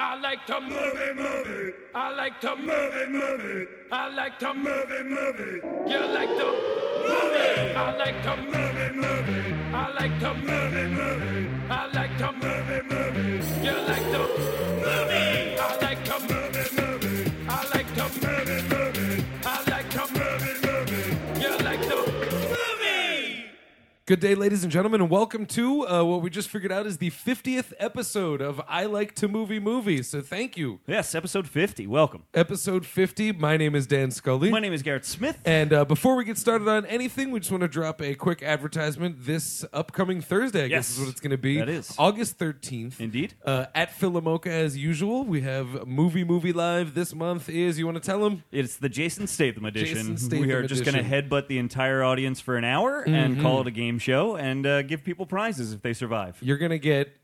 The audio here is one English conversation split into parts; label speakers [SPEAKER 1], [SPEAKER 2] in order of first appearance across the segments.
[SPEAKER 1] I like to move it, move it. I like to move it, move it. I like to move it, move it. You like to move it. I like to move it, move it. I like to move it, move it. I like to move it, move it. You like to move it. I like to move it, move it. I like to move it, move it. I like to move it, move it. You like to move it.
[SPEAKER 2] Good day, ladies and gentlemen, and welcome to uh, what we just figured out is the 50th episode of I Like to Movie Movies. So thank you.
[SPEAKER 3] Yes, episode 50. Welcome.
[SPEAKER 2] Episode 50. My name is Dan Scully.
[SPEAKER 3] My name is Garrett Smith.
[SPEAKER 2] and uh, before we get started on anything, we just want to drop a quick advertisement. This upcoming Thursday, I guess,
[SPEAKER 3] Yes.
[SPEAKER 2] is what it's going to be.
[SPEAKER 3] That is.
[SPEAKER 2] August 13th.
[SPEAKER 3] Indeed.
[SPEAKER 2] Uh, at Philomoka, as usual, we have Movie Movie Live this month. Is, you want to tell them?
[SPEAKER 3] It's the Jason Statham edition.
[SPEAKER 2] Jason Statham
[SPEAKER 3] we are just going to
[SPEAKER 2] edition. Mm-hmm.
[SPEAKER 3] headbutt the entire audience for an hour and call it a game show and uh, give people prizes if they survive.
[SPEAKER 2] You're going to get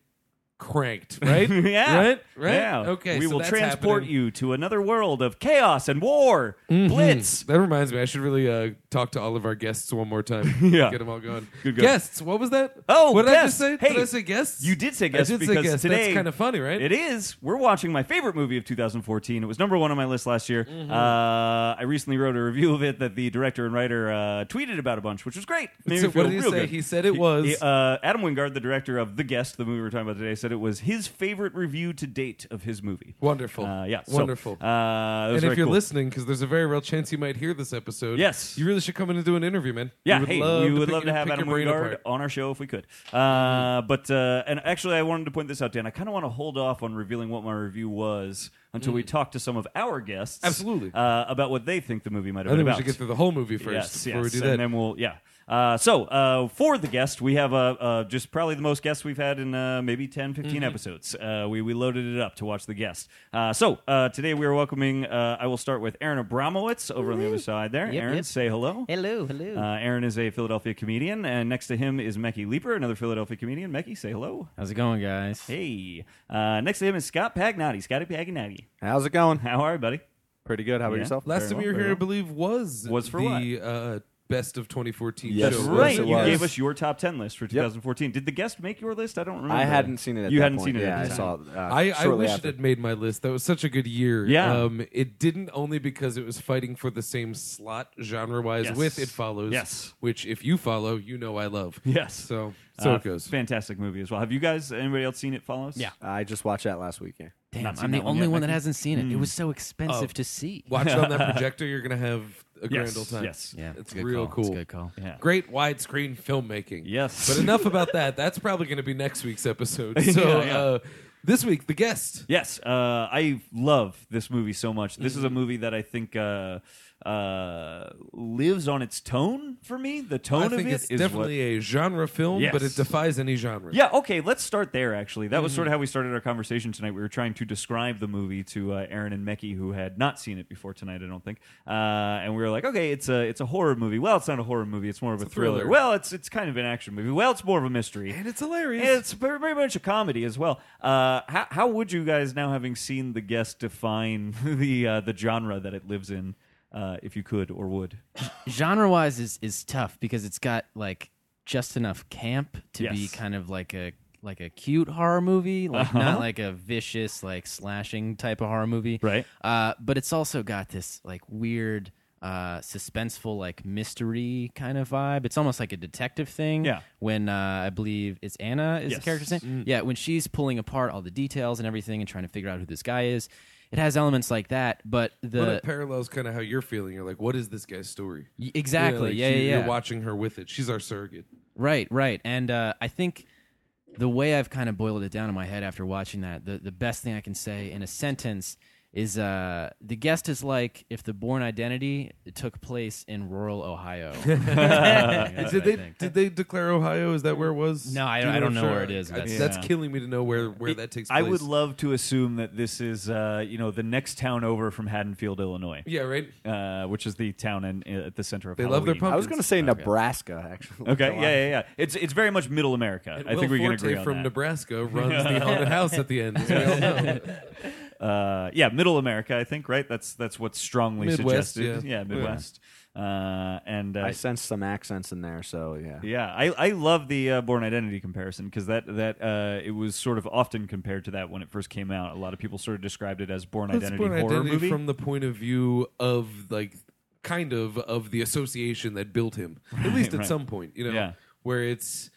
[SPEAKER 2] cranked, right?
[SPEAKER 3] yeah.
[SPEAKER 2] Right? Right?
[SPEAKER 3] Yeah.
[SPEAKER 2] Okay.
[SPEAKER 3] We
[SPEAKER 2] so
[SPEAKER 3] will
[SPEAKER 2] that's
[SPEAKER 3] transport
[SPEAKER 2] happening. Mm-hmm.
[SPEAKER 3] you to another world of chaos and war, blitz.
[SPEAKER 2] That reminds me, I should really uh, talk to all of our guests one more time.
[SPEAKER 3] Yeah.
[SPEAKER 2] get them all going.
[SPEAKER 3] Good go.
[SPEAKER 2] guests. What was that?
[SPEAKER 3] Oh,
[SPEAKER 2] what did I just
[SPEAKER 3] guests.
[SPEAKER 2] say?
[SPEAKER 3] Hey,
[SPEAKER 2] did I say guests?
[SPEAKER 3] You did say
[SPEAKER 2] I
[SPEAKER 3] guests
[SPEAKER 2] did
[SPEAKER 3] because
[SPEAKER 2] say guests.
[SPEAKER 3] today
[SPEAKER 2] That's kind of funny, right?
[SPEAKER 3] It is. We're watching my favorite movie of 2014. It was number one on my list last year.
[SPEAKER 2] Mm-hmm.
[SPEAKER 3] Uh, I recently wrote a review of it that the director and writer uh, tweeted about a bunch, which was great. Made
[SPEAKER 2] So
[SPEAKER 3] me feel
[SPEAKER 2] what did he
[SPEAKER 3] real
[SPEAKER 2] say?
[SPEAKER 3] good.
[SPEAKER 2] He said it was-
[SPEAKER 3] uh, Adam Wingard, the director of The Guest, the movie we're talking about today, said it was his favorite review to date of his movie.
[SPEAKER 2] Wonderful.
[SPEAKER 3] Uh, yeah. so,
[SPEAKER 2] Wonderful.
[SPEAKER 3] uh, it was
[SPEAKER 2] and if
[SPEAKER 3] very
[SPEAKER 2] you're
[SPEAKER 3] cool.
[SPEAKER 2] listening, because there's a very real chance you might hear this episode.
[SPEAKER 3] Yes.
[SPEAKER 2] You really should come in and do an interview, man. we
[SPEAKER 3] Yeah,
[SPEAKER 2] would
[SPEAKER 3] hey,
[SPEAKER 2] love
[SPEAKER 3] we
[SPEAKER 2] to
[SPEAKER 3] would
[SPEAKER 2] pick
[SPEAKER 3] love
[SPEAKER 2] your-
[SPEAKER 3] to have
[SPEAKER 2] pick your
[SPEAKER 3] Adam
[SPEAKER 2] brain
[SPEAKER 3] Wingard
[SPEAKER 2] apart.
[SPEAKER 3] on our show if we could. Uh, but uh, and actually, I wanted to point this out, Dan. I kind of want to hold off on revealing what my review was until we talk to some of our guests,
[SPEAKER 2] Mm. Absolutely.
[SPEAKER 3] uh, about what they think the movie might have
[SPEAKER 2] I think
[SPEAKER 3] been
[SPEAKER 2] we
[SPEAKER 3] about.
[SPEAKER 2] should get through the whole movie first
[SPEAKER 3] yes,
[SPEAKER 2] before
[SPEAKER 3] yes,
[SPEAKER 2] we do
[SPEAKER 3] and
[SPEAKER 2] that.
[SPEAKER 3] then we'll yeah. Uh, so uh, for the guest, we have uh, uh, just probably the most guests we've had in uh, maybe 10, 15
[SPEAKER 2] Mm-hmm.
[SPEAKER 3] episodes. Uh, we we loaded it up to watch the guest. Uh, so uh, today we are welcoming. Uh, I will start with Aaron Abramowitz over on the other side there. Aaron,
[SPEAKER 4] yep.
[SPEAKER 3] say hello.
[SPEAKER 4] Hello, hello.
[SPEAKER 3] Uh, Aaron is a Philadelphia comedian, and next to him is Mecky Leeper, another Philadelphia comedian. Mecky, say hello.
[SPEAKER 5] How's it going, guys?
[SPEAKER 3] Hey. Uh, next to him is Scott Pagnotti. Scotty Pagnotti.
[SPEAKER 5] How's it going?
[SPEAKER 3] How are you, buddy?
[SPEAKER 5] Pretty good. How about
[SPEAKER 3] Yeah.
[SPEAKER 5] yourself?
[SPEAKER 2] Last time
[SPEAKER 3] well,
[SPEAKER 2] you were
[SPEAKER 3] very
[SPEAKER 2] here, I
[SPEAKER 3] well.
[SPEAKER 2] believe, was,
[SPEAKER 3] Was for
[SPEAKER 2] the uh, best of 2014
[SPEAKER 5] Yes,
[SPEAKER 2] show.
[SPEAKER 5] it was,
[SPEAKER 3] right.
[SPEAKER 5] it
[SPEAKER 3] You
[SPEAKER 5] was.
[SPEAKER 3] gave us your top 10 list for 2014. Did the guest make your list? I don't remember.
[SPEAKER 5] I hadn't seen it. At
[SPEAKER 3] you
[SPEAKER 5] that
[SPEAKER 3] hadn't
[SPEAKER 5] point.
[SPEAKER 3] seen it.
[SPEAKER 5] Yeah,
[SPEAKER 3] at
[SPEAKER 5] I
[SPEAKER 3] the
[SPEAKER 5] saw.
[SPEAKER 3] time.
[SPEAKER 5] It, uh,
[SPEAKER 2] I, I
[SPEAKER 5] shortly
[SPEAKER 2] wish it
[SPEAKER 5] after.
[SPEAKER 2] had made my list. That was such a good year.
[SPEAKER 3] Yeah.
[SPEAKER 2] Um, it didn't only because it was fighting for the same slot genre wise
[SPEAKER 3] Yes.
[SPEAKER 2] with It Follows.
[SPEAKER 3] Yes.
[SPEAKER 2] Which, if you follow, you know I love.
[SPEAKER 3] Yes.
[SPEAKER 2] So, so
[SPEAKER 3] Uh,
[SPEAKER 2] it goes.
[SPEAKER 3] Fantastic movie as well. Have you guys, anybody else seen It Follows?
[SPEAKER 5] Yeah. I just watched that last week. Yeah.
[SPEAKER 3] Not
[SPEAKER 4] Damn,
[SPEAKER 3] seen
[SPEAKER 4] I'm
[SPEAKER 3] that
[SPEAKER 4] the
[SPEAKER 3] one
[SPEAKER 4] only
[SPEAKER 3] yet, Mm.
[SPEAKER 4] one that
[SPEAKER 3] Michael.
[SPEAKER 4] hasn't seen it. It was so expensive to see.
[SPEAKER 3] Oh.
[SPEAKER 2] Watch it on that projector. You're going to have a grand
[SPEAKER 3] Yes,
[SPEAKER 2] old time.
[SPEAKER 3] yes.
[SPEAKER 4] Yeah,
[SPEAKER 2] It's
[SPEAKER 4] a good
[SPEAKER 2] real
[SPEAKER 4] call. It's a
[SPEAKER 2] cool.
[SPEAKER 4] good call.
[SPEAKER 3] Yeah.
[SPEAKER 2] Great widescreen filmmaking.
[SPEAKER 3] Yes.
[SPEAKER 2] But enough about that. That's probably going to be next week's episode. So,
[SPEAKER 3] Yeah, yeah.
[SPEAKER 2] Uh, this week, the guest.
[SPEAKER 3] Yes, uh, I love this movie so much. This is a movie that I think uh, uh, lives on its tone for me. The tone
[SPEAKER 2] I
[SPEAKER 3] of
[SPEAKER 2] think
[SPEAKER 3] it
[SPEAKER 2] it's
[SPEAKER 3] is what
[SPEAKER 2] definitely a genre film,
[SPEAKER 3] Yes.
[SPEAKER 2] but it defies any genre.
[SPEAKER 3] Yeah, okay, let's start there, actually. That
[SPEAKER 2] Mm-hmm.
[SPEAKER 3] was sort of how we started our conversation tonight. We were trying to describe the movie to uh, Aaron and Mecky, who had not seen it before tonight, I don't think. Uh, and we were like, okay, it's a, it's a horror movie. Well, it's not a horror movie, it's more of a,
[SPEAKER 2] a
[SPEAKER 3] thriller.
[SPEAKER 2] thriller.
[SPEAKER 3] Well, it's, it's kind of an action movie. Well, it's more of a mystery.
[SPEAKER 2] And it's hilarious.
[SPEAKER 3] And it's very, very much a comedy as well. Uh, how, how would you guys, now having seen the guest, define the, uh, the genre that it lives in, uh, if you could or would?
[SPEAKER 4] Genre wise is is tough because it's got like just enough camp to be
[SPEAKER 3] Yes.
[SPEAKER 4] kind of like a like a cute horror movie, like
[SPEAKER 3] Uh-huh.
[SPEAKER 4] not like a vicious like slashing type of horror movie,
[SPEAKER 3] Right.
[SPEAKER 4] Uh, but it's also got this like weird. Uh, suspenseful like mystery kind of vibe. It's almost like a detective thing.
[SPEAKER 3] Yeah.
[SPEAKER 4] When uh, I believe it's Anna is
[SPEAKER 3] Yes.
[SPEAKER 4] the character's name.
[SPEAKER 2] Mm.
[SPEAKER 4] Yeah, when she's pulling apart all the details and everything and trying to figure out who this guy is, it has elements like that. But the
[SPEAKER 2] but it parallels kind of how you're feeling. You're like, what is this guy's story?
[SPEAKER 4] Y- exactly.
[SPEAKER 2] You know,
[SPEAKER 4] yeah,
[SPEAKER 2] like,
[SPEAKER 4] yeah,
[SPEAKER 2] you-
[SPEAKER 4] yeah.
[SPEAKER 2] You're watching her with it. She's our surrogate.
[SPEAKER 4] Right, right. And uh, I think the way I've kind of boiled it down in my head after watching that, the, the best thing I can say in a sentence is uh, the guest is like if the born identity took place in rural Ohio. That's
[SPEAKER 2] did
[SPEAKER 4] what I
[SPEAKER 2] they
[SPEAKER 4] think.
[SPEAKER 2] did they declare Ohio? Is that where it was?
[SPEAKER 4] No, I-
[SPEAKER 2] Do you
[SPEAKER 4] I
[SPEAKER 2] what
[SPEAKER 4] don't know
[SPEAKER 2] I'm
[SPEAKER 4] where
[SPEAKER 2] sure?
[SPEAKER 4] it is,
[SPEAKER 2] I-
[SPEAKER 4] that's-
[SPEAKER 2] That's
[SPEAKER 3] Yeah.
[SPEAKER 2] killing me to know where where that takes. place.
[SPEAKER 3] I would love to assume that this is, uh, you know, the next town over from Haddonfield, Illinois.
[SPEAKER 2] Yeah, right.
[SPEAKER 3] uh, which is the town in, in- at the center of
[SPEAKER 2] They love their
[SPEAKER 3] Halloween.
[SPEAKER 2] pumpkins.
[SPEAKER 5] I was going to say Nebraska, actually.
[SPEAKER 3] Okay,
[SPEAKER 5] Come
[SPEAKER 3] yeah,
[SPEAKER 5] on.
[SPEAKER 3] yeah, yeah. It's it's very much middle America.
[SPEAKER 2] And
[SPEAKER 3] I
[SPEAKER 2] Will
[SPEAKER 3] think we can
[SPEAKER 2] Forte
[SPEAKER 3] agree on
[SPEAKER 2] from
[SPEAKER 3] that.
[SPEAKER 2] Nebraska runs the haunted house at the end. as we all know.
[SPEAKER 3] Uh, yeah, middle America. I think right. That's that's what's strongly
[SPEAKER 2] Midwest,
[SPEAKER 3] suggested.
[SPEAKER 2] yeah.
[SPEAKER 3] Midwest. Uh, and uh,
[SPEAKER 5] I sense some accents in there, so yeah.
[SPEAKER 3] yeah, I, I love the uh, Born Identity comparison because that that uh, it was sort of often compared to that when it first came out. A lot of people sort of described it as Born
[SPEAKER 2] Let's
[SPEAKER 3] Identity
[SPEAKER 2] put
[SPEAKER 3] horror
[SPEAKER 2] identity
[SPEAKER 3] movie.
[SPEAKER 2] from the point of view of like kind of of the association that built him, at least at
[SPEAKER 3] right.
[SPEAKER 2] some point. You know,
[SPEAKER 3] Yeah.
[SPEAKER 2] where it's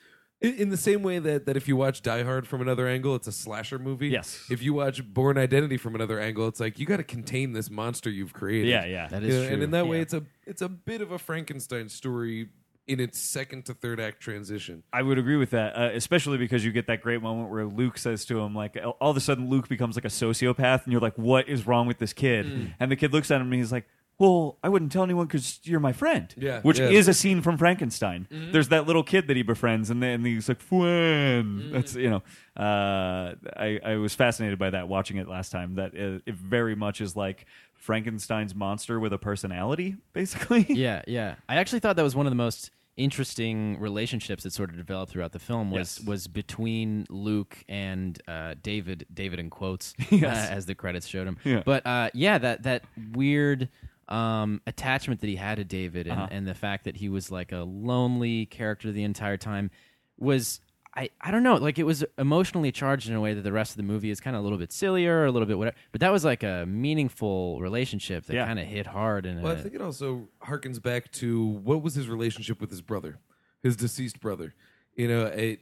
[SPEAKER 2] i- in the same way that that if you watch Die Hard from another angle, it's a slasher movie.
[SPEAKER 3] Yes.
[SPEAKER 2] If you watch Born Identity from another angle, it's like you got to contain this monster you've created.
[SPEAKER 3] yeah, yeah,
[SPEAKER 4] That
[SPEAKER 2] You
[SPEAKER 4] is
[SPEAKER 2] know,
[SPEAKER 4] true.
[SPEAKER 2] and in that way,
[SPEAKER 3] Yeah.
[SPEAKER 2] it's a it's a bit of a Frankenstein story in its second to third act transition.
[SPEAKER 3] I would agree with that, uh, especially because you get that great moment where Luke says to him, like, all of a sudden Luke becomes like a sociopath, and you're like, what is wrong with this kid? And the kid looks at him and he's like, well, I wouldn't tell anyone because you're my friend.
[SPEAKER 2] Yeah,
[SPEAKER 3] Which
[SPEAKER 2] yeah.
[SPEAKER 3] is a scene from Frankenstein. There's that little kid that he befriends, and then and he's like, friend. That's, you know, uh, I, I was fascinated by that watching it last time. That uh, it, it very much is like Frankenstein's monster with a personality, basically.
[SPEAKER 4] yeah, yeah. I actually thought that was one of the most interesting relationships that sort of developed throughout the film was
[SPEAKER 3] Yes.
[SPEAKER 4] was between Luke and uh, David. David in quotes
[SPEAKER 3] Yes.
[SPEAKER 4] uh, as the credits showed him.
[SPEAKER 3] Yeah.
[SPEAKER 4] But uh, yeah, that that weird um, attachment that he had to David
[SPEAKER 3] Uh-huh.
[SPEAKER 4] and, and the fact that he was like a lonely character the entire time was. I, I don't know like it was emotionally charged in a way that the rest of the movie is kind of a little bit sillier a little bit whatever but that was like a meaningful relationship that
[SPEAKER 3] Yeah.
[SPEAKER 4] kind of hit hard and uh,
[SPEAKER 2] Well, I think it also harkens back to what was his relationship with his brother, his deceased brother. You know, it,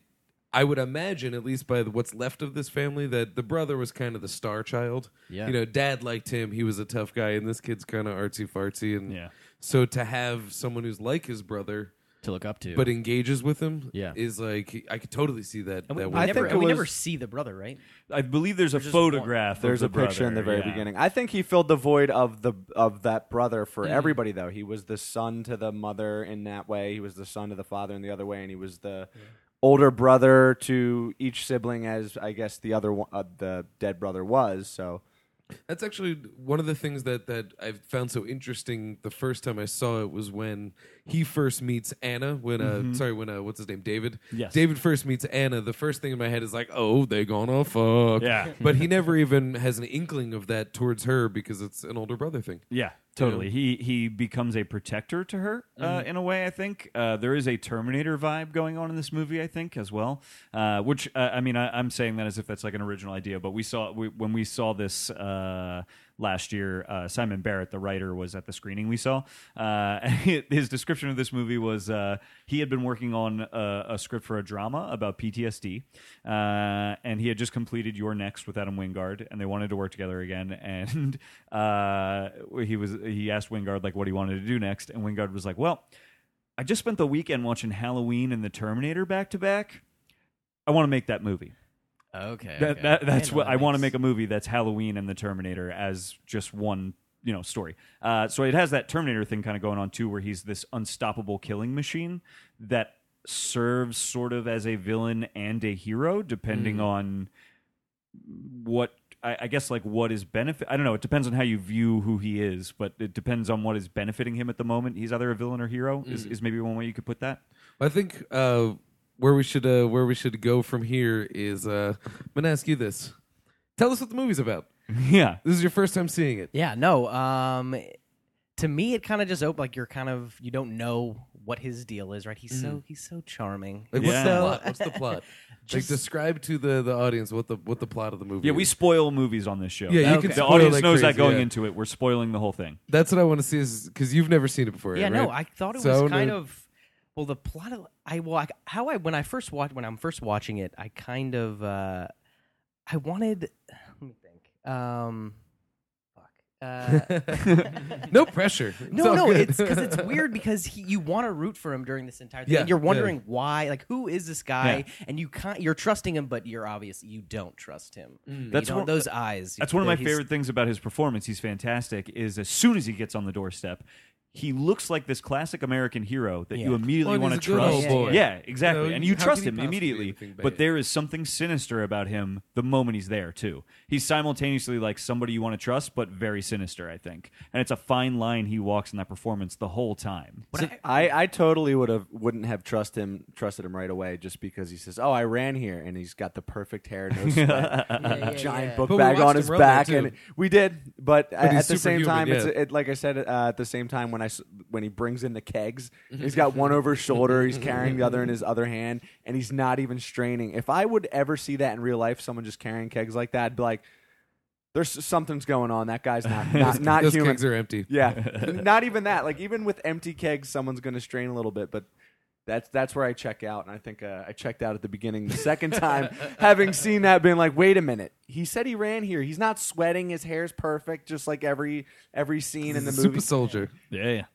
[SPEAKER 2] I would imagine, at least by the, what's left of this family, that the brother was kind of the star child.
[SPEAKER 4] Yeah.
[SPEAKER 2] You know, dad liked him; he was a tough guy, and this kid's kind of artsy fartsy. And
[SPEAKER 3] Yeah.
[SPEAKER 2] so to have someone who's like his brother
[SPEAKER 4] to look up to
[SPEAKER 2] but engages with him,
[SPEAKER 4] Yeah.
[SPEAKER 2] is like I could totally see that.
[SPEAKER 6] And we,
[SPEAKER 2] that
[SPEAKER 6] we
[SPEAKER 2] way.
[SPEAKER 6] never,
[SPEAKER 5] think
[SPEAKER 6] and
[SPEAKER 5] it
[SPEAKER 6] we
[SPEAKER 5] was-
[SPEAKER 6] never see the brother, right?
[SPEAKER 3] I believe there's a
[SPEAKER 6] There's just one.
[SPEAKER 3] photograph. of
[SPEAKER 5] There's
[SPEAKER 3] the
[SPEAKER 5] a picture in the
[SPEAKER 3] brother,
[SPEAKER 5] very
[SPEAKER 3] yeah.
[SPEAKER 5] beginning. I think he filled the void of the of that brother for
[SPEAKER 2] Mm-hmm.
[SPEAKER 5] everybody though. He was the son to the mother in that way, he was the son to the father in the other way, and he was the older brother to each sibling as I guess the other one, uh, the dead brother was. So
[SPEAKER 2] That's actually one of the things that that I found so interesting the first time I saw it was when he first meets Anna. When uh, sorry, when uh, what's his name, David?
[SPEAKER 3] Mm-hmm. Yes.
[SPEAKER 2] David first meets Anna. The first thing in my head is like, oh, they gonna fuck.
[SPEAKER 3] Yeah.
[SPEAKER 2] but he never even has an inkling of that towards her because it's an older brother thing.
[SPEAKER 3] Yeah, totally. He he becomes a protector to her uh, in a way. I think uh, there is a Terminator vibe going on in this movie. I think as well, uh, which uh, I mean, I, I'm saying that as if that's like an original idea. But we saw we, when we saw this uh, last year. Uh, Simon Barrett, the writer, was at the screening we saw. Uh, his description of this movie was uh, he had been working on a, a script for a drama about PTSD, uh, and he had just completed Your Next with Adam Wingard, and they wanted to work together again. And uh, he was he asked Wingard like what he wanted to do next, and Wingard was like, "Well, I just spent the weekend watching Halloween and The Terminator back to back. I want to make that movie."
[SPEAKER 4] Okay.
[SPEAKER 3] that,
[SPEAKER 4] okay.
[SPEAKER 3] that that's
[SPEAKER 6] Yeah, no,
[SPEAKER 3] what
[SPEAKER 6] that
[SPEAKER 3] I want to
[SPEAKER 6] makes-
[SPEAKER 3] make a movie that's Halloween and the Terminator as just one you know story. Uh, so it has that Terminator thing kind of going on too, where he's this unstoppable killing machine that serves sort of as a villain and a hero, depending on what. I I guess like what is benefit? I don't know. It depends on how you view who he is, but it depends on what is benefiting him at the moment. He's either a villain or hero. Is, is maybe one way you could put that.
[SPEAKER 2] I think uh, where we should uh, where we should go from here is uh, I'm gonna ask you this. Tell us what the movie's about.
[SPEAKER 3] yeah,
[SPEAKER 2] This is your first time seeing it.
[SPEAKER 6] Yeah, no. Um, to me, it kind of just opened like you're kind of you don't know what his deal is, right? He's so he's so charming.
[SPEAKER 2] Like what's the
[SPEAKER 3] Yeah.
[SPEAKER 2] plot? What's the plot? like describe to the, the audience what the what the plot of the movie.
[SPEAKER 3] yeah. We
[SPEAKER 2] is.
[SPEAKER 3] spoil movies on this show.
[SPEAKER 2] Yeah, you
[SPEAKER 3] the
[SPEAKER 2] can
[SPEAKER 3] the
[SPEAKER 2] spoil
[SPEAKER 3] audience
[SPEAKER 2] like
[SPEAKER 3] knows that
[SPEAKER 2] crazy,
[SPEAKER 3] going
[SPEAKER 2] yeah.
[SPEAKER 3] into it. We're spoiling the whole thing.
[SPEAKER 2] That's what I want to see is because you've never seen it before.
[SPEAKER 6] yeah,
[SPEAKER 2] right?
[SPEAKER 6] no. I thought it
[SPEAKER 2] So I
[SPEAKER 6] was kind
[SPEAKER 2] wanna-
[SPEAKER 6] of well the plot. Of, I well I, how I when I first watched when I'm first watching it, I kind of uh, I wanted. Let me think. Um, fuck. Uh,
[SPEAKER 2] no pressure. It's
[SPEAKER 6] No,
[SPEAKER 2] all
[SPEAKER 6] no,
[SPEAKER 2] good.
[SPEAKER 6] it's because it's weird because he, you want to root for him during this entire thing.
[SPEAKER 2] Yeah,
[SPEAKER 6] and you're
[SPEAKER 2] yeah.
[SPEAKER 6] wondering why, like, who is this guy? And you can't, you're trusting him, but you're obvious you don't trust him. You
[SPEAKER 3] Mm. That's
[SPEAKER 6] don't-
[SPEAKER 3] one-
[SPEAKER 6] those eyes.
[SPEAKER 3] That's one of my
[SPEAKER 6] he's-
[SPEAKER 3] favorite things about his performance. He's fantastic. Is as soon as he gets on the doorstep, he looks like this classic American hero that you
[SPEAKER 6] Yeah.
[SPEAKER 3] immediately
[SPEAKER 2] Well,
[SPEAKER 3] want
[SPEAKER 2] Oh, and
[SPEAKER 3] to
[SPEAKER 2] he's a good
[SPEAKER 3] trust.
[SPEAKER 2] old boy.
[SPEAKER 3] Yeah, exactly.
[SPEAKER 2] You know,
[SPEAKER 3] and you
[SPEAKER 2] how could
[SPEAKER 3] trust
[SPEAKER 2] he
[SPEAKER 3] him
[SPEAKER 2] possibly do
[SPEAKER 3] immediately.
[SPEAKER 2] anything bad?
[SPEAKER 3] But there is something sinister about him the moment he's there too. He's simultaneously like somebody you want to trust, but very sinister. I think, and it's a fine line he walks in that performance the whole time.
[SPEAKER 5] I, I totally would have wouldn't have trust him trusted him right away just because he says, "Oh, I ran here," and he's got the perfect hair, no sweat,
[SPEAKER 6] Yeah, yeah,
[SPEAKER 5] giant
[SPEAKER 6] yeah.
[SPEAKER 5] book
[SPEAKER 2] But we
[SPEAKER 5] bag on
[SPEAKER 2] watched
[SPEAKER 5] his
[SPEAKER 2] him run there,
[SPEAKER 5] back,
[SPEAKER 2] too.
[SPEAKER 5] and we did. But, at,
[SPEAKER 2] he's
[SPEAKER 5] at the same
[SPEAKER 2] superhuman,
[SPEAKER 5] time, it's
[SPEAKER 2] yeah.
[SPEAKER 5] it, like I said. Uh, at the same time, when I s- when he brings in the kegs, he's got one over his shoulder. He's carrying the other in his other hand, and he's not even straining. If I would ever see that in real life, someone just carrying kegs like that, I'd be like, "There's something's going on. That guy's not not, not
[SPEAKER 2] Those
[SPEAKER 5] human."
[SPEAKER 2] kegs are empty.
[SPEAKER 5] Yeah, not even that. Like even with empty kegs, someone's going to strain a little bit, but. That's that's where I check out, and I think uh, I checked out at the beginning the second time, having seen that, being like, "Wait a minute! He said he ran here. He's not sweating. His hair's perfect, just like every every scene in the
[SPEAKER 2] Super
[SPEAKER 5] movie."
[SPEAKER 2] soldier.
[SPEAKER 3] Yeah, yeah.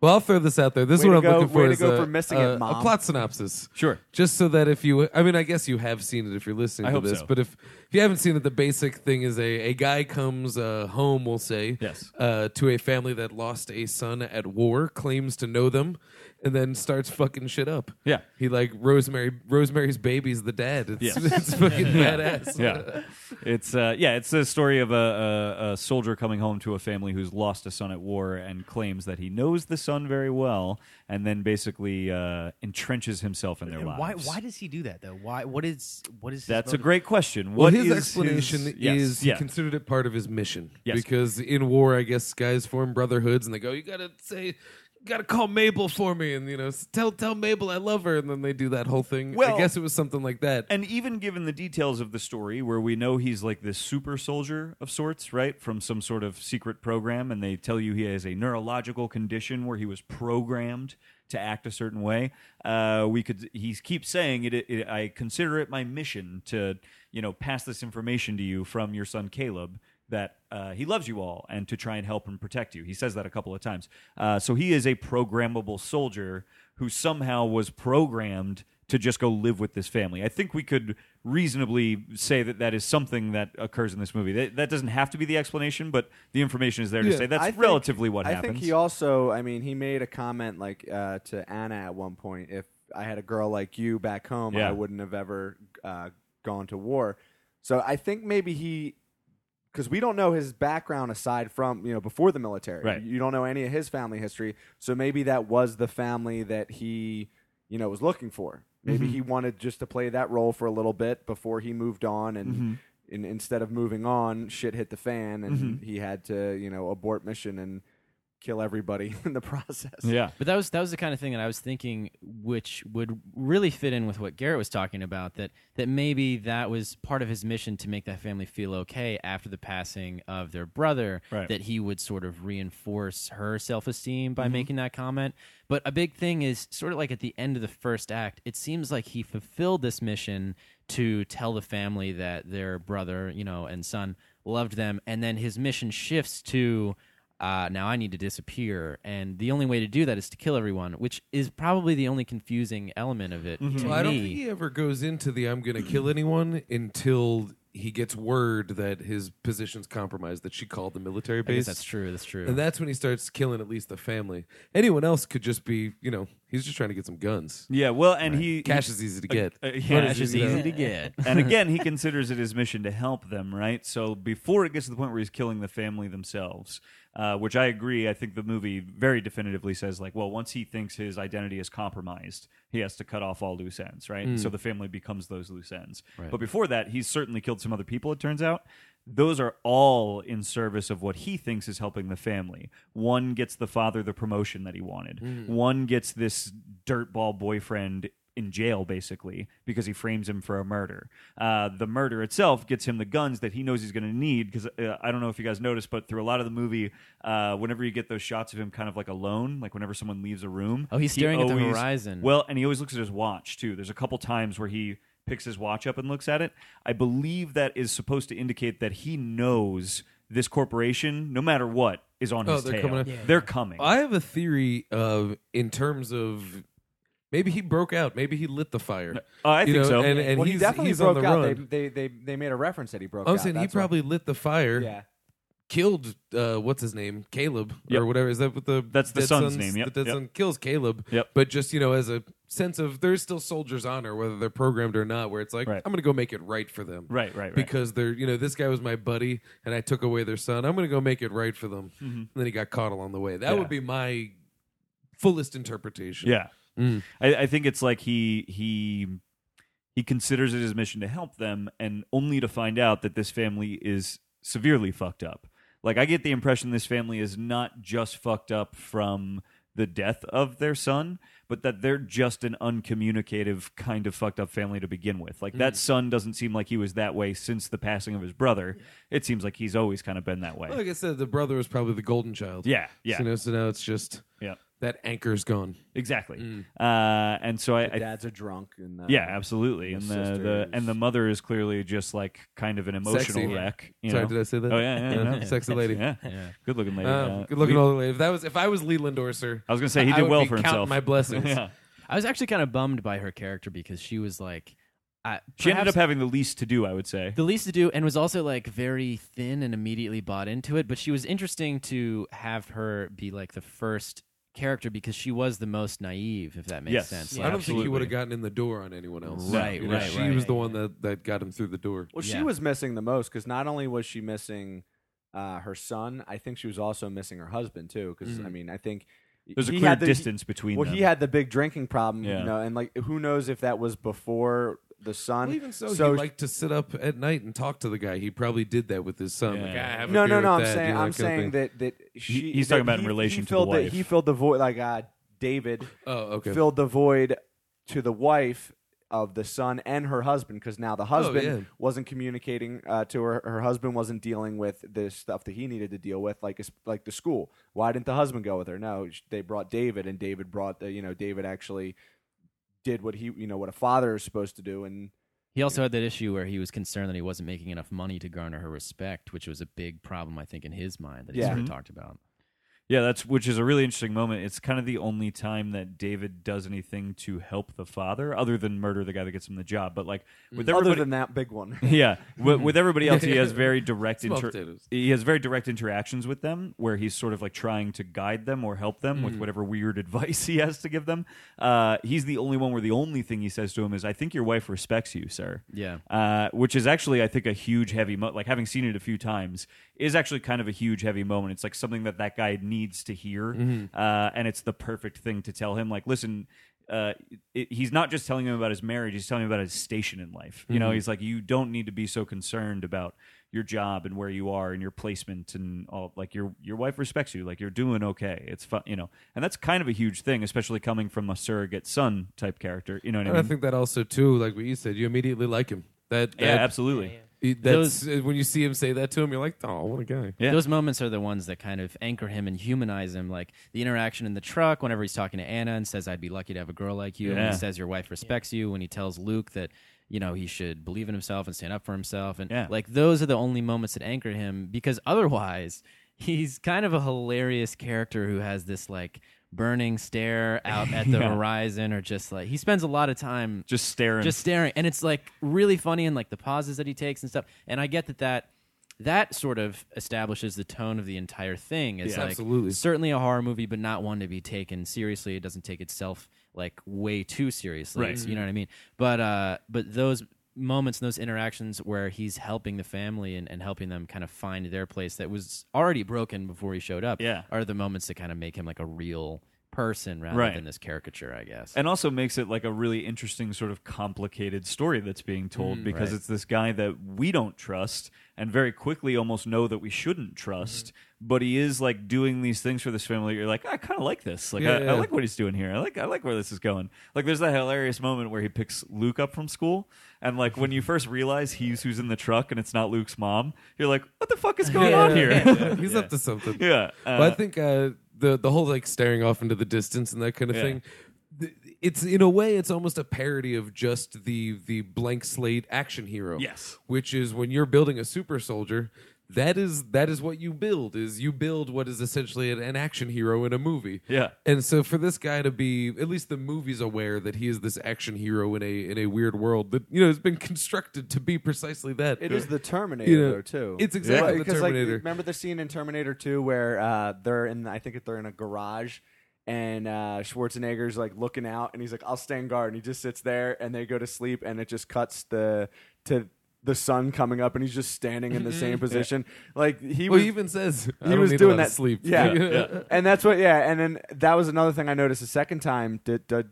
[SPEAKER 2] Well, I'll throw this out there. This
[SPEAKER 5] Way
[SPEAKER 2] is what
[SPEAKER 5] to
[SPEAKER 2] I'm
[SPEAKER 5] go-
[SPEAKER 2] looking for.
[SPEAKER 5] way to
[SPEAKER 2] is
[SPEAKER 5] go
[SPEAKER 2] a,
[SPEAKER 5] for missing
[SPEAKER 2] a-
[SPEAKER 5] it, Mom.
[SPEAKER 2] a plot synopsis.
[SPEAKER 3] Sure.
[SPEAKER 2] Just so that if you, I mean, I guess you have seen it if you're listening
[SPEAKER 3] I
[SPEAKER 2] to
[SPEAKER 3] hope
[SPEAKER 2] this,
[SPEAKER 3] so.
[SPEAKER 2] but if, if you haven't seen it, the basic thing is a, a guy comes uh, home, we'll say,
[SPEAKER 3] Yes.
[SPEAKER 2] uh, to a family that lost a son at war, claims to know them, and then starts fucking shit up.
[SPEAKER 3] Yeah.
[SPEAKER 2] He like Rosemary, Rosemary's baby's the dad. It's,
[SPEAKER 3] Yeah.
[SPEAKER 2] it's fucking badass.
[SPEAKER 3] yeah, it's uh, yeah, it's the story of a, a, a soldier coming home to a family who's lost a son at war and claims that he knows the son very well, and then basically uh, entrenches himself in their
[SPEAKER 6] And
[SPEAKER 3] lives.
[SPEAKER 6] why why does he do that though? Why what is what is his
[SPEAKER 3] That's a
[SPEAKER 6] motive?
[SPEAKER 3] great question.
[SPEAKER 2] Well,
[SPEAKER 3] What
[SPEAKER 2] his
[SPEAKER 3] is
[SPEAKER 2] explanation
[SPEAKER 3] his- yes,
[SPEAKER 2] is
[SPEAKER 3] yeah.
[SPEAKER 2] he considered it part of his mission.
[SPEAKER 3] Yes.
[SPEAKER 2] Because in war, I guess guys form brotherhoods and they go, you gotta say, you gotta call Mabel for me, and you know, s- tell tell Mabel I love her, and then they do that whole thing. I
[SPEAKER 3] Well-
[SPEAKER 2] guess it was something like that.
[SPEAKER 3] and even given the details of the story where we know he's like this super soldier of sorts right from some sort of secret program and they tell you he has a neurological condition where he was programmed to act a certain way uh, we could he keeps saying it, it i consider it my mission to you know pass this information to you from your son caleb that uh, he loves you all and to try and help and protect you he says that a couple of times uh, so he is a programmable soldier who somehow was programmed to just go live with this family. I think we could reasonably say that that is something that occurs in this movie. That, that doesn't have to be the explanation, but the information is there to
[SPEAKER 2] Yeah,
[SPEAKER 3] say that's
[SPEAKER 5] I think-
[SPEAKER 3] relatively what
[SPEAKER 5] I
[SPEAKER 3] happens.
[SPEAKER 5] think he also, I mean, he made a comment like uh, to Anna at one point. If I had a girl like you back home,
[SPEAKER 3] Yeah.
[SPEAKER 5] I wouldn't have ever uh, gone to war. So I think maybe he, because we don't know his background aside from you know before the military.
[SPEAKER 3] Right.
[SPEAKER 5] You don't know any of his family history. So maybe that was the family that he, you know, was looking for. Maybe
[SPEAKER 2] Mm-hmm.
[SPEAKER 5] he wanted just to play that role for a little bit before he moved on and.
[SPEAKER 2] Mm-hmm.
[SPEAKER 5] And instead of moving on, shit hit the fan, and he had to, you know, abort mission and kill everybody in the process.
[SPEAKER 3] yeah.
[SPEAKER 4] But that was that was the kind of thing that I was thinking, which would really fit in with what Garrett was talking about. That that maybe that was part of his mission to make that family feel okay after the passing of their brother.
[SPEAKER 3] Right.
[SPEAKER 4] That he would sort of reinforce her self esteem
[SPEAKER 3] Mm-hmm.
[SPEAKER 4] by making that comment. But a big thing is sort of like at the end of the first act, it seems like he fulfilled this mission to tell the family that their brother, you know, and son loved them, and then his mission shifts to uh, now I need to disappear. And the only way to do that is to kill everyone, which is probably the only confusing element of it to
[SPEAKER 2] Well, I don't
[SPEAKER 4] me.
[SPEAKER 2] think he ever goes into the I'm gonna kill anyone until he gets word that his position's compromised, that she called the military
[SPEAKER 4] I guess
[SPEAKER 2] base.
[SPEAKER 4] that's true. That's true.
[SPEAKER 2] And that's when he starts killing at least the family. Anyone else could just be, you know, he's just trying to get some guns.
[SPEAKER 3] Yeah, well, and he
[SPEAKER 2] Cash is easy to get.
[SPEAKER 3] Uh, yeah,
[SPEAKER 4] Cash is
[SPEAKER 2] you know.
[SPEAKER 4] easy to get.
[SPEAKER 3] and again, he considers it his mission to help them, right? So before it gets to the point where he's killing the family themselves, uh, which I agree, I think the movie very definitively says, like, well, once he thinks his identity is compromised, he has to cut off all loose ends, right? So the family becomes those loose ends. But before that, he's certainly killed some other people, it turns out. Those are all in service of what he thinks is helping the family. One gets the father the promotion that he wanted.
[SPEAKER 4] Mm.
[SPEAKER 3] One gets this dirtball boyfriend in jail basically because he frames him for a murder. Uh, the murder itself gets him the guns that he knows he's going to need because uh, I don't know if you guys noticed, but through a lot of the movie, uh, whenever you get those shots of him kind of like alone, like whenever someone leaves a room,
[SPEAKER 4] Oh, he's staring at the
[SPEAKER 3] always-
[SPEAKER 4] horizon.
[SPEAKER 3] Well, and he always looks at his watch too. There's a couple times where he picks his watch up and looks at it. I believe that is supposed to indicate that he knows this corporation, no matter what, is on
[SPEAKER 2] Oh,
[SPEAKER 3] his
[SPEAKER 2] they're
[SPEAKER 3] tail.
[SPEAKER 2] coming up. Yeah.
[SPEAKER 3] They're coming.
[SPEAKER 2] I have a theory of in terms of maybe he broke out, maybe he lit the fire.
[SPEAKER 3] Uh, I
[SPEAKER 2] You
[SPEAKER 3] think
[SPEAKER 2] know,
[SPEAKER 3] so.
[SPEAKER 2] And, and
[SPEAKER 5] well,
[SPEAKER 2] he's,
[SPEAKER 5] he definitely
[SPEAKER 2] he's
[SPEAKER 5] broke
[SPEAKER 2] on the
[SPEAKER 5] out.
[SPEAKER 2] run.
[SPEAKER 5] They, they they they made a reference that he broke
[SPEAKER 2] I'm
[SPEAKER 5] out.
[SPEAKER 2] saying he
[SPEAKER 5] That's why-
[SPEAKER 2] probably lit the fire,
[SPEAKER 5] yeah.
[SPEAKER 2] killed uh, what's his name, Caleb
[SPEAKER 3] Yep.
[SPEAKER 2] or whatever. Is that what the
[SPEAKER 3] That's the
[SPEAKER 2] dead
[SPEAKER 3] son's name,
[SPEAKER 2] Yeah,
[SPEAKER 3] yep,
[SPEAKER 2] The dead
[SPEAKER 3] yep.
[SPEAKER 2] son kills Caleb.
[SPEAKER 3] Yep.
[SPEAKER 2] But just you know, as a sense of there's still soldiers' honor, whether they're programmed or not. Where it's like
[SPEAKER 3] Right.
[SPEAKER 2] I'm going to go make it right for them.
[SPEAKER 3] Right, right, right.
[SPEAKER 2] Because they're you know this guy was my buddy and I took away their son. I'm going to go make it right for them. And then he got caught along the way. That
[SPEAKER 3] Mm-hmm. Yeah.
[SPEAKER 2] would be my fullest interpretation.
[SPEAKER 3] Yeah, I, I think it's like he he he considers it his mission to help them, and only to find out that this family is severely fucked up. Like I get the impression this family is not just fucked up from the death of their son, but that they're just an uncommunicative kind of fucked up family to begin with. Like that son doesn't seem like he was that way since the passing of his brother. It seems like he's always kind of been that way.
[SPEAKER 2] Well, like I said, the brother was probably the golden child.
[SPEAKER 3] Yeah, yeah.
[SPEAKER 2] So now, so now it's just
[SPEAKER 3] yeah.
[SPEAKER 2] that anchor's gone.
[SPEAKER 3] Exactly. Uh, and so I, I
[SPEAKER 5] Dad's a drunk. And uh, the,
[SPEAKER 3] yeah, absolutely. And
[SPEAKER 5] The
[SPEAKER 3] the, the
[SPEAKER 5] sisters.
[SPEAKER 3] and the mother is clearly just like kind of an emotional
[SPEAKER 2] Sexy.
[SPEAKER 3] wreck. You
[SPEAKER 2] Sorry,
[SPEAKER 3] know?
[SPEAKER 2] did I say that?
[SPEAKER 3] Oh yeah, yeah, no.
[SPEAKER 2] Sexy lady.
[SPEAKER 3] Yeah, good looking lady.
[SPEAKER 2] Uh,
[SPEAKER 3] Uh,
[SPEAKER 2] good looking
[SPEAKER 3] we-
[SPEAKER 2] old lady. If that was if I was Leland Orser,
[SPEAKER 3] I was gonna say he
[SPEAKER 2] I
[SPEAKER 3] did
[SPEAKER 2] would
[SPEAKER 3] well
[SPEAKER 2] be
[SPEAKER 3] for
[SPEAKER 2] counting
[SPEAKER 3] himself.
[SPEAKER 2] My blessings.
[SPEAKER 3] yeah.
[SPEAKER 4] I was actually kind of bummed by her character because she was like, I,
[SPEAKER 3] She ended up
[SPEAKER 4] perhaps
[SPEAKER 3] having the least to do, I would say.
[SPEAKER 4] the least to do, and was also like very thin and immediately bought into it. But she was interesting to have her be like the first character because she was the most naive, if that makes
[SPEAKER 3] Yes.
[SPEAKER 4] sense.
[SPEAKER 3] Yeah,
[SPEAKER 2] I don't think he would
[SPEAKER 3] absolutely.
[SPEAKER 2] have gotten in the door on anyone else.
[SPEAKER 4] Right,
[SPEAKER 2] You know,
[SPEAKER 4] right,
[SPEAKER 2] She
[SPEAKER 4] right.
[SPEAKER 2] was the one that, that got him through the door.
[SPEAKER 5] Well, she
[SPEAKER 4] Yeah.
[SPEAKER 5] was missing the most because not only was she missing uh, her son, I think she was also missing her husband too. Because I mean, I think
[SPEAKER 3] There's a
[SPEAKER 5] he
[SPEAKER 3] clear
[SPEAKER 5] had the- he-
[SPEAKER 3] distance between
[SPEAKER 5] Well,
[SPEAKER 3] them.
[SPEAKER 5] he had the big drinking problem,
[SPEAKER 3] Yeah.
[SPEAKER 5] you know, and like who knows if that was before the son.
[SPEAKER 2] Well, even so, he liked to sit up at night and talk to the guy. He probably did that with his son.
[SPEAKER 3] Yeah.
[SPEAKER 2] Like, I have a
[SPEAKER 5] no,
[SPEAKER 2] beer
[SPEAKER 5] no, no. I'm
[SPEAKER 2] with that,"
[SPEAKER 5] saying,
[SPEAKER 2] you know,
[SPEAKER 5] I'm
[SPEAKER 2] that kind
[SPEAKER 5] saying
[SPEAKER 2] of thing.
[SPEAKER 5] that that she.
[SPEAKER 3] he's
[SPEAKER 5] that
[SPEAKER 3] talking about in
[SPEAKER 5] he-
[SPEAKER 3] relation to
[SPEAKER 5] he
[SPEAKER 3] the
[SPEAKER 5] filled
[SPEAKER 3] wife.
[SPEAKER 5] he filled the void, like uh, David
[SPEAKER 2] Oh, okay.
[SPEAKER 5] filled the void to the wife of the son and her husband because now the husband
[SPEAKER 2] Oh, yeah.
[SPEAKER 5] wasn't communicating uh, to her. Her husband wasn't dealing with the stuff that he needed to deal with, like his- like the school. Why didn't the husband go with her? No, sh- they brought David, and David brought the you know David actually did what he you know what a father is supposed to do, and
[SPEAKER 4] He also had that issue where he was concerned that he wasn't making enough money to garner her respect, which was a big problem, I think, in his mind that he
[SPEAKER 5] Yeah.
[SPEAKER 4] sort of talked about.
[SPEAKER 3] yeah, that's which is a really interesting moment. It's kind of the only time that David does anything to help the father, other than murder the guy that gets him the job. But like with
[SPEAKER 5] other
[SPEAKER 3] everybody,
[SPEAKER 5] than that big one.
[SPEAKER 3] yeah with, with everybody else he has very direct
[SPEAKER 2] Small
[SPEAKER 3] inter-
[SPEAKER 2] potatoes.
[SPEAKER 3] he has very direct interactions with them where he's sort of like trying to guide them or help them with whatever weird advice he has to give them uh, he's the only one where the only thing he says to him is i think your wife respects you sir
[SPEAKER 4] Yeah.
[SPEAKER 3] uh, which is actually i think a huge heavy mo- like having seen it a few times is actually kind of a huge heavy moment it's like something that that guy needs to hear
[SPEAKER 2] Mm-hmm.
[SPEAKER 3] uh, and it's the perfect thing to tell him like listen uh, it, he's not just telling him about his marriage; he's telling him about his station in life. You know,
[SPEAKER 2] Mm-hmm.
[SPEAKER 3] he's like, you don't need to be so concerned about your job and where you are and your placement and all. Like your your wife respects you. Like you're doing okay. It's fun, you know. And that's kind of a huge thing, especially coming from a surrogate son type character. You know what I
[SPEAKER 2] and I
[SPEAKER 3] mean?
[SPEAKER 2] think that also too, like what you said, you immediately like him. That,
[SPEAKER 3] yeah,
[SPEAKER 2] that-
[SPEAKER 3] absolutely.
[SPEAKER 2] he- That's uh, when you see him say that to him, you're like, oh, what a guy.
[SPEAKER 3] Yeah.
[SPEAKER 4] Those moments are the ones that kind of anchor him and humanize him. Like the interaction in the truck whenever he's talking to Anna and says, I'd be lucky to have a girl like you. When
[SPEAKER 3] Yeah.
[SPEAKER 4] he says, Your wife respects you. When he tells Luke that, you know, he should believe in himself and stand up for himself. And
[SPEAKER 3] Yeah.
[SPEAKER 4] like those are the only moments that anchor him because otherwise he's kind of a hilarious character who has this like burning stare out at the horizon or just like he spends a lot of time
[SPEAKER 3] Just staring.
[SPEAKER 4] just staring and it's like really funny and like the pauses that he takes and stuff and i get that that that sort of establishes the tone of the entire thing it's
[SPEAKER 3] Yeah.
[SPEAKER 4] like
[SPEAKER 2] Absolutely.
[SPEAKER 4] certainly a horror movie but not one to be taken seriously it doesn't take itself like way too seriously
[SPEAKER 3] Right. Mm-hmm.
[SPEAKER 4] so you know what i mean but uh but those moments and those interactions where he's helping the family and, and helping them kind of find their place that was already broken before he showed up
[SPEAKER 3] Yeah.
[SPEAKER 4] are the moments that kind of make him like a real person rather
[SPEAKER 3] Right.
[SPEAKER 4] than this caricature i guess
[SPEAKER 3] and also makes it like a really interesting sort of complicated story that's being told because
[SPEAKER 4] right.
[SPEAKER 3] it's this guy that we don't trust and very quickly almost know that we shouldn't trust but he is like doing these things for this family you're like i kind of like this like I,
[SPEAKER 2] Yeah.
[SPEAKER 3] I like what he's doing here i like i like where this is going like there's that hilarious moment where he picks luke up from school and like when you first realize he's who's in the truck and it's not luke's mom you're like what the fuck is going on here yeah,
[SPEAKER 2] He's up to something.
[SPEAKER 3] uh,
[SPEAKER 2] Well, I think uh, the the whole like staring off into the distance and that kind of
[SPEAKER 3] Yeah.
[SPEAKER 2] thing. th- It's in a way, it's almost a parody of just the the blank slate action hero.
[SPEAKER 3] Yes.
[SPEAKER 2] which is when you're building a super soldier. That is that is what you build. Is you build what is essentially an, an action hero in a movie.
[SPEAKER 3] Yeah.
[SPEAKER 2] and so for this guy to be at least the movie's aware that he is this action hero in a in a weird world that you know has been constructed to be precisely that.
[SPEAKER 5] It is the Terminator,
[SPEAKER 2] You know,
[SPEAKER 5] though, too.
[SPEAKER 2] it's exactly
[SPEAKER 5] Right,
[SPEAKER 2] the
[SPEAKER 5] because, like,
[SPEAKER 2] Terminator.
[SPEAKER 5] remember the scene in Terminator 2 where uh, they're in, I think they're in a garage, and uh, Schwarzenegger's like looking out, and he's like, "I'll stand guard," and he just sits there, and they go to sleep, and it just cuts the to the sun coming up, and he's just standing in the same position. Like he
[SPEAKER 2] Well,
[SPEAKER 5] was
[SPEAKER 2] he even says I
[SPEAKER 5] he
[SPEAKER 2] don't
[SPEAKER 5] was
[SPEAKER 2] need a
[SPEAKER 5] doing
[SPEAKER 2] lot of
[SPEAKER 5] that
[SPEAKER 2] sleep.
[SPEAKER 5] Yeah.
[SPEAKER 2] uh,
[SPEAKER 5] and that's what. Yeah, and then that was another thing I noticed the second time. Did, did,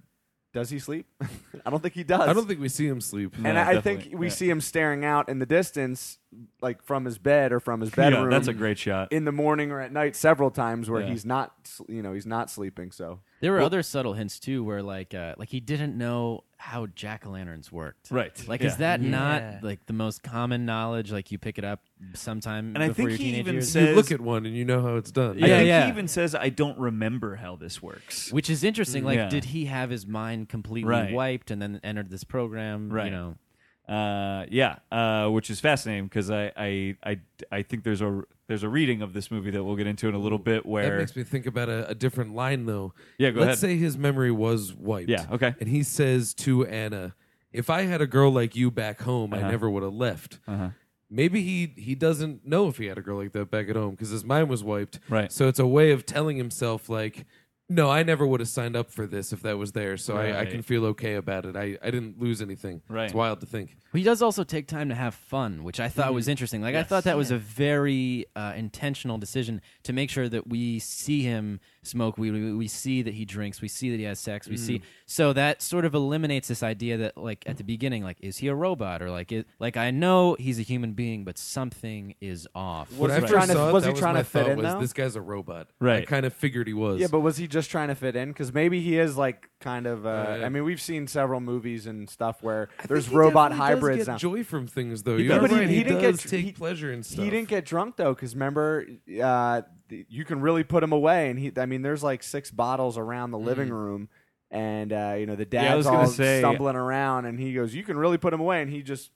[SPEAKER 5] does he sleep? I don't think he does.
[SPEAKER 2] I don't think we see him sleep.
[SPEAKER 5] And
[SPEAKER 3] No,
[SPEAKER 5] I I think
[SPEAKER 3] definitely.
[SPEAKER 5] we
[SPEAKER 3] Yeah.
[SPEAKER 5] see him staring out in the distance, like from his bed or from his
[SPEAKER 3] Yeah,
[SPEAKER 5] bedroom.
[SPEAKER 3] that's a great shot.
[SPEAKER 5] in the morning or at night several times where
[SPEAKER 3] Yeah.
[SPEAKER 5] he's not, s- you know, he's not sleeping. So
[SPEAKER 4] There were other subtle hints too, where like uh, like he didn't know how jack o' lanterns worked.
[SPEAKER 3] Right,
[SPEAKER 4] Like,
[SPEAKER 3] yeah.
[SPEAKER 4] is that
[SPEAKER 6] Yeah.
[SPEAKER 4] not like the most common knowledge? Like you pick it up sometime.
[SPEAKER 3] And I
[SPEAKER 4] before
[SPEAKER 3] think
[SPEAKER 4] your
[SPEAKER 3] he
[SPEAKER 4] teenage
[SPEAKER 3] even
[SPEAKER 4] years?
[SPEAKER 3] said-
[SPEAKER 2] You look at one and you know how it's done.
[SPEAKER 3] I
[SPEAKER 4] Yeah,
[SPEAKER 3] think
[SPEAKER 4] yeah.
[SPEAKER 3] he even says, "I don't remember how this works."
[SPEAKER 4] which is interesting. Like,
[SPEAKER 3] Yeah.
[SPEAKER 4] did he have his mind completely
[SPEAKER 3] Right.
[SPEAKER 4] wiped and then entered this program?
[SPEAKER 3] Right.
[SPEAKER 4] You know,
[SPEAKER 3] Uh, yeah, uh, which is fascinating because I, I, I, I think there's a there's a reading of this movie that we'll get into in a little bit
[SPEAKER 2] That
[SPEAKER 3] where
[SPEAKER 2] makes me think about a, a different line, though.
[SPEAKER 3] Yeah, go
[SPEAKER 2] Let's say
[SPEAKER 3] ahead.
[SPEAKER 2] his memory was wiped.
[SPEAKER 3] Yeah, okay.
[SPEAKER 2] And he says to Anna, "If I had a girl like you back home, I never would have left." Maybe he he doesn't know if he had a girl like that back at home because his mind was wiped.
[SPEAKER 3] Right.
[SPEAKER 2] So it's a way of telling himself like. No, I never would have signed up for this if that was there, so I, I
[SPEAKER 3] Right.
[SPEAKER 2] can feel okay about it. I, I didn't lose anything.
[SPEAKER 3] Right.
[SPEAKER 2] It's wild to think.
[SPEAKER 4] Well, he does also take time to have fun, which I thought was
[SPEAKER 5] Mm-hmm.
[SPEAKER 4] interesting. Like I thought that was a very uh, intentional decision to make sure that we see him smoke weed, we, we see that he drinks, we see that he has sex, we
[SPEAKER 5] Mm.
[SPEAKER 4] see. So that sort of eliminates this idea that, like at the beginning, like is he a robot or like is, like I know he's a human being, but something is off.
[SPEAKER 2] What I
[SPEAKER 5] he
[SPEAKER 2] first
[SPEAKER 5] trying to-
[SPEAKER 2] saw,
[SPEAKER 5] was
[SPEAKER 2] that
[SPEAKER 5] he trying
[SPEAKER 2] my
[SPEAKER 5] to fit
[SPEAKER 2] thought
[SPEAKER 5] in,
[SPEAKER 2] was,
[SPEAKER 5] though?
[SPEAKER 2] This guy's a robot. I
[SPEAKER 3] Right.
[SPEAKER 2] kind of figured he was.
[SPEAKER 5] yeah, but was he just trying to fit in? Because maybe he is like kind of. Uh,
[SPEAKER 2] yeah.
[SPEAKER 5] I mean, we've seen several movies and stuff where
[SPEAKER 2] I think
[SPEAKER 5] there's
[SPEAKER 2] he
[SPEAKER 5] robot
[SPEAKER 2] definitely does
[SPEAKER 5] hybrids
[SPEAKER 2] Get
[SPEAKER 5] now.
[SPEAKER 2] joy from things though.
[SPEAKER 3] He
[SPEAKER 2] You're
[SPEAKER 3] does. But he-
[SPEAKER 2] right.
[SPEAKER 5] he didn't get
[SPEAKER 2] does
[SPEAKER 5] tr-
[SPEAKER 2] take
[SPEAKER 5] he-
[SPEAKER 2] pleasure in stuff.
[SPEAKER 5] He didn't get drunk though, because remember, uh, th- you can really put him away. And he, I mean, there's like six bottles around the living room, and uh, you know the
[SPEAKER 3] Mm-hmm. Yeah, I was
[SPEAKER 5] dad's
[SPEAKER 3] gonna
[SPEAKER 5] all
[SPEAKER 3] say-
[SPEAKER 5] stumbling around, and he goes, "You can really put him away," and he just,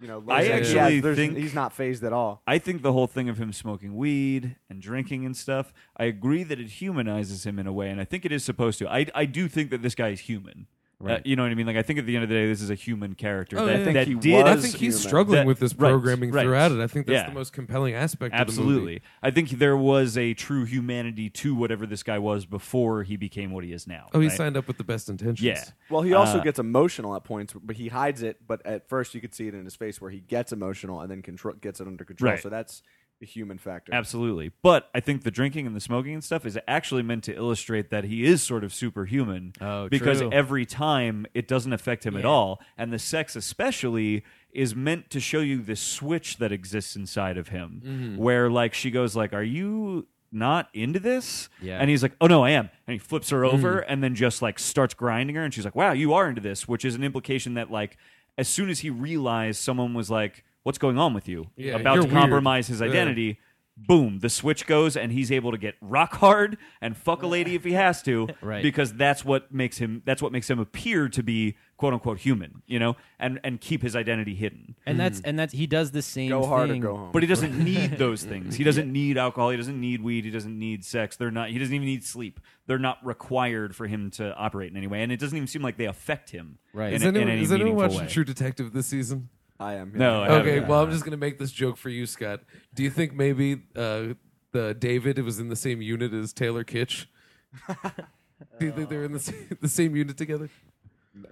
[SPEAKER 5] you know,
[SPEAKER 3] I
[SPEAKER 5] looks like he
[SPEAKER 3] actually
[SPEAKER 5] has- there's-
[SPEAKER 3] think-
[SPEAKER 5] he's not phased at all.
[SPEAKER 3] I think the whole thing of him smoking weed and drinking and stuff, I agree that it humanizes him in a way, and I think it is supposed to. I, I do think that this guy is human. Uh, you know what I mean? Like, I think at the end of the day, this is a human character
[SPEAKER 2] Oh,
[SPEAKER 3] that,
[SPEAKER 2] yeah. I think
[SPEAKER 3] that
[SPEAKER 5] he
[SPEAKER 3] did.
[SPEAKER 2] I
[SPEAKER 5] was
[SPEAKER 2] think he's
[SPEAKER 5] human.
[SPEAKER 2] struggling
[SPEAKER 3] That-
[SPEAKER 2] with this
[SPEAKER 3] right,
[SPEAKER 2] programming
[SPEAKER 3] right.
[SPEAKER 2] throughout it. I think that's
[SPEAKER 3] Yeah.
[SPEAKER 2] the most compelling aspect. Of the
[SPEAKER 3] Absolutely.
[SPEAKER 2] movie.
[SPEAKER 3] I think there was a true humanity to whatever this guy was before he became what he is now.
[SPEAKER 2] Oh, he
[SPEAKER 3] right?
[SPEAKER 2] signed up with the best intentions.
[SPEAKER 3] Yeah.
[SPEAKER 5] Well, he
[SPEAKER 3] Uh,
[SPEAKER 5] also gets emotional at points, but he hides it. But at first, you could see it in his face where he gets emotional and then control gets it under control.
[SPEAKER 3] Right.
[SPEAKER 5] So that's the human factor.
[SPEAKER 3] Absolutely. But I think the drinking and the smoking and stuff is actually meant to illustrate that he is sort of superhuman.
[SPEAKER 4] Oh,
[SPEAKER 3] because
[SPEAKER 4] true.
[SPEAKER 3] every time it doesn't affect him at all. And the sex, especially, is meant to show you this switch that exists inside of him
[SPEAKER 4] Mm-hmm.
[SPEAKER 3] where, like, she goes, like, Are you not into this
[SPEAKER 4] Yeah. Mm.
[SPEAKER 3] and he's like oh no i am and he flips her over and then just like starts grinding her and she's like wow you are into this which is an implication that like as soon as he realized someone was like what's going on with you
[SPEAKER 2] Yeah,
[SPEAKER 3] about to
[SPEAKER 2] you're weird.
[SPEAKER 3] compromise his
[SPEAKER 2] Yeah.
[SPEAKER 3] identity boom, the switch goes, and he's able to get rock hard and fuck a lady if he has to,
[SPEAKER 4] Right.
[SPEAKER 3] Because that's what makes him that's what makes him appear to be quote unquote human, you know, and and keep his identity hidden.
[SPEAKER 4] and that's and that's he does the same.
[SPEAKER 5] Mm. Go hard
[SPEAKER 4] thing.
[SPEAKER 5] or go home.
[SPEAKER 3] But he doesn't need those things. He doesn't need alcohol. He doesn't need weed. He doesn't need sex. They're not. He doesn't even need sleep. They're not required for him to operate in any way. And it doesn't even seem like they affect him.
[SPEAKER 4] Right.
[SPEAKER 3] In,
[SPEAKER 2] Is
[SPEAKER 3] a-
[SPEAKER 2] anyone,
[SPEAKER 3] in any
[SPEAKER 2] is anyone
[SPEAKER 3] meaningful
[SPEAKER 2] watching
[SPEAKER 3] way. Oh,
[SPEAKER 2] True Detective this season?
[SPEAKER 5] I am. yeah.
[SPEAKER 3] No, I haven't.
[SPEAKER 2] Okay, well, I'm just going to make this joke for you, Scott. Do you think maybe uh, the David was in the same unit as Taylor Kitsch? Do you think they're in the same, the same unit together?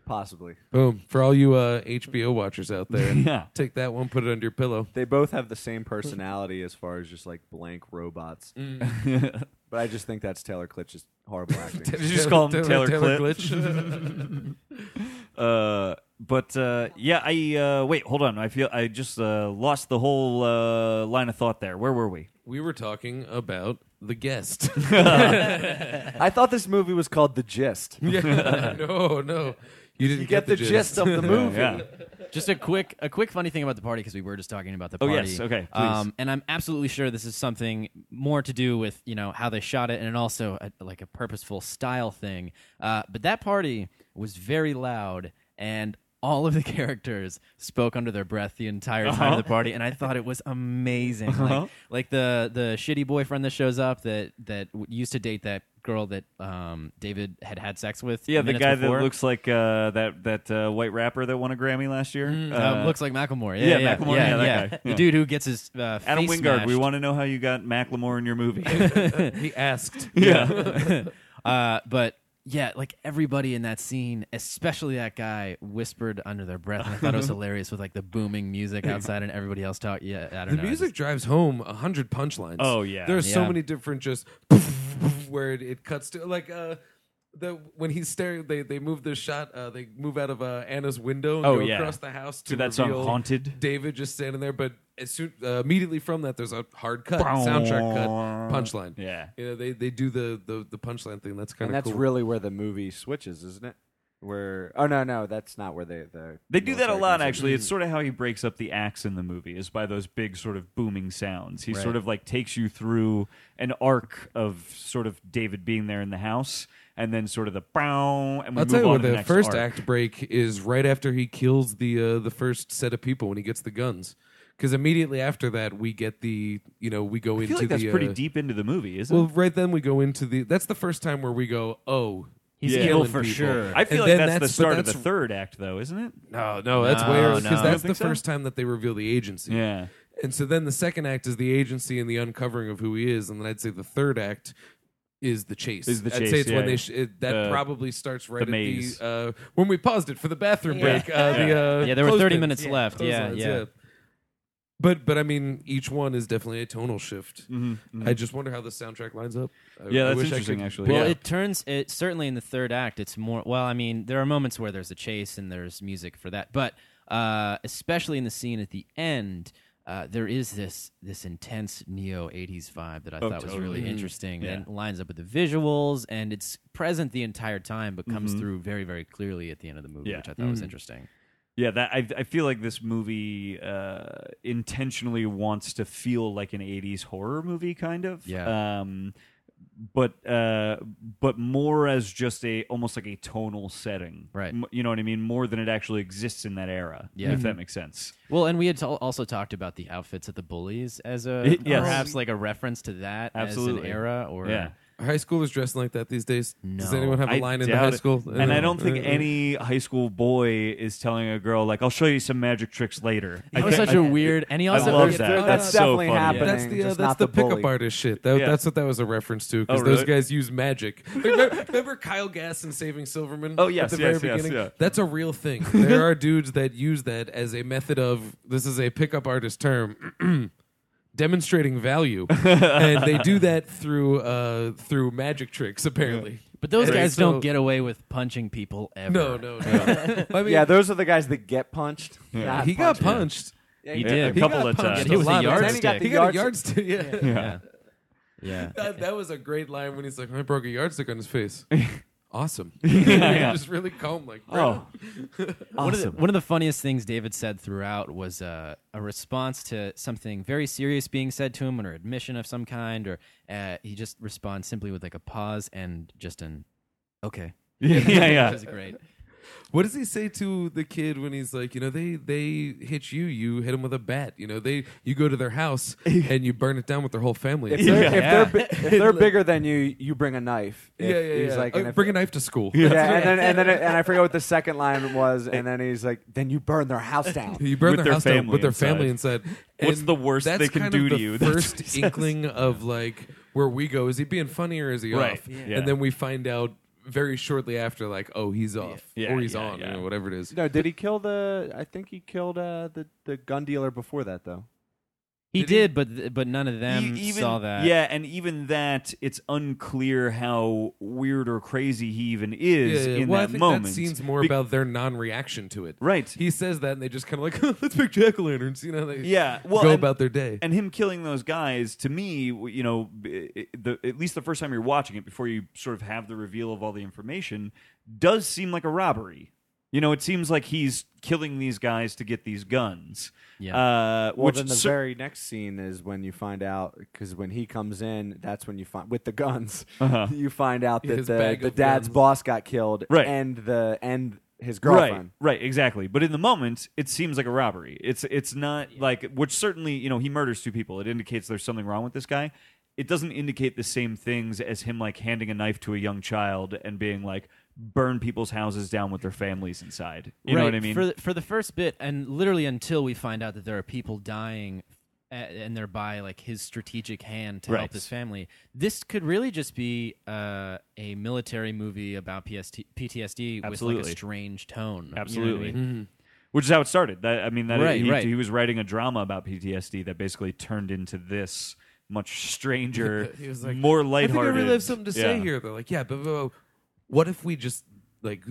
[SPEAKER 5] possibly.
[SPEAKER 2] Boom. For all you uh, HBO watchers out there,
[SPEAKER 3] Yeah.
[SPEAKER 2] take that one, put it under your pillow.
[SPEAKER 5] They both have the same personality as far as just like blank robots. but I just think that's Taylor Klitsch's horrible acting.
[SPEAKER 3] Did you just call him Taylor
[SPEAKER 2] Glitch?
[SPEAKER 3] Uh, but uh, yeah, I uh, wait. Hold on, I feel I just uh, lost the whole uh, line of thought there. Where were we?
[SPEAKER 2] we were talking about the guest.
[SPEAKER 5] I thought this movie was called The Gist. You
[SPEAKER 2] Yeah. no, no. You didn't
[SPEAKER 5] get the gist of the
[SPEAKER 4] Oh,
[SPEAKER 5] movie.
[SPEAKER 3] Yeah,
[SPEAKER 4] Just a quick, a quick funny thing about the party because we were just talking about the
[SPEAKER 3] Oh,
[SPEAKER 4] party.
[SPEAKER 3] yes. Okay, please.
[SPEAKER 4] Um, and I'm absolutely sure this is something more to do with you know how they shot it, and also a, like a purposeful style thing. Uh, but that party was very loud, and all of the characters spoke under their breath the entire time
[SPEAKER 3] Uh-huh.
[SPEAKER 4] of the party, and I thought it was amazing. Like, like the the shitty boyfriend that shows up that that w- used to date that girl that um, David had had sex with.
[SPEAKER 3] yeah. The
[SPEAKER 4] minutes
[SPEAKER 3] guy
[SPEAKER 4] before.
[SPEAKER 3] that looks like uh, that that uh, white rapper that won a Grammy last year.
[SPEAKER 4] Uh,
[SPEAKER 3] Uh,
[SPEAKER 4] looks like Macklemore. Yeah,
[SPEAKER 3] yeah,
[SPEAKER 4] yeah,
[SPEAKER 3] Macklemore, yeah, that guy.
[SPEAKER 4] The
[SPEAKER 3] Yeah.
[SPEAKER 4] dude who gets his uh,
[SPEAKER 3] Adam
[SPEAKER 4] face
[SPEAKER 3] Wingard. We
[SPEAKER 4] smashed.
[SPEAKER 3] want to know how you got Macklemore in your movie.
[SPEAKER 2] He asked.
[SPEAKER 3] yeah,
[SPEAKER 4] Uh, but yeah, like everybody in that scene, especially that guy, whispered under their breath. And I thought it was hilarious with like the booming music outside and everybody else talk. Yeah, I don't
[SPEAKER 2] The
[SPEAKER 4] know.
[SPEAKER 2] music drives home a hundred punchlines.
[SPEAKER 3] Oh, yeah.
[SPEAKER 2] There are so
[SPEAKER 4] Yeah.
[SPEAKER 2] many different just where it, it cuts to like uh the when he's staring, they they move this shot. Uh, they move out of uh, Anna's window and
[SPEAKER 3] Oh,
[SPEAKER 2] go
[SPEAKER 3] yeah.
[SPEAKER 2] across the house to,
[SPEAKER 3] To that song,
[SPEAKER 2] reveal
[SPEAKER 3] Haunted.
[SPEAKER 2] David just standing there, but as soon uh, immediately from that, there's a hard cut, soundtrack cut, punchline.
[SPEAKER 3] Yeah.
[SPEAKER 2] you know they they do the the, the punchline thing. That's kind
[SPEAKER 5] and
[SPEAKER 2] of
[SPEAKER 5] that's
[SPEAKER 2] cool.
[SPEAKER 5] really where the movie switches, isn't it? Where oh no no that's not where they the
[SPEAKER 3] They do that a
[SPEAKER 5] military
[SPEAKER 3] lot,
[SPEAKER 5] comes in.
[SPEAKER 3] actually. It's sort of how he breaks up the acts in the movie is by those big sort of booming sounds. He sort of like takes you through an arc of sort of David being there in the house, and then sort of the bow, and we
[SPEAKER 2] I'll
[SPEAKER 3] move
[SPEAKER 2] tell you
[SPEAKER 3] on
[SPEAKER 2] what,
[SPEAKER 3] to the,
[SPEAKER 2] the
[SPEAKER 3] next
[SPEAKER 2] first
[SPEAKER 3] arc.
[SPEAKER 2] act break is right after he kills the uh, the first set of people when he gets the guns. Because immediately after that, we get the you know we go
[SPEAKER 3] I
[SPEAKER 2] into
[SPEAKER 3] feel like that's
[SPEAKER 2] the
[SPEAKER 3] pretty
[SPEAKER 2] uh,
[SPEAKER 3] deep into the movie, isn't
[SPEAKER 2] Well, right then we go into the. That's the first time where we go, oh, he's
[SPEAKER 3] Yeah.
[SPEAKER 2] killing
[SPEAKER 3] evil for
[SPEAKER 2] people.
[SPEAKER 3] it? I feel
[SPEAKER 2] And
[SPEAKER 3] like
[SPEAKER 2] then
[SPEAKER 3] that's, the
[SPEAKER 2] but
[SPEAKER 3] start of the
[SPEAKER 2] that's-
[SPEAKER 3] third act, though, isn't it?
[SPEAKER 2] No, no, that's
[SPEAKER 7] No, no.
[SPEAKER 2] where because that's
[SPEAKER 3] You don't
[SPEAKER 2] the
[SPEAKER 3] think so?
[SPEAKER 2] first time that they reveal the agency.
[SPEAKER 3] Yeah.
[SPEAKER 2] And so then the second act is the agency and the uncovering of who he is, and then I'd say the third act is the chase.
[SPEAKER 3] Is the
[SPEAKER 2] I'd
[SPEAKER 3] chase,
[SPEAKER 2] say it's
[SPEAKER 3] yeah.
[SPEAKER 2] when they sh- it, that
[SPEAKER 3] Uh,
[SPEAKER 2] probably starts right
[SPEAKER 3] the maze.
[SPEAKER 2] at the uh, when we paused it for the bathroom break. Uh, The, uh,
[SPEAKER 4] Yeah, there were 30
[SPEAKER 2] clothespins.
[SPEAKER 4] minutes left. Yeah,
[SPEAKER 2] Clotheslines,
[SPEAKER 4] yeah.
[SPEAKER 2] But but I mean, each one is definitely a tonal shift.
[SPEAKER 3] Mm-hmm.
[SPEAKER 2] I just wonder how the soundtrack lines up. I,
[SPEAKER 3] Yeah,
[SPEAKER 2] I
[SPEAKER 3] that's
[SPEAKER 2] wish I
[SPEAKER 3] interesting,
[SPEAKER 2] could-
[SPEAKER 3] actually.
[SPEAKER 4] Well,
[SPEAKER 3] yeah.
[SPEAKER 4] it turns it certainly in the third act. It's more well. I mean, there are moments where there's a chase and there's music for that, but uh, especially in the scene at the end, uh, there is this this intense neo '80s vibe that I
[SPEAKER 3] Oh,
[SPEAKER 4] thought was really
[SPEAKER 3] Mm-hmm.
[SPEAKER 4] interesting. And it lines up with the visuals, and it's present the entire time, but comes through very very clearly at the end of the
[SPEAKER 3] Mm-hmm.
[SPEAKER 4] movie,
[SPEAKER 3] Yeah.
[SPEAKER 4] which I thought was interesting.
[SPEAKER 3] Yeah, that I, I feel like this movie uh, intentionally wants to feel like an '80s horror movie, kind of.
[SPEAKER 4] Yeah.
[SPEAKER 3] Um, but uh, but more as just a almost like a tonal setting,
[SPEAKER 4] Right.
[SPEAKER 3] M- you know what I mean? More than it actually exists in that era.
[SPEAKER 4] Yeah.
[SPEAKER 3] If
[SPEAKER 2] Mm-hmm.
[SPEAKER 3] that makes sense.
[SPEAKER 4] Well, and we had al- also talked about the outfits at the bullies as a
[SPEAKER 3] It- yes.
[SPEAKER 4] perhaps like a reference to that as
[SPEAKER 3] Absolutely.
[SPEAKER 4] an era or
[SPEAKER 3] Yeah.
[SPEAKER 2] Are high schoolers dressing like that these days? Does
[SPEAKER 4] No.
[SPEAKER 2] anyone have a
[SPEAKER 3] I
[SPEAKER 2] line in the
[SPEAKER 3] doubt
[SPEAKER 2] high
[SPEAKER 3] it.
[SPEAKER 2] school?
[SPEAKER 3] And I don't think
[SPEAKER 2] Uh, uh,
[SPEAKER 3] any high school boy is telling a girl like, "I'll show you some magic tricks later." I
[SPEAKER 4] That was
[SPEAKER 3] think-
[SPEAKER 4] such a weird, and he
[SPEAKER 3] I
[SPEAKER 4] also
[SPEAKER 3] love
[SPEAKER 4] there's-
[SPEAKER 3] that.
[SPEAKER 4] there's-
[SPEAKER 5] That's
[SPEAKER 3] so
[SPEAKER 5] definitely
[SPEAKER 3] funny.
[SPEAKER 5] happening.
[SPEAKER 2] That's the uh,
[SPEAKER 5] just
[SPEAKER 2] that's
[SPEAKER 5] not
[SPEAKER 2] the,
[SPEAKER 5] the
[SPEAKER 2] pickup
[SPEAKER 5] bully.
[SPEAKER 2] artist shit. That,
[SPEAKER 3] Yeah.
[SPEAKER 2] That's what that was a reference to because
[SPEAKER 3] Oh,
[SPEAKER 2] those
[SPEAKER 3] really?
[SPEAKER 2] guys use magic. Like, remember, remember Kyle Gass and Saving Silverman?
[SPEAKER 3] Oh, yes,
[SPEAKER 2] at the
[SPEAKER 3] yes,
[SPEAKER 2] very
[SPEAKER 3] yes,
[SPEAKER 2] beginning.
[SPEAKER 3] yeah.
[SPEAKER 2] That's a real thing. There are dudes that use that as a method of this is a pickup artist term. Demonstrating value, and they do that through uh, through magic tricks. Apparently,
[SPEAKER 4] But those
[SPEAKER 2] Right,
[SPEAKER 4] guys
[SPEAKER 2] so-
[SPEAKER 4] don't get away with punching people ever.
[SPEAKER 2] no, no, no. I mean,
[SPEAKER 5] yeah those are the guys that get punched not
[SPEAKER 2] he got punched.
[SPEAKER 5] punched.
[SPEAKER 4] he did.
[SPEAKER 3] A couple
[SPEAKER 2] got
[SPEAKER 3] of
[SPEAKER 2] punched
[SPEAKER 3] times.
[SPEAKER 4] He was a
[SPEAKER 2] lot of times.
[SPEAKER 4] yardstick. Then
[SPEAKER 2] He
[SPEAKER 5] he
[SPEAKER 2] got
[SPEAKER 5] got
[SPEAKER 2] a yardstick. Yeah.
[SPEAKER 4] Yeah. yeah.
[SPEAKER 2] That, that was a great line when he's like, I broke a yardstick on his face. awesome. Just really calm, like,
[SPEAKER 3] Oh,
[SPEAKER 4] One, of the, one of the funniest things David said throughout was uh, a response to something very serious being said to him, or admission of some kind, or uh, he just responds simply with like a pause and just an okay.
[SPEAKER 3] yeah, yeah.
[SPEAKER 4] That's great.
[SPEAKER 2] What does he say to the kid when he's like, you know, they they hit you, you hit them with a bat. You know, they you go to their house and you burn it down with their whole family.
[SPEAKER 5] if they're,
[SPEAKER 4] Yeah.
[SPEAKER 5] if, they're, bi- if they're bigger than you you bring a knife If-
[SPEAKER 2] yeah, yeah, yeah.
[SPEAKER 5] he's like
[SPEAKER 2] Uh,
[SPEAKER 5] and if-
[SPEAKER 2] bring a knife to school.
[SPEAKER 5] yeah, and then and then it- and I forget what the second line was, and then he's like, "Then you burn their house down."
[SPEAKER 2] You burn
[SPEAKER 3] With
[SPEAKER 2] their,
[SPEAKER 3] their
[SPEAKER 2] house down
[SPEAKER 3] family
[SPEAKER 2] with their
[SPEAKER 3] inside.
[SPEAKER 2] family inside.
[SPEAKER 3] What's
[SPEAKER 2] And
[SPEAKER 3] the worst
[SPEAKER 2] that's
[SPEAKER 3] they can
[SPEAKER 2] kind
[SPEAKER 3] do
[SPEAKER 2] of
[SPEAKER 3] to
[SPEAKER 2] the
[SPEAKER 3] you? That's what he
[SPEAKER 2] First
[SPEAKER 3] says.
[SPEAKER 2] inkling of like where we go. Is he being funny or is he
[SPEAKER 3] Right.
[SPEAKER 2] off?
[SPEAKER 3] Yeah.
[SPEAKER 2] And then we find out very shortly after, like, oh, he's off
[SPEAKER 3] Yeah,
[SPEAKER 2] or he's
[SPEAKER 3] yeah,
[SPEAKER 2] on,
[SPEAKER 3] yeah.
[SPEAKER 2] you know, whatever it is.
[SPEAKER 5] No, did he kill the? I think he killed uh, the the gun dealer before that, though.
[SPEAKER 4] He
[SPEAKER 2] Did
[SPEAKER 4] did,
[SPEAKER 2] he-
[SPEAKER 4] but th- but none of them
[SPEAKER 3] E- even-
[SPEAKER 4] saw that.
[SPEAKER 3] Yeah, and even that, it's unclear how weird or crazy he even is in
[SPEAKER 2] well, I
[SPEAKER 3] that
[SPEAKER 2] think
[SPEAKER 3] moment.
[SPEAKER 2] That scene's more
[SPEAKER 3] Be-
[SPEAKER 2] about their non-reaction to it.
[SPEAKER 3] Right.
[SPEAKER 2] He says that, and they just kind of like, let's pick jack o' lanterns. You know, they
[SPEAKER 3] Yeah, well,
[SPEAKER 2] go
[SPEAKER 3] and-
[SPEAKER 2] about their day.
[SPEAKER 3] and him killing those guys to me, w- you know, b- i- the, at least the first time you're watching it before you sort of have the reveal of all the information, does seem like a robbery. You know, it seems like he's killing these guys to get these guns.
[SPEAKER 4] Yeah.
[SPEAKER 3] Uh,
[SPEAKER 5] Well,
[SPEAKER 3] which
[SPEAKER 5] then the
[SPEAKER 3] cer-
[SPEAKER 5] very next scene is when you find out because when he comes in, that's when you find with the guns, you find out that
[SPEAKER 2] His
[SPEAKER 5] the,
[SPEAKER 2] bag
[SPEAKER 5] the
[SPEAKER 2] of
[SPEAKER 5] dad's
[SPEAKER 2] guns.
[SPEAKER 5] boss got killed,
[SPEAKER 3] Uh-huh. Right.
[SPEAKER 5] and the and his
[SPEAKER 3] Right,
[SPEAKER 5] girlfriend.
[SPEAKER 3] right, exactly. But in the moment, it seems like a robbery. It's it's not like which certainly you know he murders two people. It indicates there's something wrong with this guy. It doesn't indicate the same things as him like handing a knife to a young child and being like burn people's houses down with their families inside. You
[SPEAKER 4] right,
[SPEAKER 3] know what I mean?
[SPEAKER 4] For the, for the first bit, and literally until we find out that there are people dying, a- and thereby like his strategic hand to
[SPEAKER 3] Right.
[SPEAKER 4] help his family. This could really just be uh, a military movie about PST- PTSD with like
[SPEAKER 3] Absolutely.
[SPEAKER 4] a strange tone.
[SPEAKER 3] Absolutely. Mm-hmm. Which is how it started. That, I mean, that
[SPEAKER 4] Right,
[SPEAKER 3] he,
[SPEAKER 4] right.
[SPEAKER 3] he was writing a drama about PTSD that basically turned into this much stranger,
[SPEAKER 2] he was like,
[SPEAKER 3] more
[SPEAKER 2] I think I
[SPEAKER 3] lighthearted.
[SPEAKER 2] really have something to say
[SPEAKER 3] Yeah.
[SPEAKER 2] here. They're like, yeah, but, but, but what if we just like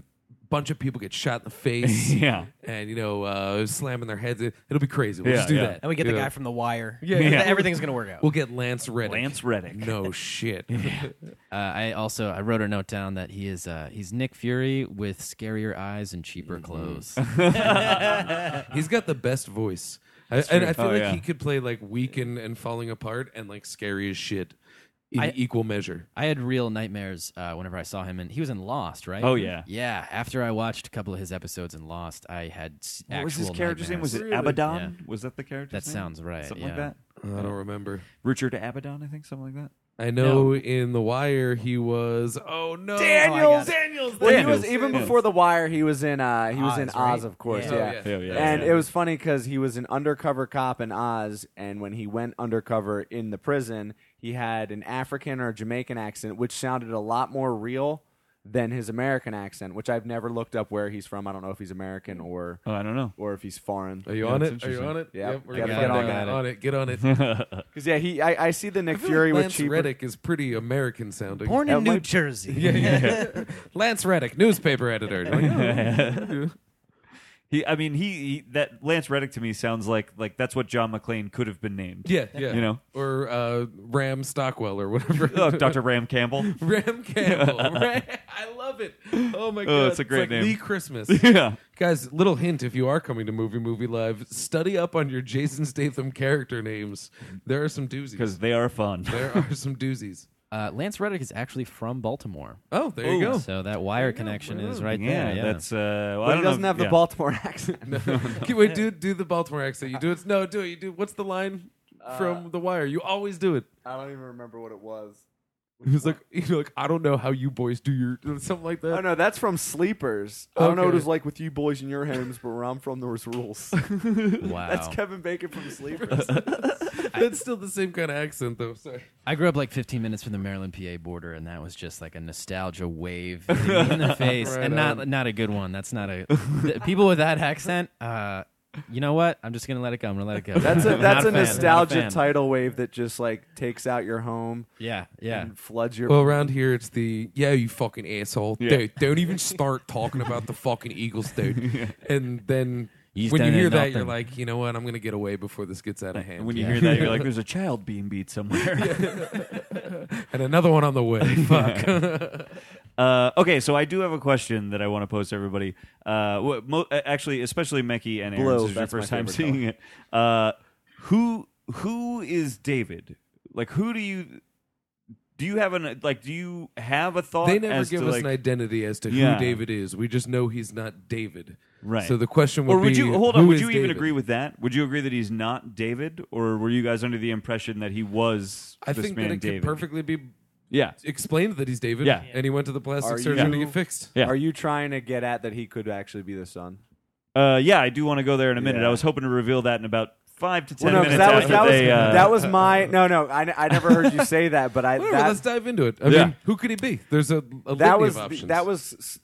[SPEAKER 2] bunch of people get shot in the face
[SPEAKER 3] Yeah.
[SPEAKER 2] and you know uh slamming their heads in. it'll be crazy we'll
[SPEAKER 3] Yeah,
[SPEAKER 2] just do
[SPEAKER 3] yeah.
[SPEAKER 2] that
[SPEAKER 6] And we get the
[SPEAKER 2] You know,
[SPEAKER 6] guy from The Wire.
[SPEAKER 2] Yeah.
[SPEAKER 6] Everything-
[SPEAKER 3] Yeah.
[SPEAKER 6] Everything's going to work out.
[SPEAKER 2] we'll get lance reddick
[SPEAKER 3] Lance Reddick.
[SPEAKER 2] no shit
[SPEAKER 4] Uh, I also I wrote a note down that he is uh, he's Nick Fury with scarier eyes and cheaper
[SPEAKER 3] Mm-hmm.
[SPEAKER 4] clothes.
[SPEAKER 2] he's got the best voice I, and i feel
[SPEAKER 3] Oh,
[SPEAKER 2] like
[SPEAKER 3] yeah.
[SPEAKER 2] he could play like weak and, and falling apart and like scary as shit in
[SPEAKER 4] I-
[SPEAKER 2] equal measure
[SPEAKER 4] I had real nightmares uh, whenever I saw him, and he was in Lost, right?
[SPEAKER 3] Oh, yeah.
[SPEAKER 4] yeah. After I watched a couple of his episodes in Lost, I had s-
[SPEAKER 3] What was his
[SPEAKER 4] actual
[SPEAKER 3] character's name? Was it
[SPEAKER 4] nightmares.
[SPEAKER 3] Abaddon? Was that the character?
[SPEAKER 4] That sounds right,
[SPEAKER 3] Something like
[SPEAKER 4] yeah.
[SPEAKER 3] that.
[SPEAKER 2] i don't remember
[SPEAKER 3] Richard Abaddon, I think, something like that.
[SPEAKER 2] i know in the wire he was oh no
[SPEAKER 5] Daniels.
[SPEAKER 2] daniels
[SPEAKER 5] Well, he
[SPEAKER 3] Daniels.
[SPEAKER 5] was even
[SPEAKER 3] Daniels.
[SPEAKER 5] before the wire. He was in uh, he was in
[SPEAKER 6] Oz, right?
[SPEAKER 5] Oz, of course.
[SPEAKER 6] Yeah.
[SPEAKER 5] Yeah,
[SPEAKER 2] Oh,
[SPEAKER 3] yeah. Yeah, yeah,
[SPEAKER 5] and
[SPEAKER 3] yeah.
[SPEAKER 5] it was funny because he was an undercover cop in Oz, and when he went undercover in the prison, he had an African or Jamaican accent, which sounded a lot more real than his American accent, which I've never looked up where he's from. I don't know if he's American or
[SPEAKER 3] Oh, I don't know.
[SPEAKER 5] or if he's foreign.
[SPEAKER 2] are you on
[SPEAKER 3] that's
[SPEAKER 2] it? Are you
[SPEAKER 3] interesting.
[SPEAKER 2] on it?
[SPEAKER 5] Yep.
[SPEAKER 2] we're
[SPEAKER 5] I
[SPEAKER 2] gonna
[SPEAKER 5] got
[SPEAKER 2] get
[SPEAKER 5] it, I
[SPEAKER 2] on
[SPEAKER 5] got
[SPEAKER 2] that.
[SPEAKER 5] it.
[SPEAKER 2] On it. Get on it. I
[SPEAKER 5] 'Cause, yeah, he I, I see the Nick
[SPEAKER 2] feel
[SPEAKER 5] Fury
[SPEAKER 2] like
[SPEAKER 5] with
[SPEAKER 2] Lance
[SPEAKER 5] cheaper.
[SPEAKER 2] Reddick is pretty American sounding.
[SPEAKER 6] Born in
[SPEAKER 5] That
[SPEAKER 6] New
[SPEAKER 5] might-
[SPEAKER 6] Jersey.
[SPEAKER 2] Lance Reddick, newspaper editor.
[SPEAKER 3] He, I mean, he, he that Lance Reddick to me sounds like like that's what John McClane could have been named.
[SPEAKER 2] yeah, yeah.
[SPEAKER 3] You know?
[SPEAKER 2] or uh, Ram Stockwell or whatever.
[SPEAKER 3] Oh, Dr. Ram Campbell.
[SPEAKER 2] Ram Campbell. Ram- I love it. Oh my god,
[SPEAKER 3] it's a great
[SPEAKER 2] like
[SPEAKER 3] name.
[SPEAKER 2] The Christmas.
[SPEAKER 3] yeah.
[SPEAKER 2] Guys, little hint if you are coming to Movie Movie Live, study up on your Jason Statham character names. There are some doozies.
[SPEAKER 3] Because they are fun.
[SPEAKER 2] There are some doozies.
[SPEAKER 4] Uh, Lance Reddick is actually from Baltimore,
[SPEAKER 2] Oh, there you go.
[SPEAKER 4] so that wire connection is right
[SPEAKER 3] Yeah,
[SPEAKER 4] there. Yeah,
[SPEAKER 3] that's uh well, I
[SPEAKER 5] But
[SPEAKER 3] don't
[SPEAKER 5] he doesn't
[SPEAKER 3] know,
[SPEAKER 5] have the
[SPEAKER 3] yeah.
[SPEAKER 5] Baltimore accent.
[SPEAKER 2] Can- Wait, do do the Baltimore accent. You do it. No, do it. You do. What's the line
[SPEAKER 3] Uh,
[SPEAKER 2] from The Wire? You always do it.
[SPEAKER 5] I don't even remember what it was.
[SPEAKER 2] He was like, you know, like I don't know how you boys do your something like that.
[SPEAKER 5] Oh no, that's from Sleepers. I don't know what
[SPEAKER 2] Okay.
[SPEAKER 5] it was like with you boys in your homes, but where I'm from, there was rules.
[SPEAKER 4] wow.
[SPEAKER 5] that's Kevin Bacon from Sleepers.
[SPEAKER 2] That's still the same kind of accent, though. Sorry.
[SPEAKER 4] I grew up like 15 minutes from the Maryland PA border, and that was just like a nostalgia wave hitting me in the face,
[SPEAKER 2] Right
[SPEAKER 4] and not
[SPEAKER 2] on.
[SPEAKER 4] not a good one. That's not a th- people with that accent. Uh, you know what? I'm just gonna let it go. I'm gonna let it go.
[SPEAKER 5] That's a
[SPEAKER 4] Not
[SPEAKER 5] that's a,
[SPEAKER 4] fan. Not
[SPEAKER 5] nostalgia
[SPEAKER 4] fan.
[SPEAKER 5] tidal wave that just like takes out your home
[SPEAKER 4] Yeah, yeah.
[SPEAKER 5] and floods your.
[SPEAKER 2] Well, around here, it's the yeah, you fucking asshole,
[SPEAKER 3] Yeah.
[SPEAKER 2] dude. Don't even start talking about the fucking Eagles, dude. And then
[SPEAKER 4] You
[SPEAKER 2] when you
[SPEAKER 4] stand in
[SPEAKER 2] hear that,
[SPEAKER 4] nothing.
[SPEAKER 2] you're like, you know what? I'm gonna get away before this gets out of hand.
[SPEAKER 3] And when you
[SPEAKER 4] Yeah.
[SPEAKER 3] hear that, you're like, there's a child being beat somewhere.
[SPEAKER 2] and another one on the way. Fuck.
[SPEAKER 3] Uh, okay, so I do have a question that I want to pose to everybody. Uh, wh- mo- uh, actually, especially Mickey and Aaron,
[SPEAKER 5] Blue,
[SPEAKER 3] this is your
[SPEAKER 5] that's my
[SPEAKER 3] first time
[SPEAKER 5] favorite
[SPEAKER 3] seeing it. Uh, who who is David? Like, who do you do you have an like? Do you have a thought?
[SPEAKER 2] They never
[SPEAKER 3] as
[SPEAKER 2] give
[SPEAKER 3] to,
[SPEAKER 2] us
[SPEAKER 3] like,
[SPEAKER 2] an identity as to
[SPEAKER 3] Yeah.
[SPEAKER 2] who David is. We just know he's not David.
[SPEAKER 3] Right.
[SPEAKER 2] So the question would
[SPEAKER 3] Or would
[SPEAKER 2] be,
[SPEAKER 3] you hold on?
[SPEAKER 2] who
[SPEAKER 3] Would
[SPEAKER 2] is
[SPEAKER 3] you even
[SPEAKER 2] David?
[SPEAKER 3] agree with that? Would you agree that he's not David, or were you guys under the impression that he was
[SPEAKER 2] I
[SPEAKER 3] this
[SPEAKER 2] think
[SPEAKER 3] man
[SPEAKER 2] that it
[SPEAKER 3] David?
[SPEAKER 2] could perfectly be
[SPEAKER 3] Yeah,
[SPEAKER 2] explained that he's David.
[SPEAKER 3] Yeah.
[SPEAKER 2] And he went to the plastic
[SPEAKER 5] Are you-
[SPEAKER 2] surgeon to get fixed.
[SPEAKER 3] Yeah.
[SPEAKER 5] Are you trying to get at that he could actually be the son?
[SPEAKER 3] uh, yeah. I do want to go there in a minute.
[SPEAKER 5] Yeah.
[SPEAKER 3] I was hoping to reveal that in about five to ten
[SPEAKER 5] Well, no, 'cause
[SPEAKER 3] minutes.
[SPEAKER 5] that was
[SPEAKER 3] after
[SPEAKER 5] that was
[SPEAKER 3] they, uh,
[SPEAKER 5] that was my no no. I, I never heard you say that, but I
[SPEAKER 2] Whatever,
[SPEAKER 5] that,
[SPEAKER 2] let's dive into it. I
[SPEAKER 3] Yeah.
[SPEAKER 2] mean, who could he be? There's a, a
[SPEAKER 5] that
[SPEAKER 2] litany
[SPEAKER 5] was
[SPEAKER 2] of options.
[SPEAKER 5] that was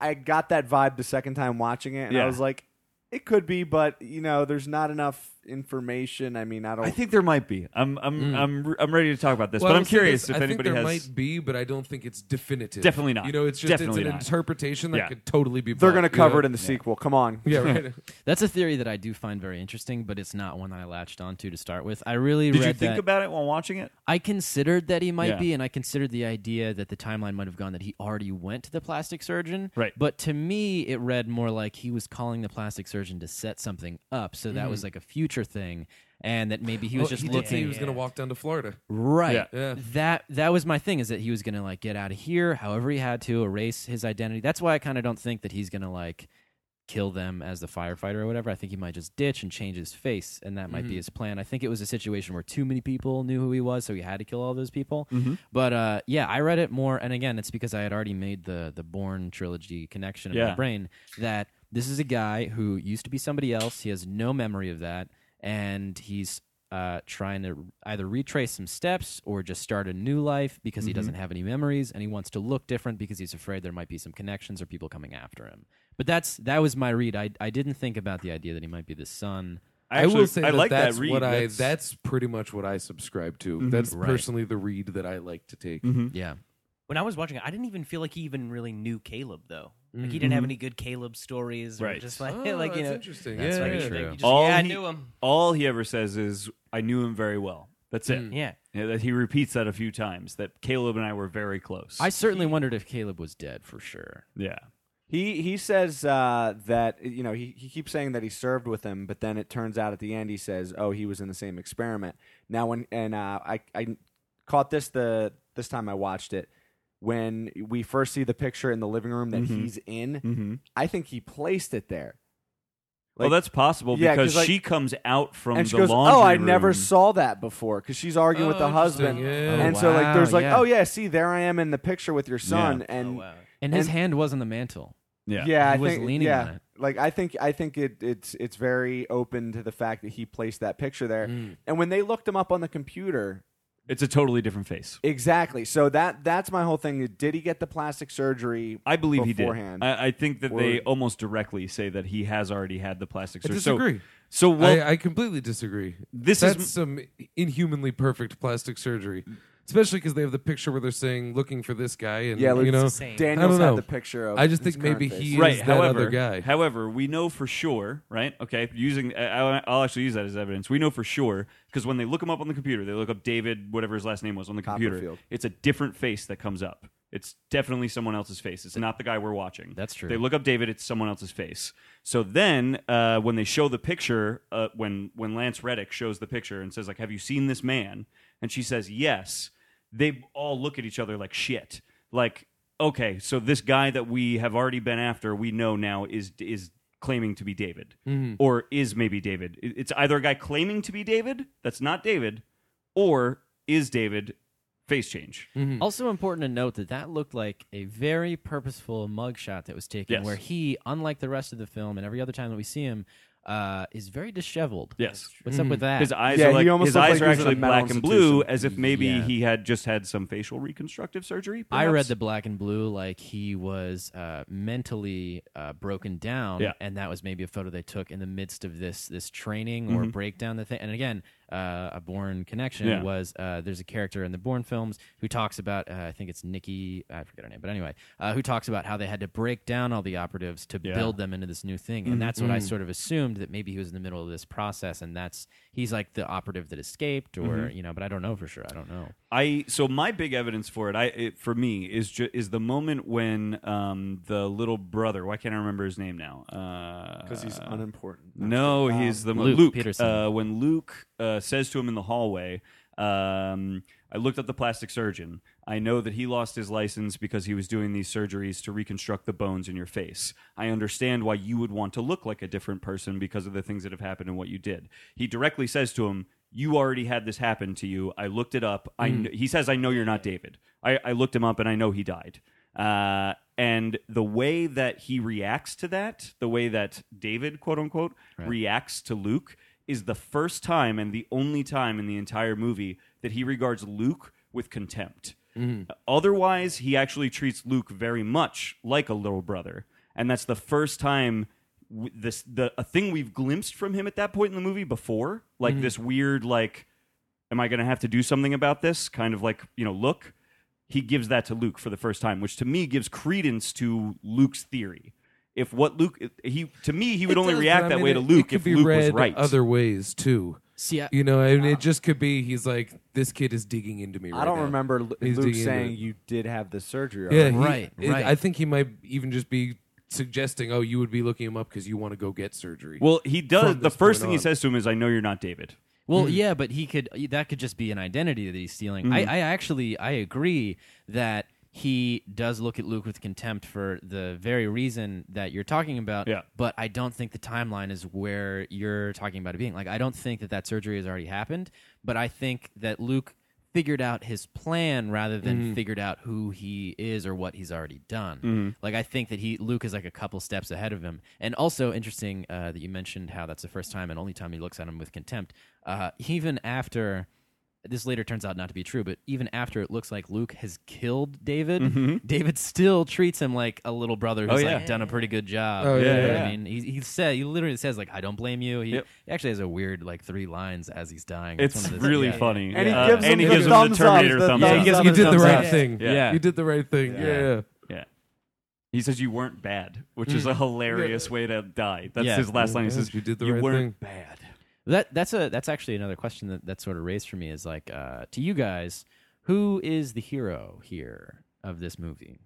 [SPEAKER 5] I got that vibe the second time watching it, and
[SPEAKER 3] Yeah.
[SPEAKER 5] I was like, it could be, but you know, there's not enough information. I mean, I don't.
[SPEAKER 3] I think there might be. I'm I'm I'm I'm ready to talk about this,
[SPEAKER 2] Well,
[SPEAKER 3] but
[SPEAKER 2] I
[SPEAKER 3] I'm
[SPEAKER 2] will say
[SPEAKER 3] curious
[SPEAKER 2] this, I
[SPEAKER 3] if anybody
[SPEAKER 2] think there
[SPEAKER 3] has.
[SPEAKER 2] might be, but I don't think it's definitive.
[SPEAKER 3] Definitely not.
[SPEAKER 2] You know, it's just
[SPEAKER 3] Definitely
[SPEAKER 2] it's an
[SPEAKER 3] not.
[SPEAKER 2] interpretation that
[SPEAKER 3] Yeah.
[SPEAKER 2] could totally be.
[SPEAKER 5] they're
[SPEAKER 2] going to
[SPEAKER 5] cover it in the sequel. Come on.
[SPEAKER 2] Yeah, right.
[SPEAKER 4] That's a theory that I do find very interesting, but it's not one that I latched onto to start with. I really
[SPEAKER 3] Did
[SPEAKER 4] read
[SPEAKER 3] you think
[SPEAKER 4] that.
[SPEAKER 3] about it while watching it?
[SPEAKER 4] I considered that he might
[SPEAKER 3] Yeah.
[SPEAKER 4] be, and I considered the idea that the timeline might have gone that he already went to the plastic surgeon.
[SPEAKER 3] Right.
[SPEAKER 4] But to me, it read more like he was calling the plastic surgeon to set something up, so
[SPEAKER 3] Mm.
[SPEAKER 4] that was like a future thing, and that maybe he was
[SPEAKER 2] Well,
[SPEAKER 4] just
[SPEAKER 2] he did say
[SPEAKER 4] looking.
[SPEAKER 2] he was going to walk down to Florida.
[SPEAKER 4] Right.
[SPEAKER 3] Yeah.
[SPEAKER 2] Yeah.
[SPEAKER 4] That that was my thing is that he was gonna like get out of here, however he had to erase his identity. That's why I kind of don't think that he's gonna like kill them as the firefighter or whatever. I think he might just ditch and change his face, and that might
[SPEAKER 3] Mm-hmm.
[SPEAKER 4] be his plan. I think it was a situation where too many people knew who he was, so he had to kill all those people.
[SPEAKER 3] Mm-hmm.
[SPEAKER 4] But uh, yeah, I read it more, and again, it's because I had already made the the Born trilogy connection in
[SPEAKER 3] Yeah.
[SPEAKER 4] my brain that this is a guy who used to be somebody else. He has no memory of that, and he's uh, trying to either retrace some steps or just start a new life because he doesn't have any memories and he wants to look different because he's afraid there might be some connections or people coming after him. But that's that was my read. I I didn't think about the idea that he might be the son.
[SPEAKER 2] I,
[SPEAKER 3] actually-
[SPEAKER 2] will say
[SPEAKER 3] I
[SPEAKER 2] that
[SPEAKER 3] like
[SPEAKER 2] that's
[SPEAKER 3] that read.
[SPEAKER 2] what I.
[SPEAKER 3] That's- Mm-hmm.
[SPEAKER 2] That's pretty much what I subscribe to. that's
[SPEAKER 4] Right.
[SPEAKER 2] personally the read that I like to take.
[SPEAKER 4] Yeah.
[SPEAKER 6] when I was watching it, I didn't even feel like he even really knew Caleb though. Like he didn't have any good Caleb stories,
[SPEAKER 3] Mm-hmm.
[SPEAKER 6] or
[SPEAKER 3] Right.
[SPEAKER 6] Just like,
[SPEAKER 2] Oh,
[SPEAKER 6] like
[SPEAKER 2] that's
[SPEAKER 6] you know,
[SPEAKER 2] interesting.
[SPEAKER 4] That's
[SPEAKER 2] yeah,
[SPEAKER 4] very
[SPEAKER 2] yeah,
[SPEAKER 4] true.
[SPEAKER 2] yeah.
[SPEAKER 6] you just,
[SPEAKER 3] All
[SPEAKER 6] yeah, I
[SPEAKER 3] he-
[SPEAKER 6] knew him.
[SPEAKER 3] All he ever says is, "I knew him very well." That's it.
[SPEAKER 6] Mm. Yeah,
[SPEAKER 3] Yeah, that he repeats that a few times. That Caleb and I were very close.
[SPEAKER 4] I certainly wondered if Caleb was dead for sure.
[SPEAKER 3] yeah.
[SPEAKER 5] He he says uh, that you know he, he keeps saying that he served with him, but then it turns out at the end he says, "Oh, he was in the same experiment." Now when and uh, I I caught this the this time I watched it when we first see the picture in the living room that he's in. I think he placed it there.
[SPEAKER 3] Mm-hmm. well, that's possible
[SPEAKER 5] Yeah, 'cause,
[SPEAKER 3] because
[SPEAKER 5] like-
[SPEAKER 3] she comes out from
[SPEAKER 5] and
[SPEAKER 3] the
[SPEAKER 5] she goes,
[SPEAKER 3] laundry
[SPEAKER 5] "Oh, I never
[SPEAKER 3] room."
[SPEAKER 5] saw that before," because she's arguing with
[SPEAKER 2] Oh,
[SPEAKER 5] the husband,
[SPEAKER 2] interesting. Yeah.
[SPEAKER 5] and
[SPEAKER 4] Oh,
[SPEAKER 5] so like there's
[SPEAKER 4] wow,
[SPEAKER 5] like,
[SPEAKER 4] yeah.
[SPEAKER 5] "Oh yeah, see, there I am in the picture with your son," and
[SPEAKER 6] wow.
[SPEAKER 4] And his
[SPEAKER 5] And-
[SPEAKER 4] hand was on the mantle.
[SPEAKER 3] Yeah.
[SPEAKER 5] yeah,
[SPEAKER 4] He
[SPEAKER 5] I
[SPEAKER 4] was
[SPEAKER 5] think,
[SPEAKER 4] leaning
[SPEAKER 5] yeah.
[SPEAKER 4] on it.
[SPEAKER 5] Like I think I think it, it's it's very open to the fact that he placed that picture there.
[SPEAKER 4] Hmm.
[SPEAKER 5] And when they looked him up on the computer,
[SPEAKER 3] It's a totally different face.
[SPEAKER 5] exactly. So that that's my whole thing. Did he get the plastic surgery?
[SPEAKER 3] I believe
[SPEAKER 5] beforehand?
[SPEAKER 3] he did. I, I think that they
[SPEAKER 5] Or-
[SPEAKER 3] almost directly say that he has already had the plastic
[SPEAKER 2] I
[SPEAKER 3] surgery. So-
[SPEAKER 2] disagree.
[SPEAKER 3] So, well,
[SPEAKER 2] I, I completely disagree.
[SPEAKER 3] This is
[SPEAKER 2] That's
[SPEAKER 3] m-
[SPEAKER 2] some inhumanly perfect plastic surgery, especially because they have the picture where they're saying looking for this guy, and
[SPEAKER 5] yeah,
[SPEAKER 2] you know,
[SPEAKER 6] insane.
[SPEAKER 2] I
[SPEAKER 5] Daniel's
[SPEAKER 2] don't know.
[SPEAKER 5] had the picture of.
[SPEAKER 2] I just
[SPEAKER 5] his
[SPEAKER 2] think maybe
[SPEAKER 5] current
[SPEAKER 2] he
[SPEAKER 5] face.
[SPEAKER 2] is
[SPEAKER 3] right.
[SPEAKER 2] that
[SPEAKER 3] However,
[SPEAKER 2] other guy.
[SPEAKER 3] however, we know for sure, right? Okay, using I, I- I'll actually use that as evidence. We know for sure because when they look him up on the computer, they look up David, whatever his last name was, on the computer.
[SPEAKER 5] Copperfield.
[SPEAKER 3] It's a different face that comes up. It's definitely someone else's face. It's not the guy we're watching.
[SPEAKER 4] That's true.
[SPEAKER 3] They look up David. It's someone else's face. So then, uh, when they show the picture, uh, when when Lance Reddick shows the picture and says like, "Have you seen this man?" and she says, "Yes," they all look at each other like shit. Like, okay, so this guy that we have already been after, we know now is is claiming to be David, or is maybe David. It- It's either a guy claiming to be David that's not David, or is David face change.
[SPEAKER 4] Also important to note that that looked like a very purposeful mugshot that was taken,
[SPEAKER 3] Yes.
[SPEAKER 4] where he, unlike the rest of the film and every other time that we see him, uh, is very disheveled.
[SPEAKER 3] Yes. Mm-hmm.
[SPEAKER 4] What's up with that?
[SPEAKER 3] His eyes
[SPEAKER 5] Yeah,
[SPEAKER 3] are
[SPEAKER 5] he
[SPEAKER 3] like
[SPEAKER 5] almost
[SPEAKER 3] his
[SPEAKER 5] looked
[SPEAKER 3] eyes
[SPEAKER 5] like
[SPEAKER 3] are
[SPEAKER 5] he was in
[SPEAKER 3] actually
[SPEAKER 5] a mental
[SPEAKER 3] black and blue,
[SPEAKER 5] institution.
[SPEAKER 3] as if maybe
[SPEAKER 4] Yeah.
[SPEAKER 3] he had just had some facial reconstructive surgery.
[SPEAKER 4] I read
[SPEAKER 3] perhaps?
[SPEAKER 4] the black and blue like he was uh, mentally uh, broken down,
[SPEAKER 3] Yeah.
[SPEAKER 4] and that was maybe a photo they took in the midst of this this training or breakdown. The thing, and again, uh, a Born connection
[SPEAKER 3] Mm-hmm. Yeah.
[SPEAKER 4] was uh, there's a character in the Born films who talks about uh, I think it's Nikki, I forget her name, but anyway, uh, who talks about how they had to break down all the operatives to
[SPEAKER 3] Yeah. Mm-hmm.
[SPEAKER 4] build them into this new thing, and that's what I sort of assumed that maybe he was in the middle of this process, and that's he's like the operative that escaped, or
[SPEAKER 3] Mm-hmm.
[SPEAKER 4] you know, but I don't know for sure. I don't know.
[SPEAKER 3] I so my big evidence for it, I it, for me is ju- is the moment when um the little brother, why can't I remember his name now? Because
[SPEAKER 5] because he's unimportant.
[SPEAKER 3] no, he's the mo-
[SPEAKER 4] Luke
[SPEAKER 3] Luke.
[SPEAKER 4] Peterson.
[SPEAKER 3] Uh, when Luke uh, says to him in the hallway, um, I looked up the plastic surgeon. I know that he lost his license because he was doing these surgeries to reconstruct the bones in your face. I understand why you would want to look like a different person because of the things that have happened and what you did. He directly says to him, you already had this happen to you. I looked it up. I kn- he says, I know you're not David. I, I looked him up and I know he died. Uh, and the way that he reacts to that, the way that David, quote unquote, reacts to Luke is the first time and the only time in the entire movie that he regards Luke with contempt.
[SPEAKER 2] Mm-hmm.
[SPEAKER 3] Otherwise, he actually treats Luke very much like a little brother. And that's the first time w- this the a thing we've glimpsed from him at that point in the movie before, like
[SPEAKER 2] Mm-hmm.
[SPEAKER 3] this weird like am I going to have to do something about this? Kind of like, you know, look, he gives that to Luke for the first time, which to me gives credence to Luke's theory. If what Luke, he to me, he would
[SPEAKER 2] It
[SPEAKER 3] only
[SPEAKER 2] does,
[SPEAKER 3] react
[SPEAKER 2] but I
[SPEAKER 3] that
[SPEAKER 2] mean,
[SPEAKER 3] way
[SPEAKER 2] it-
[SPEAKER 3] to
[SPEAKER 2] it
[SPEAKER 3] Luke
[SPEAKER 2] could
[SPEAKER 3] if
[SPEAKER 2] be
[SPEAKER 3] Luke was
[SPEAKER 2] read
[SPEAKER 3] right.
[SPEAKER 2] Other ways too.
[SPEAKER 4] See, I-
[SPEAKER 2] you know, I mean, it just could be he's like this kid is digging into me. Right
[SPEAKER 5] I don't
[SPEAKER 2] now.
[SPEAKER 5] remember Lu-
[SPEAKER 2] He's
[SPEAKER 5] Luke
[SPEAKER 2] digging into
[SPEAKER 5] saying
[SPEAKER 2] it.
[SPEAKER 5] you did have the surgery.
[SPEAKER 2] Yeah,
[SPEAKER 5] already.
[SPEAKER 2] he-
[SPEAKER 4] Right,
[SPEAKER 2] it-
[SPEAKER 4] right.
[SPEAKER 2] I think he might even just be suggesting, "Oh, you would be looking him up because you want to go get surgery."
[SPEAKER 3] well, he
[SPEAKER 2] from
[SPEAKER 3] does. The
[SPEAKER 2] this
[SPEAKER 3] first
[SPEAKER 2] point
[SPEAKER 3] thing he
[SPEAKER 2] on.
[SPEAKER 3] says to him is, "I know you're not David."
[SPEAKER 4] Well, yeah, but he could. That could just be an identity that he's stealing. I, I actually, I agree that he does look at Luke with contempt for the very reason that you're talking about.
[SPEAKER 3] Yeah.
[SPEAKER 4] But I don't think the timeline is where you're talking about it being. Like, I don't think that that surgery has already happened. But I think that Luke figured out his plan rather
[SPEAKER 3] Mm-hmm.
[SPEAKER 4] than figured out who he is or what he's already done. Like I think that he Luke is like a couple steps ahead of him. And also interesting uh, that you mentioned how that's the first time and only time he looks at him with contempt. Uh, even after this later turns out not to be true, but even after it looks like Luke has killed David, David still treats him like a little brother who's
[SPEAKER 3] Mm-hmm. Oh, yeah.
[SPEAKER 4] like done a pretty good job.
[SPEAKER 2] Oh,
[SPEAKER 4] You
[SPEAKER 2] yeah,
[SPEAKER 4] know what
[SPEAKER 3] yeah.
[SPEAKER 4] I mean, he he said he literally says like I don't blame you. He,
[SPEAKER 3] Yep.
[SPEAKER 4] he actually has a weird like three lines as he's dying.
[SPEAKER 3] It's
[SPEAKER 4] one of
[SPEAKER 3] really
[SPEAKER 4] yeah.
[SPEAKER 3] funny.
[SPEAKER 5] And he
[SPEAKER 3] Uh,
[SPEAKER 5] gives
[SPEAKER 3] and
[SPEAKER 5] him
[SPEAKER 3] he
[SPEAKER 5] the
[SPEAKER 3] gives him the
[SPEAKER 5] thumbs up,
[SPEAKER 3] Terminator
[SPEAKER 5] the
[SPEAKER 3] thumbs
[SPEAKER 5] thumbs
[SPEAKER 2] Yeah,
[SPEAKER 3] up.
[SPEAKER 2] you,
[SPEAKER 5] up.
[SPEAKER 2] guess,
[SPEAKER 5] Thumbs
[SPEAKER 2] you did
[SPEAKER 5] up.
[SPEAKER 2] the right
[SPEAKER 5] Yeah.
[SPEAKER 2] thing.
[SPEAKER 3] Yeah.
[SPEAKER 2] you did the right thing. Yeah, yeah.
[SPEAKER 3] Yeah. He says you weren't bad, which is a hilarious way to die. That's
[SPEAKER 4] Yeah.
[SPEAKER 3] his last line. He
[SPEAKER 2] Mm. Yeah,
[SPEAKER 3] says
[SPEAKER 2] you did the right
[SPEAKER 3] weren't bad.
[SPEAKER 4] That that's a that's actually another question that that sort of raised for me is like uh, to you guys, who is the hero here of this movie?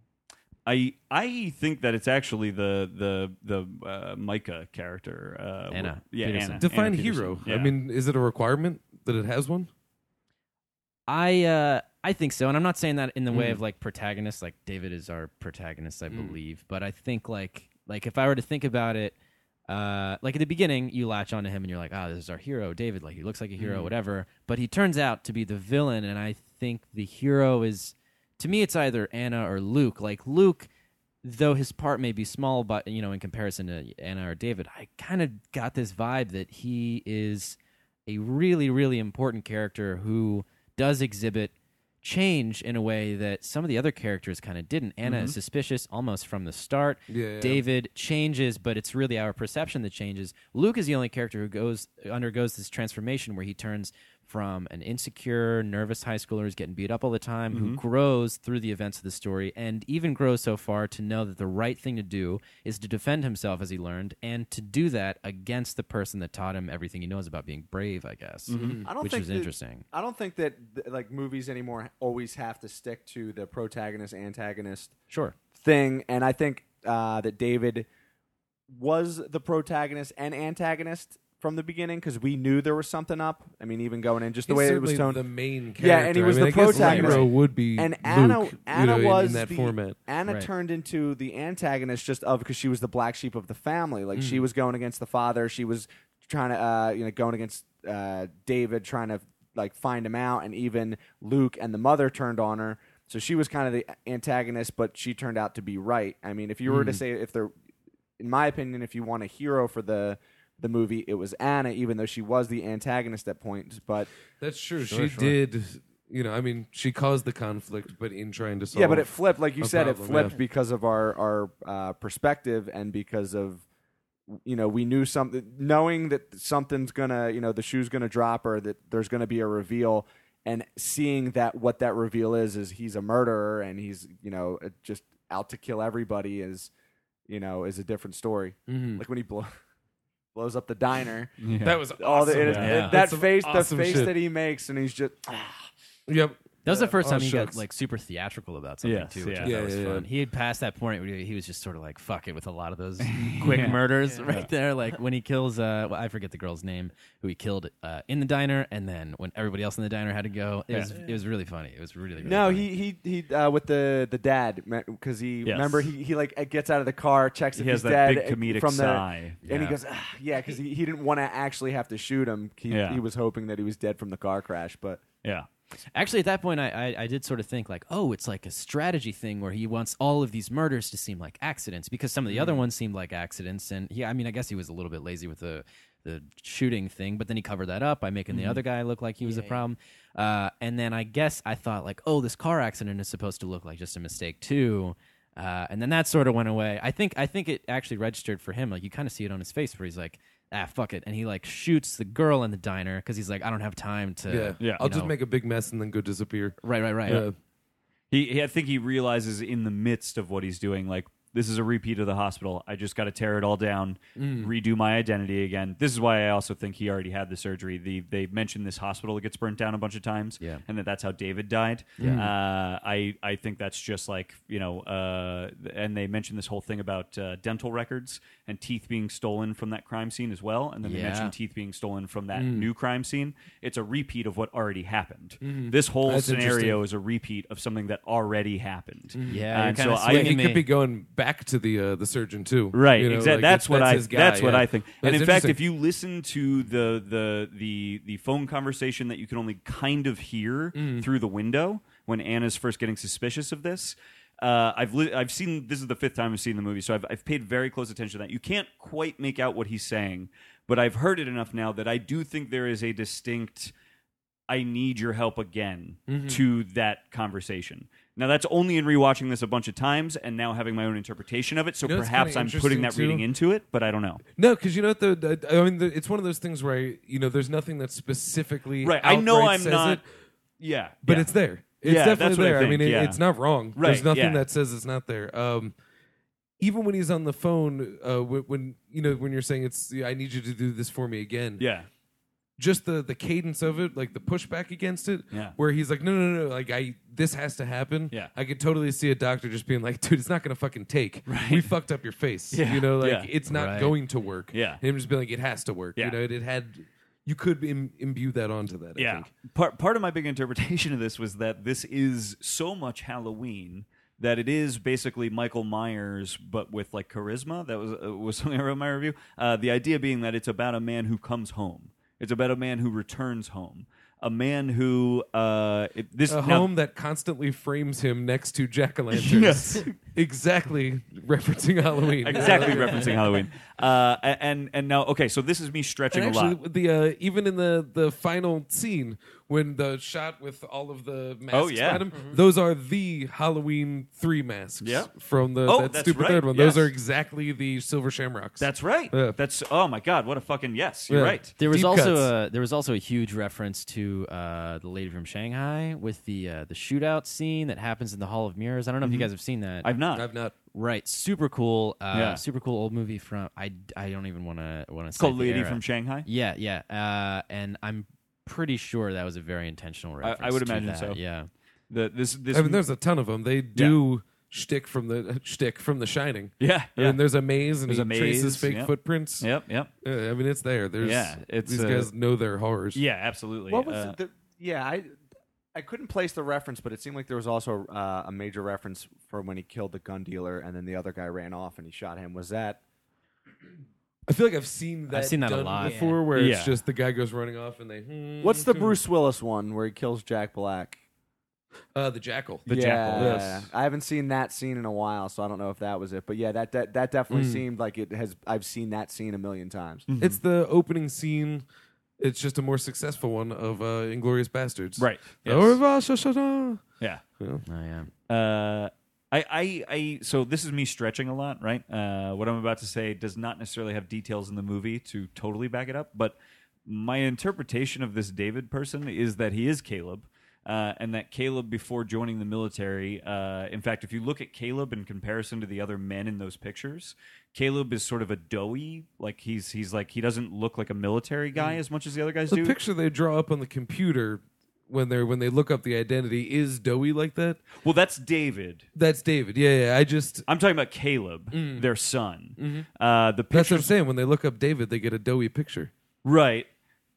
[SPEAKER 3] I I think that it's actually the the the uh, Micah character. Uh,
[SPEAKER 4] Anna
[SPEAKER 3] Yeah,
[SPEAKER 4] Peterson.
[SPEAKER 3] Anna.
[SPEAKER 2] Define
[SPEAKER 3] Anna Peterson.
[SPEAKER 2] hero.
[SPEAKER 3] Yeah.
[SPEAKER 2] I mean, is it a requirement that it has one?
[SPEAKER 4] I uh, I think so, and I'm not saying that in the way
[SPEAKER 3] Mm.
[SPEAKER 4] of like protagonist. Like David is our protagonist, I believe. But I think like like if I were to think about it, uh, like at the beginning, you latch onto him and you're like, ah, this is our hero, David. Like he looks like a
[SPEAKER 2] Mm-hmm.
[SPEAKER 4] hero, whatever. But he turns out to be the villain, and I think the hero is, to me, it's either Anna or Luke. Like Luke. Though his part may be small, but you know, in comparison to Anna or David, I kind of got this vibe that he is a really, really important character who does exhibit change in a way that some of the other characters kind of didn't. Anna is suspicious almost from the start.
[SPEAKER 2] Mm-hmm. Yeah.
[SPEAKER 4] David changes, but it's really our perception that changes. Luke is the only character who goes undergoes this transformation where he turns from an insecure, nervous high schooler who's getting beat up all the time, who grows through the events of the story, and even grows so far to know that the right thing to do is to defend himself as he learned, and to do that against the person that taught him everything he knows about being brave, I guess.
[SPEAKER 5] I don't
[SPEAKER 4] which
[SPEAKER 5] think
[SPEAKER 4] is
[SPEAKER 5] that-
[SPEAKER 4] interesting.
[SPEAKER 5] I don't think that th- like movies anymore always have to stick to the protagonist antagonist
[SPEAKER 4] Sure.
[SPEAKER 5] thing, and I think uh, that David was the protagonist and antagonist from the beginning because we knew there was something up. I mean, even going in just the
[SPEAKER 2] He's
[SPEAKER 5] way it
[SPEAKER 2] certainly
[SPEAKER 5] was toned.
[SPEAKER 2] the main character.
[SPEAKER 5] Yeah, and he was
[SPEAKER 2] I mean,
[SPEAKER 5] the
[SPEAKER 2] I guess
[SPEAKER 5] protagonist.
[SPEAKER 2] Hero would be
[SPEAKER 5] and
[SPEAKER 2] Luke,
[SPEAKER 5] Anna,
[SPEAKER 2] you
[SPEAKER 5] Anna
[SPEAKER 2] know, in-
[SPEAKER 5] was
[SPEAKER 2] in that
[SPEAKER 5] the-
[SPEAKER 2] format.
[SPEAKER 5] Anna
[SPEAKER 4] Right.
[SPEAKER 5] turned into the antagonist just of because she was the black sheep of the family. Like
[SPEAKER 2] Mm.
[SPEAKER 5] she was going against the father. She was trying to, uh, you know, going against uh, David, trying to like find him out, and even Luke and the mother turned on her. So she was kind of the antagonist, but she turned out to be right. I mean, if you
[SPEAKER 2] Mm.
[SPEAKER 5] were to say if there, in my opinion, if you want a hero for the the movie, it was Anna, even though she was the antagonist at points. But
[SPEAKER 2] That's true. she did. You know, I mean, she caused the conflict, but in trying to solve.
[SPEAKER 5] yeah, but it flipped. Like you
[SPEAKER 2] a
[SPEAKER 5] said, it
[SPEAKER 2] problem,
[SPEAKER 5] flipped
[SPEAKER 2] yeah.
[SPEAKER 5] because of our our uh, perspective and because of you know we knew something, knowing that something's gonna you know the shoe's gonna drop or that there's gonna be a reveal, and seeing that what that reveal is is he's a murderer and he's you know uh, just out to kill everybody is you know is a different story.
[SPEAKER 2] Mm-hmm.
[SPEAKER 5] Like when he blow, blows up the diner.
[SPEAKER 2] That was
[SPEAKER 5] All the, it- it-
[SPEAKER 4] Yeah.
[SPEAKER 5] that
[SPEAKER 2] That's some
[SPEAKER 5] face,
[SPEAKER 2] awesome
[SPEAKER 5] the face
[SPEAKER 2] shit.
[SPEAKER 5] that he makes, and he's just
[SPEAKER 2] Yep.
[SPEAKER 4] That was the first
[SPEAKER 2] oh,
[SPEAKER 4] time he
[SPEAKER 2] shucks.
[SPEAKER 4] got like super theatrical about something
[SPEAKER 3] Yes,
[SPEAKER 4] too, which
[SPEAKER 3] yeah.
[SPEAKER 4] I thought
[SPEAKER 2] Yeah,
[SPEAKER 4] was
[SPEAKER 2] yeah,
[SPEAKER 4] fun.
[SPEAKER 2] yeah.
[SPEAKER 4] He had passed that point where he was just sort of like, "Fuck it" with a lot of those quick murders right there. Like when he kills, uh, well, I forget the girl's name who he killed uh, in the diner, and then when everybody else in the diner had to go, it was it was really funny. It was really, really
[SPEAKER 5] No,
[SPEAKER 4] funny.
[SPEAKER 5] he he he uh, with the the dad because he
[SPEAKER 3] Yes.
[SPEAKER 5] remember he he like uh, gets out of the car, checks
[SPEAKER 3] He
[SPEAKER 5] if
[SPEAKER 3] has
[SPEAKER 5] he's
[SPEAKER 3] that
[SPEAKER 5] dead
[SPEAKER 3] big comedic
[SPEAKER 5] from the,
[SPEAKER 3] sigh.
[SPEAKER 5] and he
[SPEAKER 3] Yeah.
[SPEAKER 5] goes ah, yeah because he, he didn't want to actually have to shoot him. He
[SPEAKER 3] Yeah.
[SPEAKER 5] he was hoping that he was dead from the car crash, but
[SPEAKER 3] Yeah.
[SPEAKER 4] Actually, at that point, I, I I did sort of think like, oh, it's like a strategy thing where he wants all of these murders to seem like accidents because some of the
[SPEAKER 2] Mm.
[SPEAKER 4] other ones seemed like accidents, and yeah, I mean, I guess he was a little bit lazy with the the shooting thing, but then he covered that up by making
[SPEAKER 2] Mm.
[SPEAKER 4] the other guy look like he was a problem. Uh, and then I guess I thought like, oh, this car accident is supposed to look like just a mistake too. Uh, and then that sort of went away. I think I think it actually registered for him. Like you kind of see it on his face where he's like, ah, fuck it, and he like shoots the girl in the diner because he's like, I don't have time to.
[SPEAKER 2] Yeah.
[SPEAKER 3] Yeah.
[SPEAKER 2] I'll
[SPEAKER 4] you
[SPEAKER 2] just
[SPEAKER 4] know,
[SPEAKER 2] make a big mess and then go disappear. Uh,
[SPEAKER 4] Right, right, right.
[SPEAKER 2] Yeah.
[SPEAKER 3] He, he- I think he realizes in the midst of what he's doing, like this is a repeat of the hospital. I just got to tear it all down,
[SPEAKER 4] Mm.
[SPEAKER 3] redo my identity again. This is why I also think he already had the surgery. The, they mentioned this hospital that gets burnt down a bunch of times,
[SPEAKER 4] Yeah.
[SPEAKER 3] and that that's how David died. Uh, I I think that's just like you know, uh, and they mentioned this whole thing about uh, dental records and teeth being stolen from that crime scene as well, and then they
[SPEAKER 4] Yeah. Mm.
[SPEAKER 3] mentioned teeth being stolen from that new crime scene. It's a repeat of what already happened.
[SPEAKER 4] Mm-hmm.
[SPEAKER 3] This whole
[SPEAKER 2] That's
[SPEAKER 3] scenario
[SPEAKER 2] interesting. Mm-hmm.
[SPEAKER 3] was a repeat of something that already happened.
[SPEAKER 4] Yeah,
[SPEAKER 3] Uh,
[SPEAKER 4] you're
[SPEAKER 3] and so
[SPEAKER 4] kinda
[SPEAKER 2] Yeah,
[SPEAKER 3] I
[SPEAKER 4] swinging
[SPEAKER 2] he
[SPEAKER 4] me.
[SPEAKER 2] could be going back to the uh, the surgeon too.
[SPEAKER 3] right
[SPEAKER 2] You know,
[SPEAKER 3] exactly.
[SPEAKER 2] like,
[SPEAKER 3] that's what I
[SPEAKER 2] his guy,
[SPEAKER 3] that's what
[SPEAKER 2] yeah.
[SPEAKER 3] I think. and
[SPEAKER 2] That's
[SPEAKER 3] in fact,
[SPEAKER 2] interesting.
[SPEAKER 3] if you listen to the the the the phone conversation that you can only kind of hear
[SPEAKER 2] Mm.
[SPEAKER 3] through the window when Anna's first getting suspicious of this. Uh, I've li- I've seen this is the fifth time I've seen the movie, so I've I've paid very close attention to that. You can't quite make out what he's saying, but I've heard it enough now that I do think there is a distinct I need your help again
[SPEAKER 2] Mm-hmm.
[SPEAKER 3] to that conversation. Now that's only in rewatching this a bunch of times and now having my own interpretation of it. So
[SPEAKER 2] You know, it's
[SPEAKER 3] perhaps
[SPEAKER 2] kinda
[SPEAKER 3] I'm putting
[SPEAKER 2] interesting,
[SPEAKER 3] that reading
[SPEAKER 2] too.
[SPEAKER 3] into it, but I don't know.
[SPEAKER 2] No, because you know what the I mean, the, it's one of those things where I, you know there's nothing that specifically
[SPEAKER 3] Right. I know
[SPEAKER 2] outright
[SPEAKER 3] I'm
[SPEAKER 2] says
[SPEAKER 3] not.
[SPEAKER 2] it,
[SPEAKER 3] yeah,
[SPEAKER 2] but
[SPEAKER 3] yeah.
[SPEAKER 2] it's there. It's
[SPEAKER 3] Yeah,
[SPEAKER 2] definitely
[SPEAKER 3] that's what I
[SPEAKER 2] there. I,
[SPEAKER 3] think,
[SPEAKER 2] mean, it,
[SPEAKER 3] yeah.
[SPEAKER 2] it's not wrong.
[SPEAKER 3] Right,
[SPEAKER 2] There's nothing
[SPEAKER 3] yeah.
[SPEAKER 2] that says it's not there. Um, even when he's on the phone, uh, when, when you know when you're saying it's, I need you to do this for me again.
[SPEAKER 3] yeah.
[SPEAKER 2] Just the the cadence of it, like the pushback against it,
[SPEAKER 3] Yeah.
[SPEAKER 2] where he's like, no, no, no, like I, this has to happen.
[SPEAKER 3] Yeah.
[SPEAKER 2] I could totally see a doctor just being like, dude, it's not gonna fucking take. Right. We fucked up your face.
[SPEAKER 3] Yeah,
[SPEAKER 2] You know, like
[SPEAKER 3] yeah.
[SPEAKER 2] it's not
[SPEAKER 4] Right.
[SPEAKER 2] going to work.
[SPEAKER 3] Yeah.
[SPEAKER 2] And him just being like, it has to work.
[SPEAKER 3] Yeah.
[SPEAKER 2] You know, it, it had. You could Im- imbue that onto that. I think.
[SPEAKER 3] Part part of my big interpretation of this was that this is so much Halloween that it is basically Michael Myers but with like charisma. That was uh, was something I wrote in my review. Uh, the idea being that it's about a man who comes home. It's about a man who returns home. A man who uh, it, this
[SPEAKER 2] a
[SPEAKER 3] now-
[SPEAKER 2] home that constantly frames him next to jack o' lanterns.
[SPEAKER 3] Yes.
[SPEAKER 2] exactly referencing Halloween.
[SPEAKER 3] exactly referencing Halloween. Uh, a- and and now okay, so this is me stretching
[SPEAKER 2] And
[SPEAKER 3] a lot.
[SPEAKER 2] actually, the uh, even in the the final scene when the shot with all of the masks
[SPEAKER 3] Oh, yeah.
[SPEAKER 2] on him, those are the Halloween three masks.
[SPEAKER 3] Yeah.
[SPEAKER 2] from the
[SPEAKER 3] Oh,
[SPEAKER 2] that
[SPEAKER 3] that's
[SPEAKER 2] stupid
[SPEAKER 3] right,
[SPEAKER 2] third one.
[SPEAKER 3] yes.
[SPEAKER 2] Those are exactly the silver shamrocks.
[SPEAKER 3] That's right.
[SPEAKER 2] Yeah.
[SPEAKER 3] That's oh my god, what a fucking yes. You're
[SPEAKER 2] Yeah.
[SPEAKER 3] right.
[SPEAKER 4] There was
[SPEAKER 2] Deep
[SPEAKER 4] also
[SPEAKER 2] cuts.
[SPEAKER 4] a there was also a huge reference to uh, the lady from Shanghai with the uh, the shootout scene that happens in the Hall of Mirrors. I don't know
[SPEAKER 3] Mm-hmm.
[SPEAKER 4] if you guys have seen that.
[SPEAKER 3] I've not.
[SPEAKER 2] I've not.
[SPEAKER 4] right, super cool, uh,
[SPEAKER 3] Yeah.
[SPEAKER 4] super cool old movie from I, I don't even want to want to.
[SPEAKER 3] it's called Lady from Shanghai.
[SPEAKER 4] Yeah, yeah, uh, and I'm pretty sure that was a very intentional
[SPEAKER 3] I
[SPEAKER 4] reference.
[SPEAKER 3] would
[SPEAKER 4] to
[SPEAKER 3] imagine
[SPEAKER 4] that,
[SPEAKER 3] so.
[SPEAKER 4] Yeah,
[SPEAKER 3] The, this this
[SPEAKER 2] I mean, there's a ton of them. They do shtick from the uh, shtick from The Shining.
[SPEAKER 3] yeah, yeah.
[SPEAKER 2] And there's a maze, and
[SPEAKER 3] There's
[SPEAKER 2] he
[SPEAKER 3] a maze,
[SPEAKER 2] traces fake
[SPEAKER 3] yep.
[SPEAKER 2] footprints.
[SPEAKER 3] Yep, yep.
[SPEAKER 2] Uh, I mean, it's there. There's
[SPEAKER 3] Yeah, it's,
[SPEAKER 2] these
[SPEAKER 3] uh,
[SPEAKER 2] guys know their horrors.
[SPEAKER 3] Yeah, absolutely.
[SPEAKER 5] What was
[SPEAKER 3] Uh,
[SPEAKER 5] it? The, yeah, I I couldn't place the reference, but it seemed like there was also uh, a major reference for when he killed the gun dealer, and then the other guy ran off and he shot him. Was that?
[SPEAKER 2] I feel like I've seen that.
[SPEAKER 4] seen that a
[SPEAKER 2] done
[SPEAKER 4] lot.
[SPEAKER 2] before, where
[SPEAKER 3] Yeah.
[SPEAKER 2] it's just the guy goes running off and they. Hmm,
[SPEAKER 5] What's the Bruce Willis one where he kills Jack Black?
[SPEAKER 2] Uh, the jackal.
[SPEAKER 3] The
[SPEAKER 5] yeah,
[SPEAKER 3] Jackal,
[SPEAKER 2] yes.
[SPEAKER 5] I haven't seen that scene in a while, so I don't know if that was it. But yeah, that that, that definitely
[SPEAKER 3] Mm.
[SPEAKER 5] seemed like it has. I've seen that scene a million times.
[SPEAKER 3] Mm-hmm.
[SPEAKER 2] It's
[SPEAKER 3] Hmm.
[SPEAKER 2] the opening scene. It's just a more successful one of uh, Inglorious Bastards.
[SPEAKER 3] Right. Yes.
[SPEAKER 2] Yes.
[SPEAKER 3] yeah.
[SPEAKER 4] oh, yeah.
[SPEAKER 3] Uh, I, I, I, so this is me stretching a lot, right? Uh, what I'm about to say does not necessarily have details in the movie to totally back it up, but my interpretation of this David person is that he is Caleb. Uh, and that Caleb, before joining the military, uh, in fact, if you look at Caleb in comparison to the other men in those pictures, Caleb is sort of a doughy, like he's he's like he doesn't look like a military guy as much as the other guys
[SPEAKER 2] The
[SPEAKER 3] do.
[SPEAKER 2] picture they draw up on the computer when they are when they look up the identity is doughy like that.
[SPEAKER 3] Well, that's David.
[SPEAKER 2] That's David. Yeah, yeah. I just
[SPEAKER 3] I'm talking about Caleb, their son. Uh, the
[SPEAKER 2] that's
[SPEAKER 3] picture,
[SPEAKER 2] what I'm saying. When they look up David, they get a doughy picture.
[SPEAKER 3] right?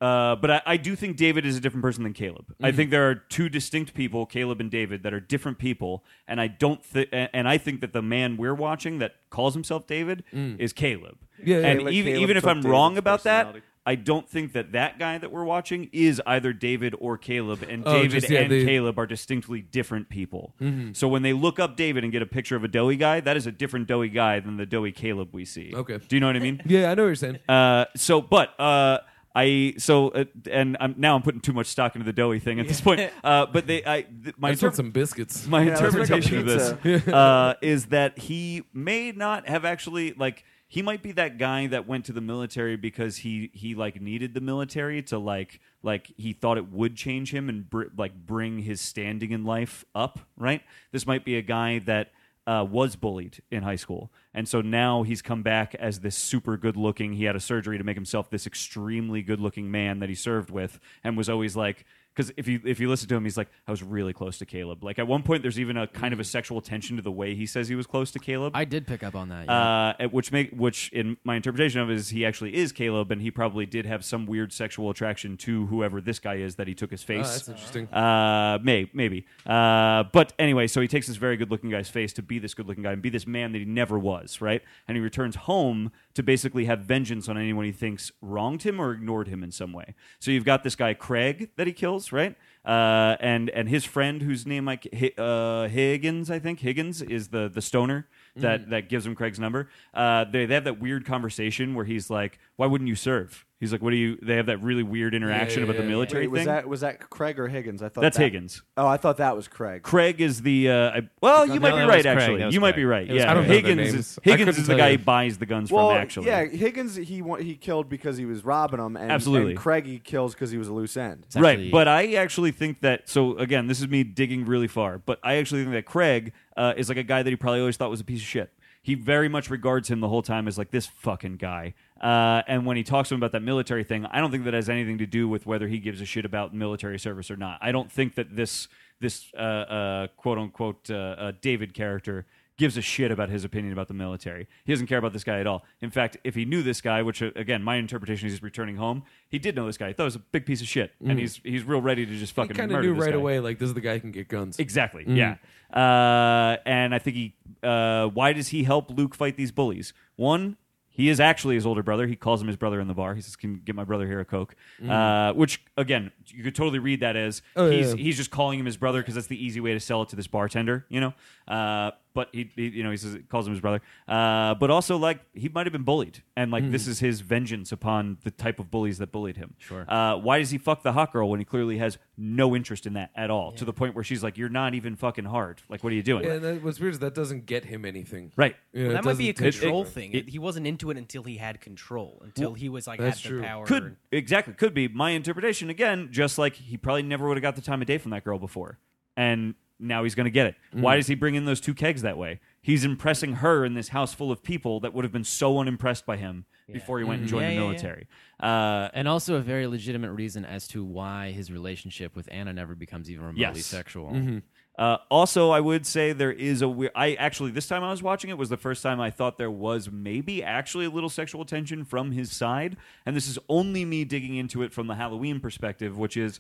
[SPEAKER 3] Uh, but I, I do think David is a different person than Caleb. I think there are two distinct people, Caleb and David, that are different people, and I don't. Th- and and I think that the man we're watching that calls himself David is Caleb.
[SPEAKER 2] Yeah, yeah.
[SPEAKER 3] and
[SPEAKER 5] Caleb-
[SPEAKER 3] even
[SPEAKER 5] Caleb
[SPEAKER 3] even if
[SPEAKER 5] took
[SPEAKER 3] I'm wrong
[SPEAKER 5] David's
[SPEAKER 3] about that.
[SPEAKER 5] personality.
[SPEAKER 3] I don't think that that guy that we're watching is either David or Caleb, and
[SPEAKER 2] Oh,
[SPEAKER 3] David
[SPEAKER 2] just, yeah,
[SPEAKER 3] and
[SPEAKER 2] they- Mm-hmm.
[SPEAKER 3] Caleb are distinctly different people. So when they look up David and get a picture of a doughy guy, that is a different doughy guy than the doughy Caleb we see.
[SPEAKER 2] Okay.
[SPEAKER 3] do you know what I mean?
[SPEAKER 2] Yeah, I know what you're saying.
[SPEAKER 3] Uh, so, but uh, I so uh, and I'm now I'm putting too much stock into the doughy thing at this point. Uh, but they, I th- my
[SPEAKER 2] I just want
[SPEAKER 3] interp-
[SPEAKER 2] some biscuits. Ah,
[SPEAKER 3] my
[SPEAKER 5] let's make a
[SPEAKER 3] interpretation of this uh, is that he may not have actually like he might be that guy that went to the military because he he like needed the military to like like he thought it would change him and br- like bring his standing in life up right this might be a guy that uh, was bullied in high school and so now he's come back as this super good looking he had a surgery to make himself this extremely good looking man that he served with and was always like because if you if you listen to him, he's like, I was really close to Caleb. Like at one point, there's even a kind of a sexual tension to the way he says he was close to Caleb.
[SPEAKER 4] I did pick up on that. Yeah.
[SPEAKER 3] uh, at which make which in my interpretation of it is he actually is Caleb, and he probably did have some weird sexual attraction to whoever this guy is that he took his
[SPEAKER 2] Oh,
[SPEAKER 3] face.
[SPEAKER 2] that's interesting.
[SPEAKER 3] Uh, may maybe. Uh, but anyway, so he takes this very good-looking guy's face to be this good-looking guy and be this man that he never was, right? And he returns home to basically have vengeance on anyone he thinks wronged him or ignored him in some way. So you've got this guy Craig that he kills, right? Uh, and and his friend whose name like uh, Higgins, I think Higgins is the the stoner. that
[SPEAKER 5] Mm-hmm.
[SPEAKER 3] that gives him Craig's number. Uh, they they have that weird conversation where he's like, "Why wouldn't you serve?" He's like, "What do you?" They have that really weird interaction about the military
[SPEAKER 5] Wait, was
[SPEAKER 3] thing.
[SPEAKER 5] that was that Craig or Higgins? I thought
[SPEAKER 3] That's
[SPEAKER 5] that-
[SPEAKER 3] Higgins.
[SPEAKER 5] Oh, I thought that was Craig.
[SPEAKER 3] Craig is the uh, I, well. You
[SPEAKER 4] No,
[SPEAKER 3] might be
[SPEAKER 4] that
[SPEAKER 3] right.
[SPEAKER 4] was Craig.
[SPEAKER 3] Actually,
[SPEAKER 4] That
[SPEAKER 3] you
[SPEAKER 4] was
[SPEAKER 3] might
[SPEAKER 4] Craig.
[SPEAKER 3] be right.
[SPEAKER 2] was
[SPEAKER 3] Yeah,
[SPEAKER 2] I don't know their
[SPEAKER 3] Higgins.
[SPEAKER 2] names.
[SPEAKER 3] Is,
[SPEAKER 2] I
[SPEAKER 3] Higgins
[SPEAKER 2] couldn't
[SPEAKER 3] is the
[SPEAKER 2] tell
[SPEAKER 3] guy
[SPEAKER 2] you.
[SPEAKER 3] he buys the guns
[SPEAKER 5] Well,
[SPEAKER 3] from. Actually,
[SPEAKER 5] yeah, Higgins he wa- he killed because he was robbing him, and
[SPEAKER 3] Absolutely.
[SPEAKER 5] and Craig he kills because he was a loose end.
[SPEAKER 4] It's actually-
[SPEAKER 3] Right, but I actually think that. So again, this is me digging really far, but I actually think that Craig uh, is like a guy that he probably always thought was a piece of shit. He very much regards him the whole time as like this fucking guy. Uh, and when he talks to him about that military thing, I don't think that has anything to do with whether he gives a shit about military service or not. I don't think that this this uh, uh, quote unquote uh, uh, David character gives a shit about his opinion about the military. He doesn't care about this guy at all. In fact, if he knew this guy, which uh, again, my interpretation is he's returning home, he did know this guy. He thought he was a big piece of shit, and he's he's real ready to just fucking
[SPEAKER 2] kind
[SPEAKER 3] murder
[SPEAKER 2] of Mm. knew
[SPEAKER 3] this
[SPEAKER 2] right
[SPEAKER 3] guy.
[SPEAKER 2] away, Mm. like this is the guy who can get guns.
[SPEAKER 3] Exactly. Yeah. Uh, and I think he. Uh, why does he help Luke fight these bullies? One, he is actually his older brother. He calls him his brother in the bar. He says, "Can you get my brother here a coke." Uh, which again, you could totally read that as
[SPEAKER 2] Mm. Oh, yeah,
[SPEAKER 3] he's
[SPEAKER 2] yeah.
[SPEAKER 3] he's just calling him his brother because that's the easy way to sell it to this bartender, you know. Uh, but he, he, you know, he says calls him his brother. Uh, but also like he might have been bullied, and like this is his vengeance upon the type of bullies that bullied him. Sure. Uh, why does he fuck the hot girl when he clearly has no interest in that at all? To the point where she's like, "You're not even fucking hard. Like, what are you doing?"
[SPEAKER 2] Yeah, and that, what's weird is that doesn't get him anything.
[SPEAKER 3] Right.
[SPEAKER 2] You know,
[SPEAKER 6] Well,
[SPEAKER 2] it
[SPEAKER 6] that might be a
[SPEAKER 2] doesn't take-
[SPEAKER 6] control
[SPEAKER 2] it-
[SPEAKER 6] thing. he wasn't into it until he had control. Until he was like
[SPEAKER 2] that's
[SPEAKER 6] had the
[SPEAKER 2] true.
[SPEAKER 6] power.
[SPEAKER 3] Could exactly could be my interpretation again. Just like he probably never would have got the time of day from that girl before, and now he's going to get it.
[SPEAKER 6] Mm.
[SPEAKER 3] Why does he bring in those two kegs that way? He's impressing her in this house full of people that would have been so unimpressed by him before he went and joined
[SPEAKER 6] Yeah,
[SPEAKER 3] the
[SPEAKER 6] yeah, yeah.
[SPEAKER 3] military. Uh,
[SPEAKER 4] and also a very legitimate reason as to why his relationship with Anna never becomes even remotely
[SPEAKER 3] Yes.
[SPEAKER 4] sexual.
[SPEAKER 3] Uh, also, I would say there is a weird. I actually this time I was watching it was the first time I thought there was maybe actually a little sexual tension from his side, and this is only me digging into it from the Halloween perspective, which is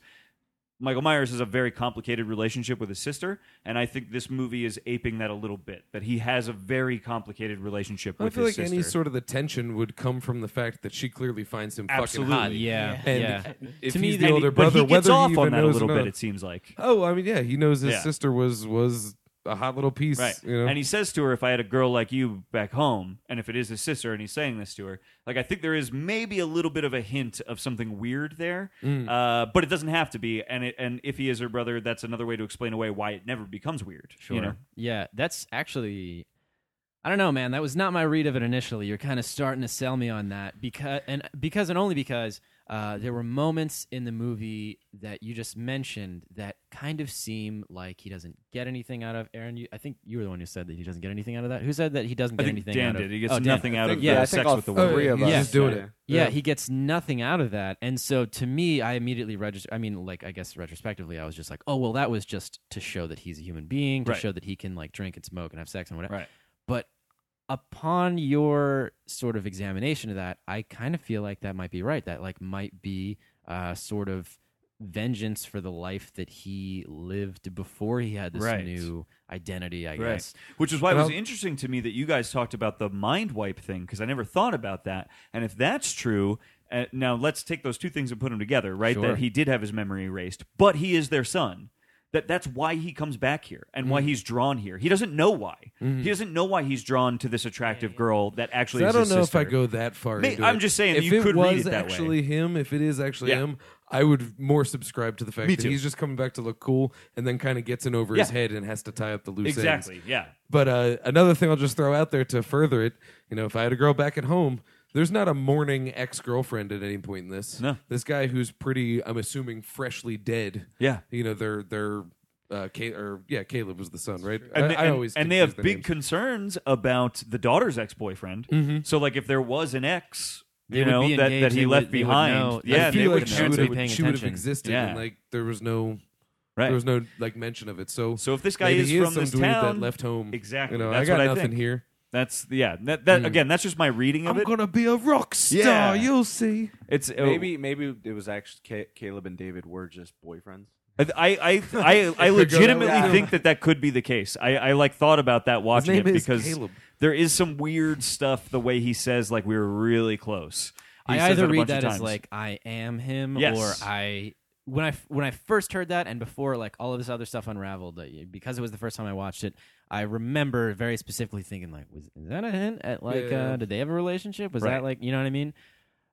[SPEAKER 3] Michael Myers has a very complicated relationship with his sister, and I think this movie is aping that a little bit. That he has a very complicated relationship
[SPEAKER 2] I
[SPEAKER 3] with
[SPEAKER 2] feel
[SPEAKER 3] his
[SPEAKER 2] like any
[SPEAKER 3] sister.
[SPEAKER 2] sort of the tension would come from the fact that she clearly finds him
[SPEAKER 3] Absolutely.
[SPEAKER 2] fucking hot.
[SPEAKER 4] Yeah,
[SPEAKER 2] And
[SPEAKER 4] yeah.
[SPEAKER 2] if
[SPEAKER 4] To me,
[SPEAKER 2] he's
[SPEAKER 3] And
[SPEAKER 2] the
[SPEAKER 3] he-
[SPEAKER 2] older
[SPEAKER 3] but
[SPEAKER 2] brother,
[SPEAKER 3] he gets
[SPEAKER 2] whether
[SPEAKER 3] off
[SPEAKER 2] he
[SPEAKER 3] on
[SPEAKER 2] even
[SPEAKER 3] that a
[SPEAKER 2] knows
[SPEAKER 3] little
[SPEAKER 2] or
[SPEAKER 3] bit.
[SPEAKER 2] not-
[SPEAKER 3] It seems like
[SPEAKER 2] Oh, I mean, yeah, he knows his
[SPEAKER 3] Yeah.
[SPEAKER 2] sister was was a hot little piece.
[SPEAKER 3] Right.
[SPEAKER 2] You know?
[SPEAKER 3] And he says to her, if I had a girl like you back home, and if it is his sister, and he's saying this to her, like, I think there is maybe a little bit of a hint of something weird there, uh, but it doesn't have to be. And, it, and if he is her brother, that's another way to explain away why it never becomes weird. Sure. You know?
[SPEAKER 4] Yeah, that's actually I don't know, man. That was not my read of it initially. You're kind of starting to sell me on that because and because and only because uh, there were moments in the movie that you just mentioned that kind of seem like he doesn't get anything out of Aaron. You, I think you were the one who said that he doesn't get anything out of that. Who said that he doesn't
[SPEAKER 3] I
[SPEAKER 4] get
[SPEAKER 3] think
[SPEAKER 4] anything
[SPEAKER 3] Dan
[SPEAKER 4] out
[SPEAKER 3] did.
[SPEAKER 4] of?
[SPEAKER 3] He gets
[SPEAKER 4] oh, Dan.
[SPEAKER 3] nothing out
[SPEAKER 5] I think,
[SPEAKER 3] of
[SPEAKER 5] yeah,
[SPEAKER 3] the
[SPEAKER 5] I think
[SPEAKER 3] sex
[SPEAKER 5] all
[SPEAKER 3] with the
[SPEAKER 2] Oh,
[SPEAKER 3] woman.
[SPEAKER 2] yeah,
[SPEAKER 5] three of
[SPEAKER 2] he's
[SPEAKER 5] us
[SPEAKER 2] just doing it.
[SPEAKER 4] Yeah, he gets nothing out of that. And so to me, I immediately register I mean, like I guess retrospectively, I was just like, "Oh, well, that was just to show that he's a human being, to
[SPEAKER 3] Right.
[SPEAKER 4] show that he can like drink and smoke and have sex and whatever."
[SPEAKER 3] Right.
[SPEAKER 4] But upon your sort of examination of that, I kind of feel like that might be right. That like might be uh, sort of vengeance for the life that he lived before he had this
[SPEAKER 3] Right.
[SPEAKER 4] new identity, I
[SPEAKER 3] Right.
[SPEAKER 4] guess.
[SPEAKER 3] Which is why it was
[SPEAKER 2] Well-
[SPEAKER 3] interesting to me that you guys talked about the mind wipe thing because I never thought about that. And if that's true, uh, now let's take those two things and put them together, right?
[SPEAKER 4] Sure.
[SPEAKER 3] That he did have his memory erased, but he is their son. That that's why he comes back here and
[SPEAKER 2] Mm-hmm.
[SPEAKER 3] why he's drawn here. He doesn't know why. He doesn't know why he's drawn to this attractive girl that actually.
[SPEAKER 2] So Mm-hmm. I
[SPEAKER 3] is
[SPEAKER 2] don't
[SPEAKER 3] his
[SPEAKER 2] know
[SPEAKER 3] sister.
[SPEAKER 2] if I go that far.
[SPEAKER 3] May-
[SPEAKER 2] into
[SPEAKER 3] I'm
[SPEAKER 2] it.
[SPEAKER 3] just saying
[SPEAKER 2] if
[SPEAKER 3] you
[SPEAKER 2] it
[SPEAKER 3] could
[SPEAKER 2] was
[SPEAKER 3] read it that way.
[SPEAKER 2] actually him, if it is actually
[SPEAKER 3] Yeah.
[SPEAKER 2] him, I would more subscribe to the fact
[SPEAKER 3] Me
[SPEAKER 2] that
[SPEAKER 3] too.
[SPEAKER 2] he's just coming back to look cool and then kind of gets in over his
[SPEAKER 3] Yeah.
[SPEAKER 2] head and has to tie up the loose ends.
[SPEAKER 3] Exactly. Yeah.
[SPEAKER 2] But uh, another thing I'll just throw out there to further it, you know, if I had a girl back at home, there's not a mourning ex girlfriend at any point in this.
[SPEAKER 3] No.
[SPEAKER 2] this guy who's pretty, I'm assuming, freshly dead.
[SPEAKER 3] Yeah.
[SPEAKER 2] you know, they're they're. Uh, Ca- or yeah, Caleb was the son, right?
[SPEAKER 3] and
[SPEAKER 2] I,
[SPEAKER 3] they,
[SPEAKER 2] I
[SPEAKER 3] and-
[SPEAKER 2] always
[SPEAKER 3] and they
[SPEAKER 2] confuse
[SPEAKER 3] have
[SPEAKER 2] the
[SPEAKER 3] big
[SPEAKER 2] names. Mm-hmm.
[SPEAKER 3] concerns about the daughter's ex boyfriend. So like if there was an ex,
[SPEAKER 4] They
[SPEAKER 3] you
[SPEAKER 4] would
[SPEAKER 3] know
[SPEAKER 4] be
[SPEAKER 3] that,
[SPEAKER 4] engaged,
[SPEAKER 3] that he
[SPEAKER 4] they
[SPEAKER 3] left
[SPEAKER 4] would- they would
[SPEAKER 3] behind.
[SPEAKER 4] know-
[SPEAKER 3] yeah,
[SPEAKER 4] I
[SPEAKER 2] I
[SPEAKER 3] and
[SPEAKER 2] feel
[SPEAKER 3] they
[SPEAKER 2] like
[SPEAKER 3] would
[SPEAKER 2] she
[SPEAKER 3] know.
[SPEAKER 4] parents
[SPEAKER 2] would
[SPEAKER 4] would be paying
[SPEAKER 2] have, she would have
[SPEAKER 4] attention.
[SPEAKER 2] existed,
[SPEAKER 3] Yeah.
[SPEAKER 2] and like there was no,
[SPEAKER 3] Right.
[SPEAKER 2] there was no like mention of it. So,
[SPEAKER 3] So if this guy
[SPEAKER 2] maybe
[SPEAKER 3] is
[SPEAKER 2] he is
[SPEAKER 3] from
[SPEAKER 2] some
[SPEAKER 3] this
[SPEAKER 2] dude
[SPEAKER 3] town-
[SPEAKER 2] that left home,
[SPEAKER 3] Exactly.
[SPEAKER 2] You know,
[SPEAKER 3] That's
[SPEAKER 2] I got
[SPEAKER 3] what I
[SPEAKER 2] nothing
[SPEAKER 3] think.
[SPEAKER 2] here.
[SPEAKER 3] That's yeah. That, that again, that's just my reading of
[SPEAKER 2] Mm. I'm
[SPEAKER 3] it.
[SPEAKER 2] gonna be a rock star.
[SPEAKER 3] Yeah.
[SPEAKER 2] You'll see.
[SPEAKER 3] it's uh,
[SPEAKER 5] Maybe maybe it was actually Ca- Caleb and David were just boyfriends.
[SPEAKER 3] I I I, I legitimately
[SPEAKER 2] Yeah.
[SPEAKER 3] think that that could be the case. I, I like thought about that watching
[SPEAKER 2] name
[SPEAKER 3] it
[SPEAKER 2] is
[SPEAKER 3] because
[SPEAKER 2] Caleb.
[SPEAKER 3] there is some weird stuff the way he says like we were really close. He
[SPEAKER 4] I
[SPEAKER 3] says
[SPEAKER 4] either
[SPEAKER 3] a
[SPEAKER 4] read
[SPEAKER 3] bunch of
[SPEAKER 4] that as
[SPEAKER 3] times.
[SPEAKER 4] like I am him
[SPEAKER 3] Yes.
[SPEAKER 4] or I when I f- when I first heard that and before like all of this other stuff unraveled that you- because it was the first time I watched it, I remember very specifically thinking like, was is that a hint at like
[SPEAKER 2] Yeah.
[SPEAKER 4] uh, did they have a relationship? Was
[SPEAKER 3] Right.
[SPEAKER 4] that like you know what I mean?